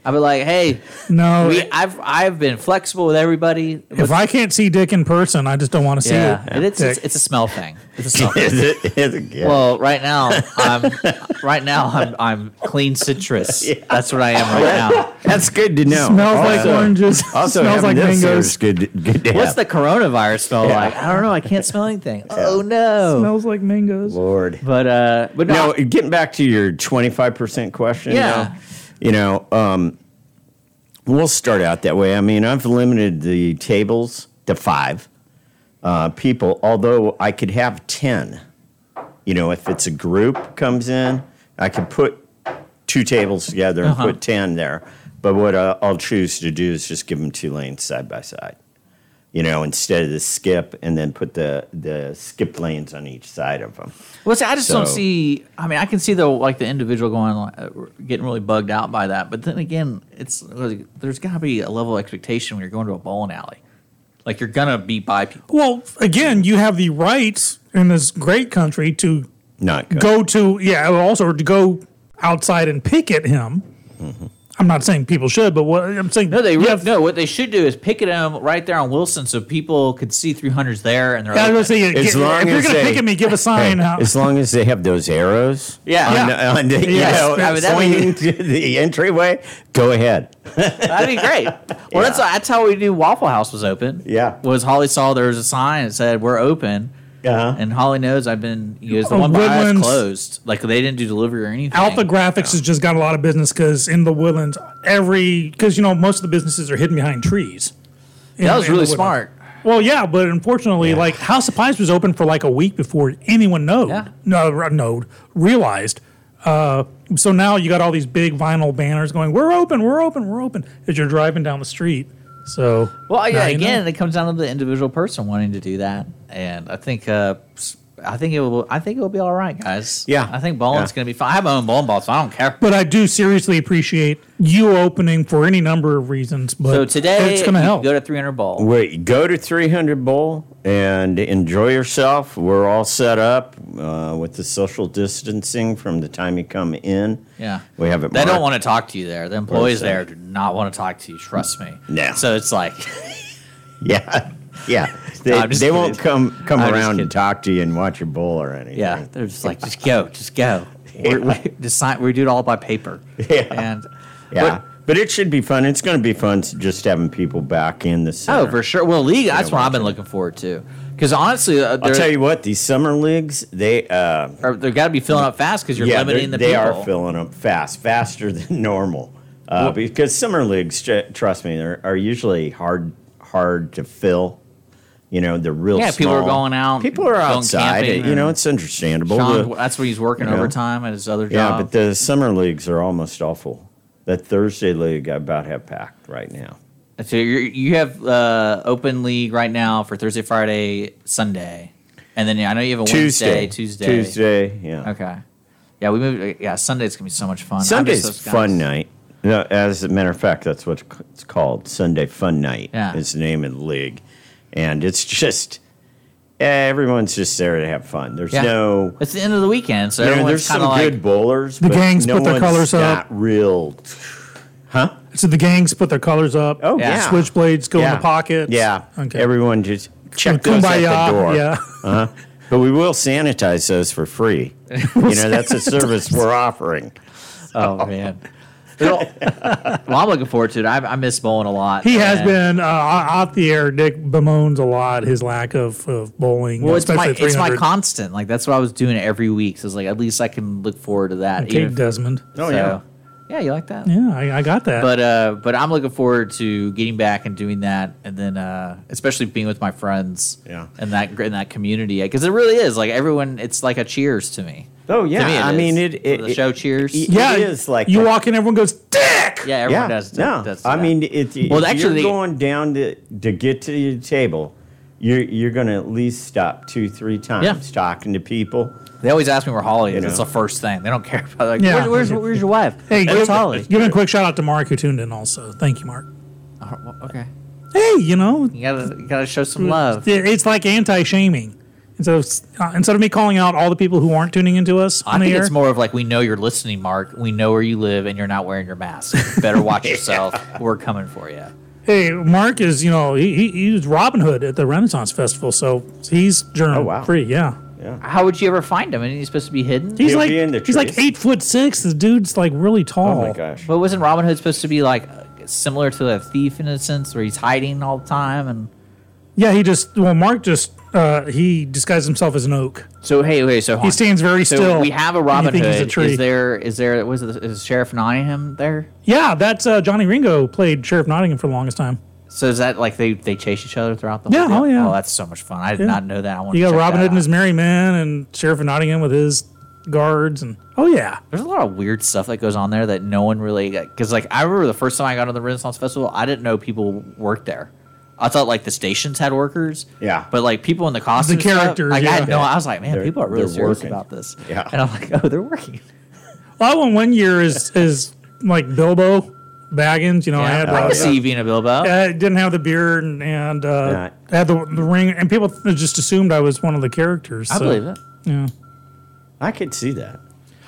I'd be like, hey,
No,
we, I've I've been flexible with everybody.
if I can't see Dick in person, I just don't want to see
yeah,
it.
and it's,
Dick.
it's it's a smell thing. It's a smell thing.
Is *laughs* it- is it- *laughs* yeah.
Well, right now I'm right now I'm I'm clean
*laughs*
citrus. That's what I am right now.
That's good to know.
Smells like oranges.
*laughs* Also,
Smells like
having this here
mangoes.
is good. Good. To
What's
have.
the coronavirus smell
Yeah.
like? I don't know. I can't smell anything. Oh no!
Smells like mangoes.
Lord.
But uh, but
no, getting back to your twenty five percent question.
Yeah.
though, you know, um, we'll start out that way. I mean, I've limited the tables to five uh, people, although I could have ten. You know, if it's a group comes in, I could put two tables together and
Uh-huh.
put ten there. But what I- I'll choose to do is just give them two lanes side by side. You know, instead of the skip, and then put the the skip lanes on each side of them.
Well, see, I just don't
So-
see. I mean, I can see the like the individual going uh, getting really bugged out by that, but then again, it's like, there's got to be a level of expectation when you're going to a bowling alley. Like you're gonna be by people.
Well, again, you have the right in this great country to
Not good.
go to yeah, also to go outside and picket him.
Mm-hmm.
I'm not saying people should, but what I'm saying
No, they re- no. What they should do is picket them right there on Wilson, so people could see 300s there, and they're.
Yeah, I was
open.
gonna say, As get- long if you're as gonna they- pick at me, give a sign
Hey,
out.
As long as they have those arrows,
Yeah.
on,
Yeah.
on the, you
Yes.
know,
I mean, that'd
pointing to the entryway, go ahead.
*laughs* That'd be great. Well, that's that's how we knew Waffle House was open.
Yeah.
Was Holly saw there was a sign that said we're open.
Yeah.
And Holly knows I've been. You know, it's the
Oh,
one by us
Woodlands.
closed. Like they didn't do delivery or anything.
Alpha Graphics has just got a lot of business because in the woodlands, every because you know most of the businesses are hidden behind trees.
That was
in the
really
woodland.
smart.
Well, yeah, but unfortunately, like House of Pies was open for like a week before anyone know, no, r- no, realized. Uh, so now you got all these big vinyl banners going, "We're open, we're open, we're open," as you're driving down the street. So
Well, yeah,
now you
again,
know.
it comes down to the individual person wanting to do that, and I think uh, I think it will. I think it will be all right, guys. Yeah, I think bowling's
Yeah.
going to be fine. I have my own bowling ball, so I don't care.
But I do seriously appreciate you opening for any number of reasons. But
so today,
it's going to
you
help.
Go to 300 bowl.
Wait, go to 300 Bowl and enjoy yourself. We're all set up uh, with the social distancing from the time you come in.
Yeah,
We have it.
they don't
marked.
want to talk to you there. The employees
that?
there do not want to talk to you. Trust me.
No.
So it's like, *laughs*
Yeah, *laughs* yeah. They,
I'm just
they
kidding.
won't come come
I'm just
around and talk to you and watch your bowl or anything.
yeah, they're just like, just go, just go. We're, we just sign, we do it all by paper. Yeah. And
Yeah. But, it should be fun. It's going to be fun s- just having people back in the center.
Oh, for sure. Well, league. That's what I've been looking forward to. Because honestly, uh,
I'll
there-
tell you what, these summer leagues, they uh,
are, they've got to be filling up fast 'cause you're limiting the
They
people.
are filling up fast, faster *laughs* than normal. Uh,
Well-
because summer leagues, tr- trust me, are, are usually hard hard to fill. You know, they're real.
Yeah, people are
small.
going out,
People are
going
outside.
camping
you know,
and-
it's understandable.
Sean,
The-
that's where he's working
you know.
overtime at his other
yeah,
job.
but the summer leagues are almost awful. That Thursday league, I about have packed right now.
so you're, you have uh, open league right now for Thursday, Friday, Sunday, and then yeah, I know you have a Wednesday, Tuesday,
Tuesday, yeah.
Okay, yeah, we moved. Yeah, Sunday's gonna be so much fun. I miss
Sunday's
those guys.
fun night. No, as a matter of fact, that's what it's called. Sunday Fun Night
Yeah.
is the name of the league, and it's just everyone's just there to have fun. There's
Yeah.
no,
It's the end of the weekend, so
you know,
everyone's
there's some
kinda like-
good bowlers.
The
but
gangs
no
put their
one's
colours up.
Not real, huh?
So the gangs put their colors up.
Oh, yeah.
Switchblades go in
Yeah.
the pockets.
Yeah.
Okay.
Everyone just check
Kumbaya,
those at the door.
yeah.
Uh-huh. But we will sanitize those
*laughs*
for free. you know, that's a service we're offering.
Oh man. well, I'm looking forward to it. I, I miss bowling a lot.
He has
and-
been uh, off the air. Nick bemoans a lot his lack of, of bowling.
Well, it's my
especially
it's my
300.
constant. Like that's what I was doing every week. So it's like at least I can look forward to that.
Okay,
even if-
Desmond.
oh,
So, yeah, you like that?
Yeah, I, I got
*laughs*
that.
But uh, but I'm looking forward to getting back and doing that, and then uh, especially being with my friends. Yeah. And that in that community because it really is like everyone. It's like a cheers to me.
Oh
To
yeah,
me
I
is.
mean it. it
the show
it-
cheers.
it- it is like
you
that.
walk in, everyone goes dick.
Yeah, everyone does.
No,
does
I
that.
mean, if, if
Well, actually, they-
you're going down to, to get to your table, you're you're going to at least stop two, three times talking to people.
They always ask me where Holly is.
You
It's
know.
the first thing. They don't care about like
Yeah.
where, where's where's your wife?
Hey,
where's
give,
Holly?
give a quick shout out to Mark who tuned in. Also, thank you, Mark.
Oh, well, okay.
Hey, you know,
You gotta you gotta show some love.
it- it's like anti-shaming. And so uh, instead of me calling out all the people who aren't tuning into us
I
on the
think
air,
it's more of like we know you're listening, Mark. We know where you live, and you're not wearing your mask. Better
*laughs*
watch yourself. We're coming for you.
hey, Mark is you know he, he, he was Robin Hood at the Renaissance Festival, so he's germ
Oh, wow.
free. Yeah,
How would you ever find him? And he's supposed to be hidden.
he's like he's like eight foot six. This dude's like
Oh,
really tall.
Oh gosh!
But wasn't Robin Hood supposed to be like similar to a thief in a sense, where he's hiding all the time? And
Yeah, he just well Mark just uh, he disguised himself as an oak.
so hey, wait, so
He stands very
so
still.
We have a
and you
Robin
think
Hood.
he's a tree.
Is there is there was it, is Sheriff Nottingham there?
Yeah, that's uh, Johnny Ringo played Sheriff Nottingham for the longest time.
So is that like they they chase each other throughout the
Yeah,
whole
oh,
deal?
yeah.
Oh, that's so much fun. I did
Yeah.
not know that. I want
You
to
got
check
Robin
that
Hood
out.
and his merry men, and Sheriff of Nottingham with his guards, and oh yeah,
There's a lot of weird stuff that goes on there that no one really because like I remember the first time I got on the Renaissance Festival, I didn't know people worked there. I thought like the stations had workers,
Yeah.
but like people in the costumes,
characters,
like I had
yeah.
no. I was like, man,
They're-
people are really
they're
serious
working.
about this.
Yeah.
and I'm like, oh, they're working.
well, I won one year is is like Bilbo Baggins. You know, I
Yeah,
had
I
Robin.
Oh,
can see you being a Bilbo.
I didn't have the beard and, and uh,
Right.
I had the, the ring, and people just assumed I was one of the characters.
I
so-
believe it.
Yeah.
I could see that.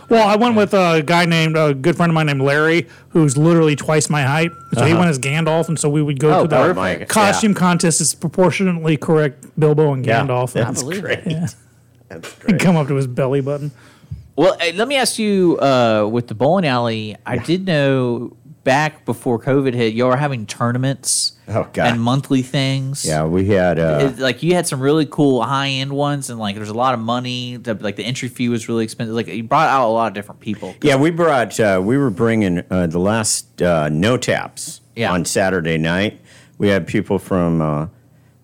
Well, I went with a guy named a good friend of mine named Larry, who's literally twice my height. So he
Uh-huh.
went as Gandalf, and so we would go
Oh,
to the
perfect.
costume contest. It's proportionately correct Bilbo and
Yeah,
Gandalf.
that's
I believe
great.
Yeah.
That's
and
great.
*laughs* come up to his belly button.
Well, hey, let me ask you uh, with the bowling alley. I did know back before COVID hit, y'all were having tournaments
Oh god!
and monthly things.
yeah, we had. Uh,
It- like you had some really cool high end ones, and like there's a lot of money. The, like the entry fee was really expensive. Like you brought out a lot of different people.
yeah, we brought. Uh, we were bringing uh, the last uh, no taps
Yeah.
on Saturday night. We had people from uh,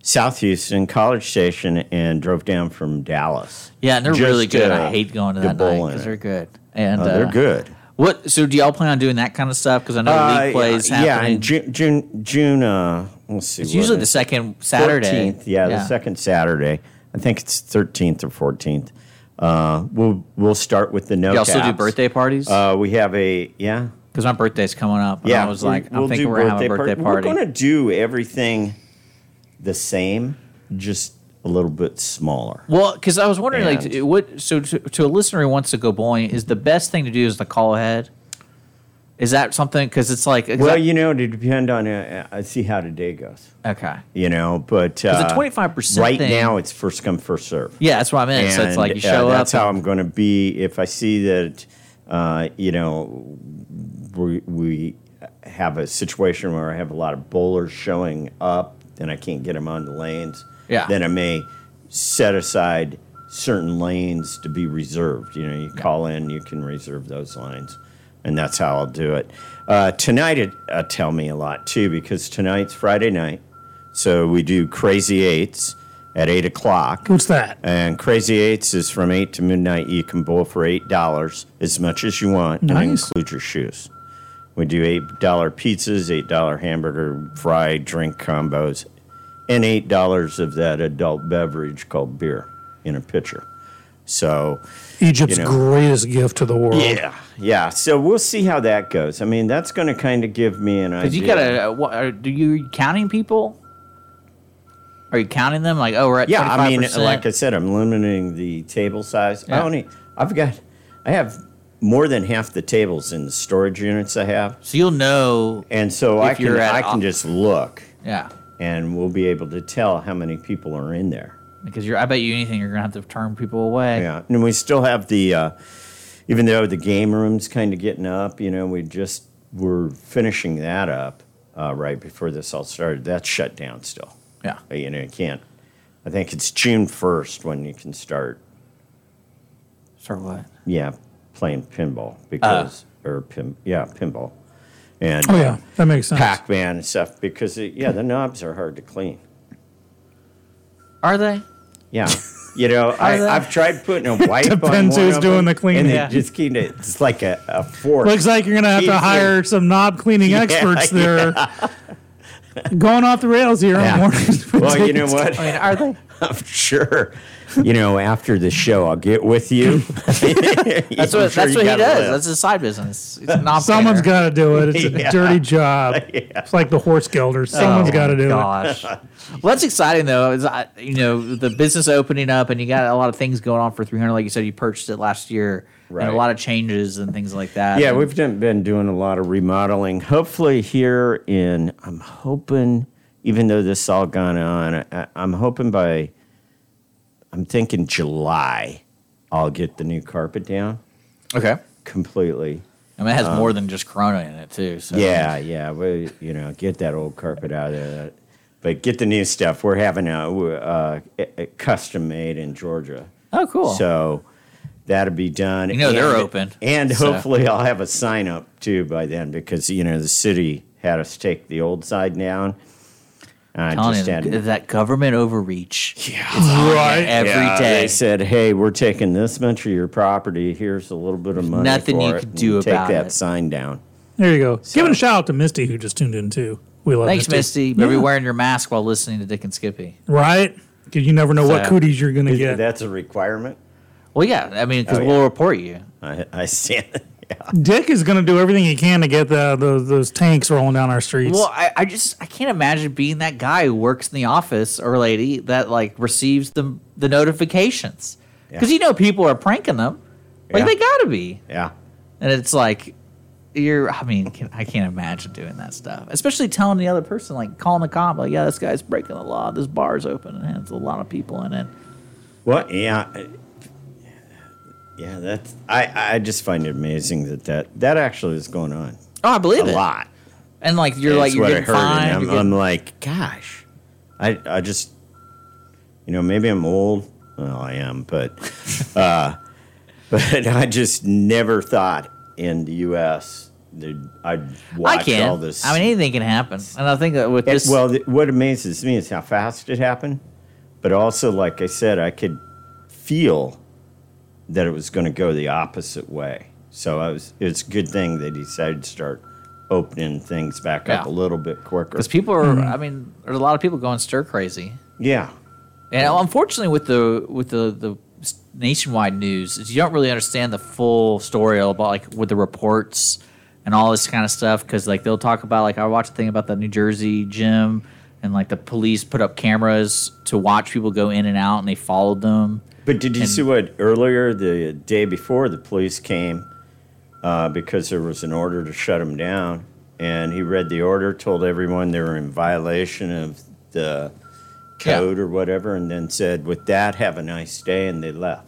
South Houston, College Station, and drove down from Dallas.
Yeah, and they're
Just
really good.
to
I hate going to
get
that night
bowling.
because they're good. And uh,
Oh, they're good.
What? So do y'all plan on doing that kind of stuff? Because I know
Uh,
league plays.
yeah,
happening.
in June. June. June uh, let's see.
It's
what
usually
it
the
is.
second Saturday.
14th, yeah,
Yeah.
the second Saturday. I think it's thirteenth or fourteenth. Uh, we'll we'll start with the no.
Y'all still do
caps.
birthday parties?
Uh, we have a yeah.
Because my birthday's coming up. and
Yeah,
I was
we-
like, I'm
we'll
thinking
do
we're gonna have a
par-
birthday party.
We're going to do everything the same, just a little bit smaller.
Well, because I was wondering, like,
And-
t- what? So, to, to a listener who wants to go bowling, is the best thing to do is the call ahead. Is that something? Because it's like, 'cause
Well,
I-
you know, to depend on uh, uh, see how today goes.
okay,
You know, but
the
uh,
25%
right
thing-
now it's first come first serve.
yeah, that's what I meant. so it's like you
uh,
show up.
that's how I'm going to be. If I see that, uh, you know, we, we have a situation where I have a lot of bowlers showing up and I can't get them on the lanes,
Yeah.
then I may set aside certain lanes to be reserved. You know, you call in, you can reserve those lanes. And that's how I'll do it. Uh, tonight, it uh, tell me a lot too, because tonight's Friday night. So we do Crazy Eights at 8 o'clock.
What's that?
And Crazy Eights is from 8 to midnight. You can bowl for $8, as much as you want, and
Nice.
include your shoes. We do $8 pizzas, $8 hamburger, fried drink combos, and $8 of that adult beverage called beer in a pitcher. So,
Egypt's
You know.
greatest gift to the world.
yeah, yeah. So we'll see how that goes. I mean, that's going to kind of give me an idea.
Because you gotta, uh, what, are, do you are you counting people? Are you counting them? Like, oh, we're at
yeah, I mean,
25%.
like I said, I'm limiting the table size. I
Yeah.
only, I've got, I have more than half the tables in the storage units I have,
so you'll know.
and so
If
I can,
you're at
I
op-
can just look,
Yeah,
and we'll be able to tell how many people are in there.
because you're. I bet you anything, you're gonna have to turn people away.
Yeah, and we still have the, uh, even though the game room's kind of getting up, you know, we just we're finishing that up uh, right before this all started. That's shut down still.
Yeah.
you know, you can't. I think it's June first when you can start.
Start what?
Yeah, playing
Ah.
pinball because or pin yeah pinball and
Oh yeah, that makes sense.
Pac Man and stuff because it, yeah the knobs are hard to clean.
Are they?
*laughs*
Yeah. You know, I,
they?
I've tried putting a wipe on one
Depends who's
of
doing
them,
the cleaning.
And they
Yeah.
just keep it. It's like a, a fork.
Looks like you're gonna have to
Keeps it-
hire some knob cleaning
Yeah,
experts there. Going off the rails here
Yeah.
on mornings.
*laughs*
for
Well, you know
tickets.
what?
I mean, are they?
*laughs* I'm sure. You know, after the show, I'll get with
*laughs*
you. *laughs*
That's what. that's what he does. That's his side business.
*laughs*
It's not
Someone's
fair.
got to do it. It's a
Yeah. Oh,
dirty job. It's like the horse gilder. *laughs* Someone's got to do
Oh,
*laughs*
Gosh. well, that's exciting though. Is I- you know the business opening up, and you got a lot of things going on for 300. Like you said, you purchased it last year, and
Right.
a lot of changes and things like that.
Yeah,
And
we've done, been doing a lot of remodeling. Hopefully, here in, I'm hoping, even though this all gone on, I, I'm hoping by, I'm thinking July, I'll get the new carpet down
okay.
completely.
I mean, it has more than just Corona in it too. So
uh, Yeah, yeah. We, you know, get that old carpet out of there. But get the new stuff. We're having a, uh, a- a custom made in Georgia.
Oh, cool.
So that'll be done.
You know they're open,
And
so-
hopefully I'll have a sign up too by then because, you know, the city had us take the old side down. And I
Telling
just
you,
had
that government overreach
it. Right.
every day.
Yeah, uh, They said, hey, we're taking this much of your property. Here's a little bit of money.
nothing you
for it,
can
and
do
Take
about
that
it."
sign down.
There you go. Giving a shout out to Misty who just tuned in too. We love
Thanks,
Misty.
Misty. Maybe wearing your mask while listening to Dick and Skippy.
Right? Because you never know what
So-
cooties you're gonna get.
That's a requirement.
Well, yeah. I mean, because
Oh, yeah.
we'll report you.
I, I stand. *laughs*
Dick is gonna do everything he can to get the, those those tanks rolling down our streets.
Well, I, I just I can't imagine being that guy who works in the office or lady that like receives the the notifications because you know people are pranking them, like
Yeah.
they gotta be,
Yeah.
and it's like you're. I mean, can, I can't imagine doing that stuff, especially telling the other person like calling the cop like, yeah, this guy's breaking the law. This bar's open and has a lot of people in it.
Well, yeah, I- yeah. That's I. I just find it amazing that that, that actually is going on
Oh, I believe
a
it.
lot.
And like you're
That's
like you're
what
getting
I heard, and
fined.
I'm,
you're getting-
I'm like, gosh, I. I just, you know, maybe I'm old. Well, I am, but, *laughs* uh, but I just never thought in the U.S. Dude, I'd watch
I can.
all this.
I mean, anything can happen. And I think that with
It-
this, *laughs*
well, th- what amazes me is how fast it happened, but also, like I said, I could feel that it was going to go the opposite way. So I was. It's a good thing they decided to start opening things back up a
Yeah.
little bit quicker.
because people are,
Mm-hmm.
I mean, there's a lot of people going stir crazy.
yeah,
And unfortunately, with the with the the nationwide news, is you don't really understand the full story about like with the reports and all this kind of stuff. Because like they'll talk about like I watched a thing about the New Jersey gym and like the police put up cameras to watch people go in and out, and they followed them.
But did you
And-
see what earlier the day before the police came uh, because there was an order to shut him down, and he read the order, told everyone they were in violation of the code or whatever, and then said, "With that, have a nice day," and they left.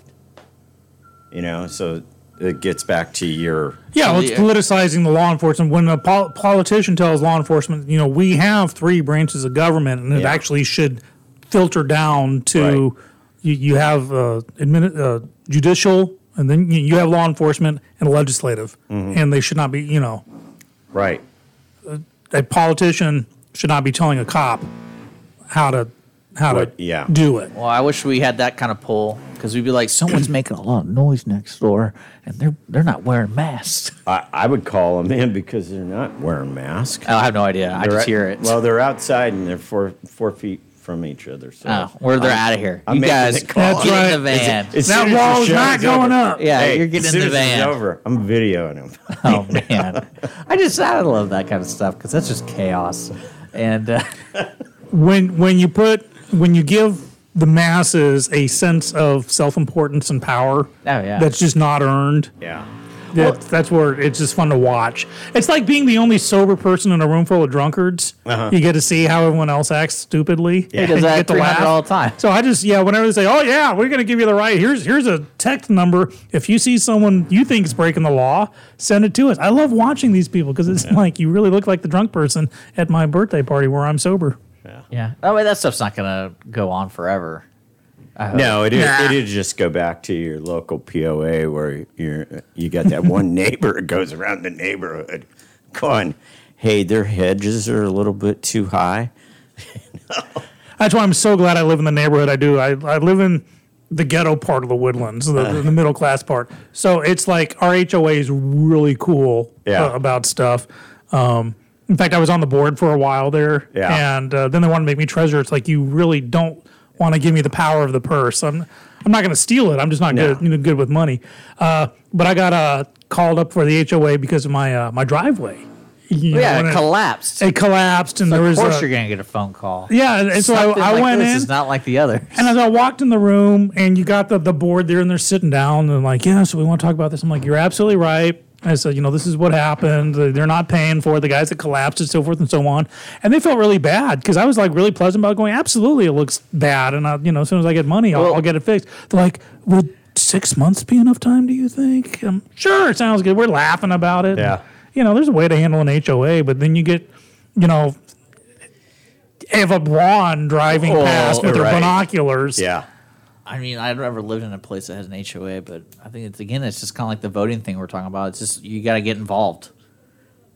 You know, so it gets back to your
Yeah, well, it's politicizing the law enforcement. When a pol- politician tells law enforcement, you know, we have three branches of government, and it
Yeah.
actually should filter down to you, you have uh, admini- uh, judicial, and then you, you have law enforcement and legislative,
Mhm.
and they should not be, you know,
right.
a politician should not be telling a cop how to how to do it.
Well, I wish we had that kind of pull because we'd be like, *clears throat* someone's making a lot of noise next door, and they're they're not wearing masks.
I, I would call them in because they're not wearing masks.
Oh, I have no idea. I
They're
just
at-
hear it.
Well, they're outside and they're four four feet from each other. So
Oh, well, they're outta here. You
making
guys
the call.
That's get in the right. van.
As- as
That
soon as the
wall's
show's
not going
over-
up. Yeah, you're getting
as
in
soon
the
as it's
van.
over, I'm videoing them.
*laughs* Oh man, I just I love that kind of stuff because that's just chaos. And uh,
when when you put when you give the masses a sense of self-importance and power
Oh, yeah.
that's just not earned
yeah
that, that's where it's just fun to watch it's like being the only sober person in a room full of drunkards
Uh-huh.
you get to see how everyone else acts stupidly
Yeah. He does
and you
that
get
at
to
300
laugh.
all the time.
so i just yeah whenever they say oh yeah we're going to give you the right here's here's a text number if you see someone you think is breaking the law send it to us i love watching these people because it's like you really look like the drunk person at my birthday party where i'm sober
yeah, that way that stuff's not gonna go on forever. I hope.
No, it it would just go back to your local POA where you're you got that
*laughs*
one neighbor that goes around the neighborhood going, "Hey, their hedges are a little bit too high."
That's why I'm so glad I live in the neighborhood I do. I, I live in the ghetto part of the woodlands, the,
Uh.
the middle class part. So it's like our HOA is really cool
Yeah.
uh, about stuff. Um, in fact, I was on the board for a while there,
Yeah.
and uh, then they wanted to make me treasurer. It's like you really don't want to give me the power of the purse. I'm I'm not going to steal it. I'm just not
No.
good you know, good with money. Uh, but I got uh, called up for the HOA because of my uh, my driveway. You know,
Oh, yeah,
when
it collapsed.
It collapsed, and
So
there was
of course
a-
you're gonna get a phone call.
Yeah, and- and so I-
Something
I
like
went
this
in-
Is not like the other.
and as I walked in the room, and you got the, the board there, and they're sitting down, and like, yeah, so we want to talk about this. I'm like, you're absolutely right. I said, you know, this is what happened. They're not paying for it. The guys that collapsed and so forth and so on. And they felt really bad because I was like really pleasant about going, absolutely, it looks bad. And, I, you know, as soon as I get money, I'll, I'll get it fixed. They're like, would six months be enough time, do you think? Um sure, it sounds good. We're laughing about it.
Yeah.
You know, there's a way to handle an HOA, but then you get, you know, Eva Braun driving
Oh,
past with
right.
her binoculars.
Yeah.
I mean, I've never lived in a place that has an HOA, but I think it's again, it's just kind of like the voting thing we're talking about. It's just you got to get involved,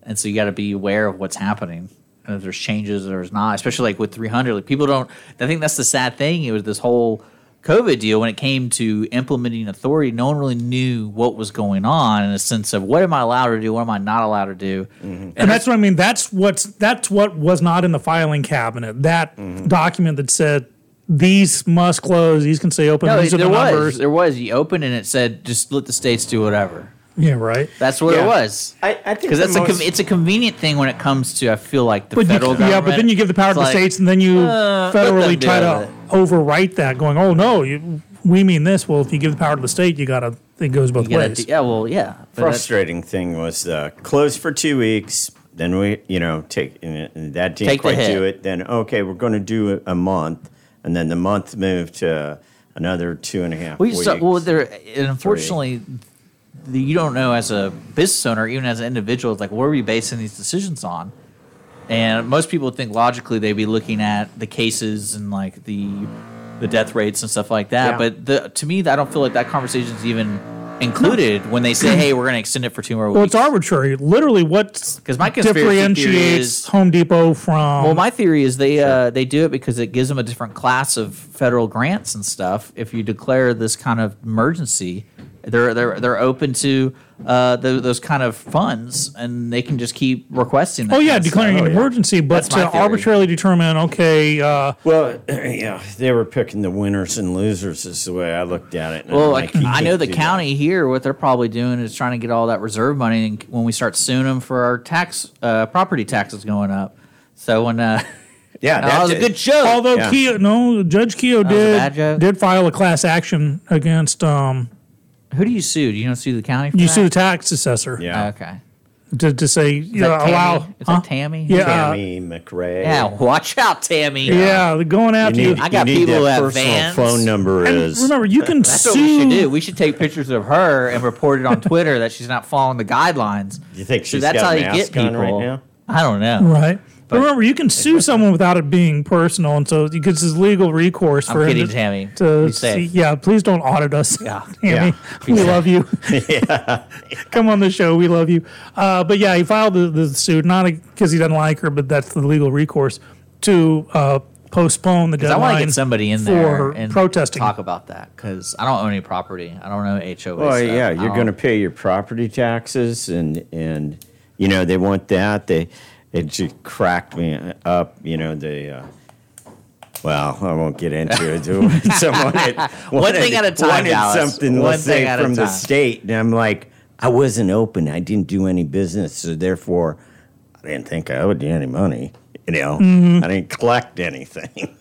and so you got to be aware of what's happening and if there's changes or there's not. Especially like with 300, like people don't. I think that's the sad thing. It was this whole COVID deal when it came to implementing authority. No one really knew what was going on in a sense of what am I allowed to do, what am I not allowed to do.
And that's what I mean. That's what's that's what was not in the filing cabinet. That
Mm-hmm.
document that said these must close, these can stay open,
No,
these are
there
the
was
numbers.
there was you opened and it said just let the states do whatever.
Yeah, right.
That's what
Yeah.
it was.
I, I
think
because
the
that's a
most-
com- it's a convenient thing when it comes to I feel like the
But you,
federal
yeah,
government.
but then you give the power
It's
to the
like,
states, and then you
uh, let them
federally
do
try
it.
to overwrite that, going, "Oh no, you, we mean this." Well, if you give the power to the state, you gotta it goes both ways.
yeah, well, yeah.
Frustrating thing was uh, closed for two weeks. Then we, you know, take and and that didn't
Take the
quite
hit.
do it. Then okay, we're going to do a, a month, and then the month moved to another two and a half.
Well, you
weeks.
start- well, there. And unfortunately, the, you don't know as a business owner, even as an individual, it's like what are we basing these decisions on? And most people think logically they'd be looking at the cases and like the the death rates and stuff like that.
Yeah.
But the, to me, I don't feel like that conversation is even included when they
*clears throat*
say, "Hey, we're going to extend it for two more
Well,
weeks."
it's arbitrary. Literally, what's
'Cause my conspiracy theory
differentiates
is-
Home Depot from
well, my theory is they uh, they do it because it gives them a different class of federal grants and stuff. If you declare this kind of emergency, they're they're they're open to uh, tho- those kind of funds, and they can just keep requesting. That
Oh yeah,
kind of
declaring
stuff.
an emergency, but
That's my
to
theory.
arbitrarily determine, okay, uh,
well, *clears throat* yeah, they were picking the winners and losers. Is the way I looked at it. And I'm
Well,
like,
I,
you
I
can't
know the
do
county here. What they're probably doing is trying to get all that reserve money, and when we start suing them for our tax, uh, property taxes going up. So when, uh,
yeah,
that was a good show.
Although Keogh, no, Judge Keogh
That was a bad
did
joke.
did file a class action against. Um,
who do you sue? Do you not sue the county? For
you
that?
sue the tax assessor.
Yeah.
Okay.
To, to say you know,
that Tammy?
allow.
Is that Tammy?
Yeah.
Tammy McRae.
Yeah, watch out, Tammy.
Yeah, they're going after you.
need-
I got
need
people
that
at
personal
Vans.
phone number
And
is.
remember, you can
That's
sue.
what we should do. We should take pictures of her and report
*laughs*
it on Twitter that she's not following the guidelines.
you think
So
she's
that's
got
how
a
you
mask
get
on
people.
right now?
I don't know.
Right. But remember, you can sue someone without it being personal, and so because there's legal recourse
I'm
for him
kidding,
to,
Tammy.
to
Be safe.
see- yeah, please don't audit us.
Yeah.
*laughs* Tammy,
Be
we
safe.
*laughs*
love you. Come on the show, we love you. Uh, but yeah, he filed the, the suit not because he doesn't like her, but that's the legal recourse to uh, postpone the
'Cause I
deadline.
want to get somebody in there
for
and
protesting.
talk about that because I don't own any property. I don't own HOA.
Well,
stuff.
yeah,
I
you're
don't-
going to pay your property taxes, and and you know they want that. They it just cracked me up. You know they. Uh, well, I won't get
*laughs*
into it. Someone had-
One thing at a time,
Wanted
Dallas.
something,
One
let's say,
thing at a
from the
time.
state, and I'm like, I wasn't open. I didn't do any business, so therefore, I didn't think I owed you any money. You know,
Mm-hmm.
I didn't collect anything.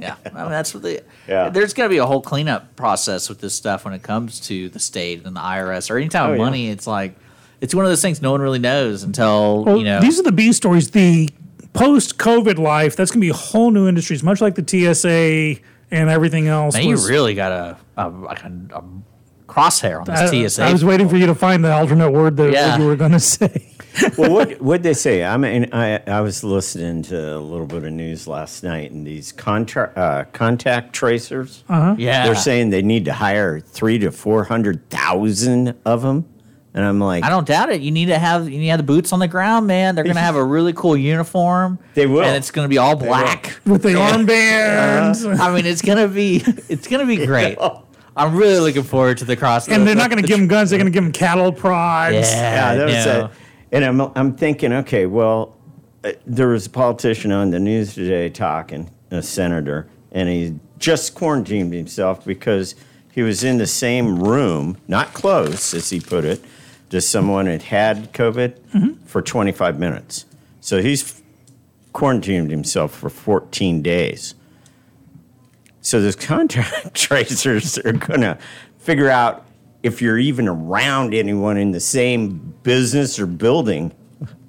Yeah, I mean, that's what they.
Yeah.
There's going to be a whole cleanup process with this stuff when it comes to the state and the IRS or any type
Oh,
of
yeah.
money. It's like it's one of those things no one really knows until
Well,
you know.
These are the B stories. The post COVID life, that's going to be a whole new industries, much like the TSA and everything else.
man, you
was-
really got a, a, like a, a crosshair on
I,
this TSA.
I was waiting for you to find the alternate word that
Yeah.
you were going to *laughs* say.
well, what what they say? I mean, I I was listening to a little bit of news last night, and these contact uh, contact tracers.
yeah,
They're saying they need to hire three to four hundred thousand of them, and I'm like,
I don't doubt it. You need to have you need to have the boots on the ground, man. They're going to have a really cool uniform.
They will.
and it's going to be all black.
With the armbands.
I mean, it's gonna be it's gonna be
*laughs*
great. I'm really looking forward to the cross.
and they're not going to give them guns. They're going to give them cattle prods.
Yeah,
yeah, that was
no.
a, and I'm I'm thinking, okay, well, uh, there was a politician on the news today talking, a senator, and he just quarantined himself because he was in the same room, not close, as he put it, to someone that had COVID for 25 minutes. So he's quarantined himself for 14 days. So those contact *laughs* tracers are going to figure out if you're even around anyone in the same business or building.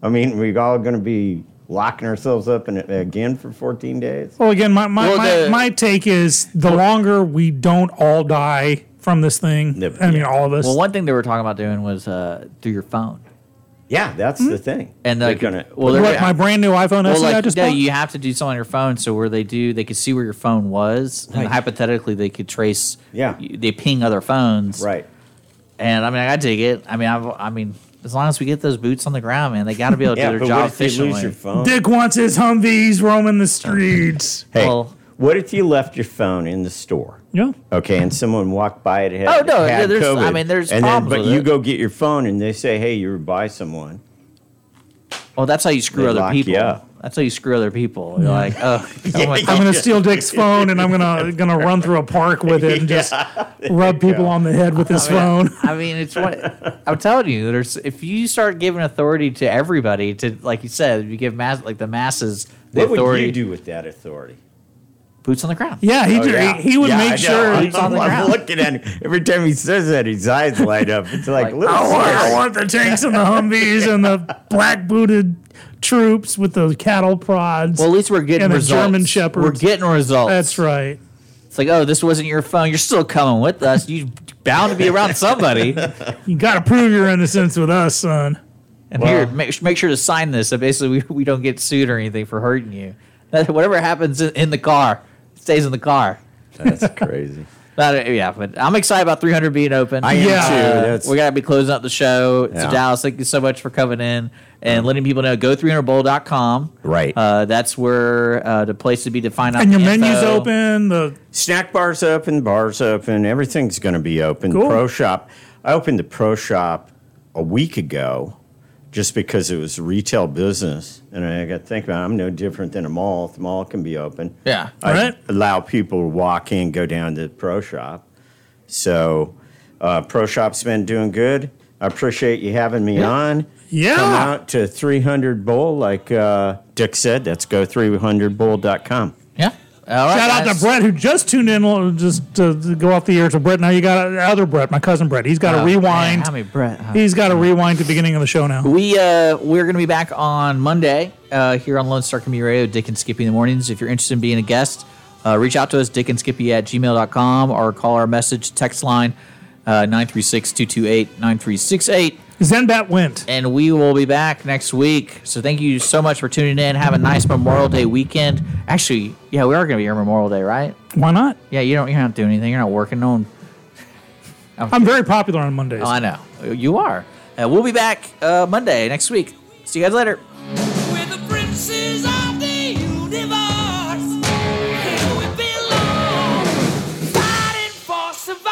I mean, we all going to be locking ourselves up in, again for 14 days.
Well, again, my, my,
Well,
my,
the-
my take is the longer we don't all die from this thing,
Yep.
I mean, all of us.
Well, one thing they were talking about doing was uh, through your phone.
Yeah, that's the thing.
And
they're
like,
going to.
well,
what,
they're-
my brand new iPhone
well,
SE I
like,
just
no,
bought?
you have to do something on your phone. So where they do, they could see where your phone was, and
Right.
hypothetically, they could trace.
Yeah.
y- they ping other phones.
Right.
And I mean, I dig it. I mean, I've, I mean, as long as we get those boots on the ground, man, they got to be able to
Yeah,
do their
but
job
what if you
efficiently.
lose your phone?
Dick wants his Humvees roaming the streets.
hey,
Well-
what if you left your phone in the store?
yeah.
Okay, and someone walked by it. Had,
Oh, no,
had
yeah, there's-
COVID,
I mean, there's
and then,
problems
but
with
you
it.
go get your phone, and they say, "Hey, you were
*laughs*
by someone."
Well, Oh, that's how you screw
They
other
lock you
people.
up.
That's how you screw other people. You're like,
*laughs*
oh, oh my
I'm
God.
gonna steal Dick's phone and I'm gonna gonna run through a park with it
*laughs*
and just rub people on the head with his
Oh,
phone.
I mean, it's what I'm telling you. There's if you start giving authority to everybody to, like you said, you give mass like the masses the
What would
authority.
you do with that authority?
Boots on the ground.
Yeah, he
Oh,
did-
yeah.
he, he would
Yeah, I know.
*laughs*
make sure.
I'm,
*laughs*
on the
I'm
ground.
looking at him every time he says that. His eyes light up. It's like,
Like,
little
I want, I
Sarah.
want the tanks and the Humvees and
*laughs*
the black booted troops with the cattle prods.
Well, at least we're getting
and the
results.
German shepherds.
We're getting results.
That's right.
It's like, oh, this wasn't your phone. You're still coming with us. You bound to be around
*laughs*
somebody.
You got to prove your innocence with us, son.
And here, make, make sure to sign this. So basically, we, we don't get sued or anything for hurting you. That- whatever happens in, in the car stays in the car.
That's crazy.
But, uh, yeah, but I'm excited about 300 being open.
I am Yeah. too. That's-
we got to be closing up the show. So
Yeah.
Dallas, thank you so much for coming in and letting people know. Go 300bowl.com.
Right.
Uh, that's where uh, the place to be to find out.
and your
the
menu's
info.
open. The
Snack bar's open, bar's open, everything's going to be open.
Cool.
Pro shop. I opened the pro shop a week ago just because it was retail business. And I got to think about it, I'm no different than a mall. If the mall can be open,
Yeah.
I
Right.
allow people to walk in, go down to the pro shop. So, uh, pro shop's been doing good. I appreciate you having me on.
Yeah.
Come out to 300 Bowl. Like uh, Dick said, that's go 300bowl.com.
Yeah. All right,
shout out
guys.
to Brett who just tuned in uh, just to, to go off the air. So Brett, now you got uh, other Brett, my cousin Brett. He's got to
Oh,
rewind.
man, how many Brett? huh?
He's got to rewind to the beginning of the show now.
We uh, we're gonna be back on Monday uh, here on Lone Star Community Radio, Dick and Skippy in the mornings. If you're interested in being a guest, uh, reach out to us, Dick and Skippy at gmail.com or call our message text line uh, 936-228-9368.
Zenbat went.
And we will be back next week. So thank you so much for tuning in. Have a nice Memorial Day weekend. Actually, yeah, we are gonna be here Memorial Day, right?
Why not?
Yeah, you don't you're not doing anything, you're not working, no one
I'm very popular on Mondays.
Oh, I know. You are. Uh, we'll be back uh, Monday next week. See you guys later.
We're the princes of the universe. Here we belong, fighting for survival.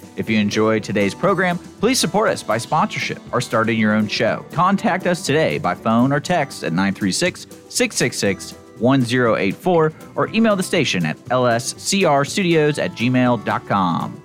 If you enjoyed today's program, please support us by sponsorship or starting your own show. Contact us today by phone or text at 936 666 1084 or email the station at lscrstudios at gmail.com.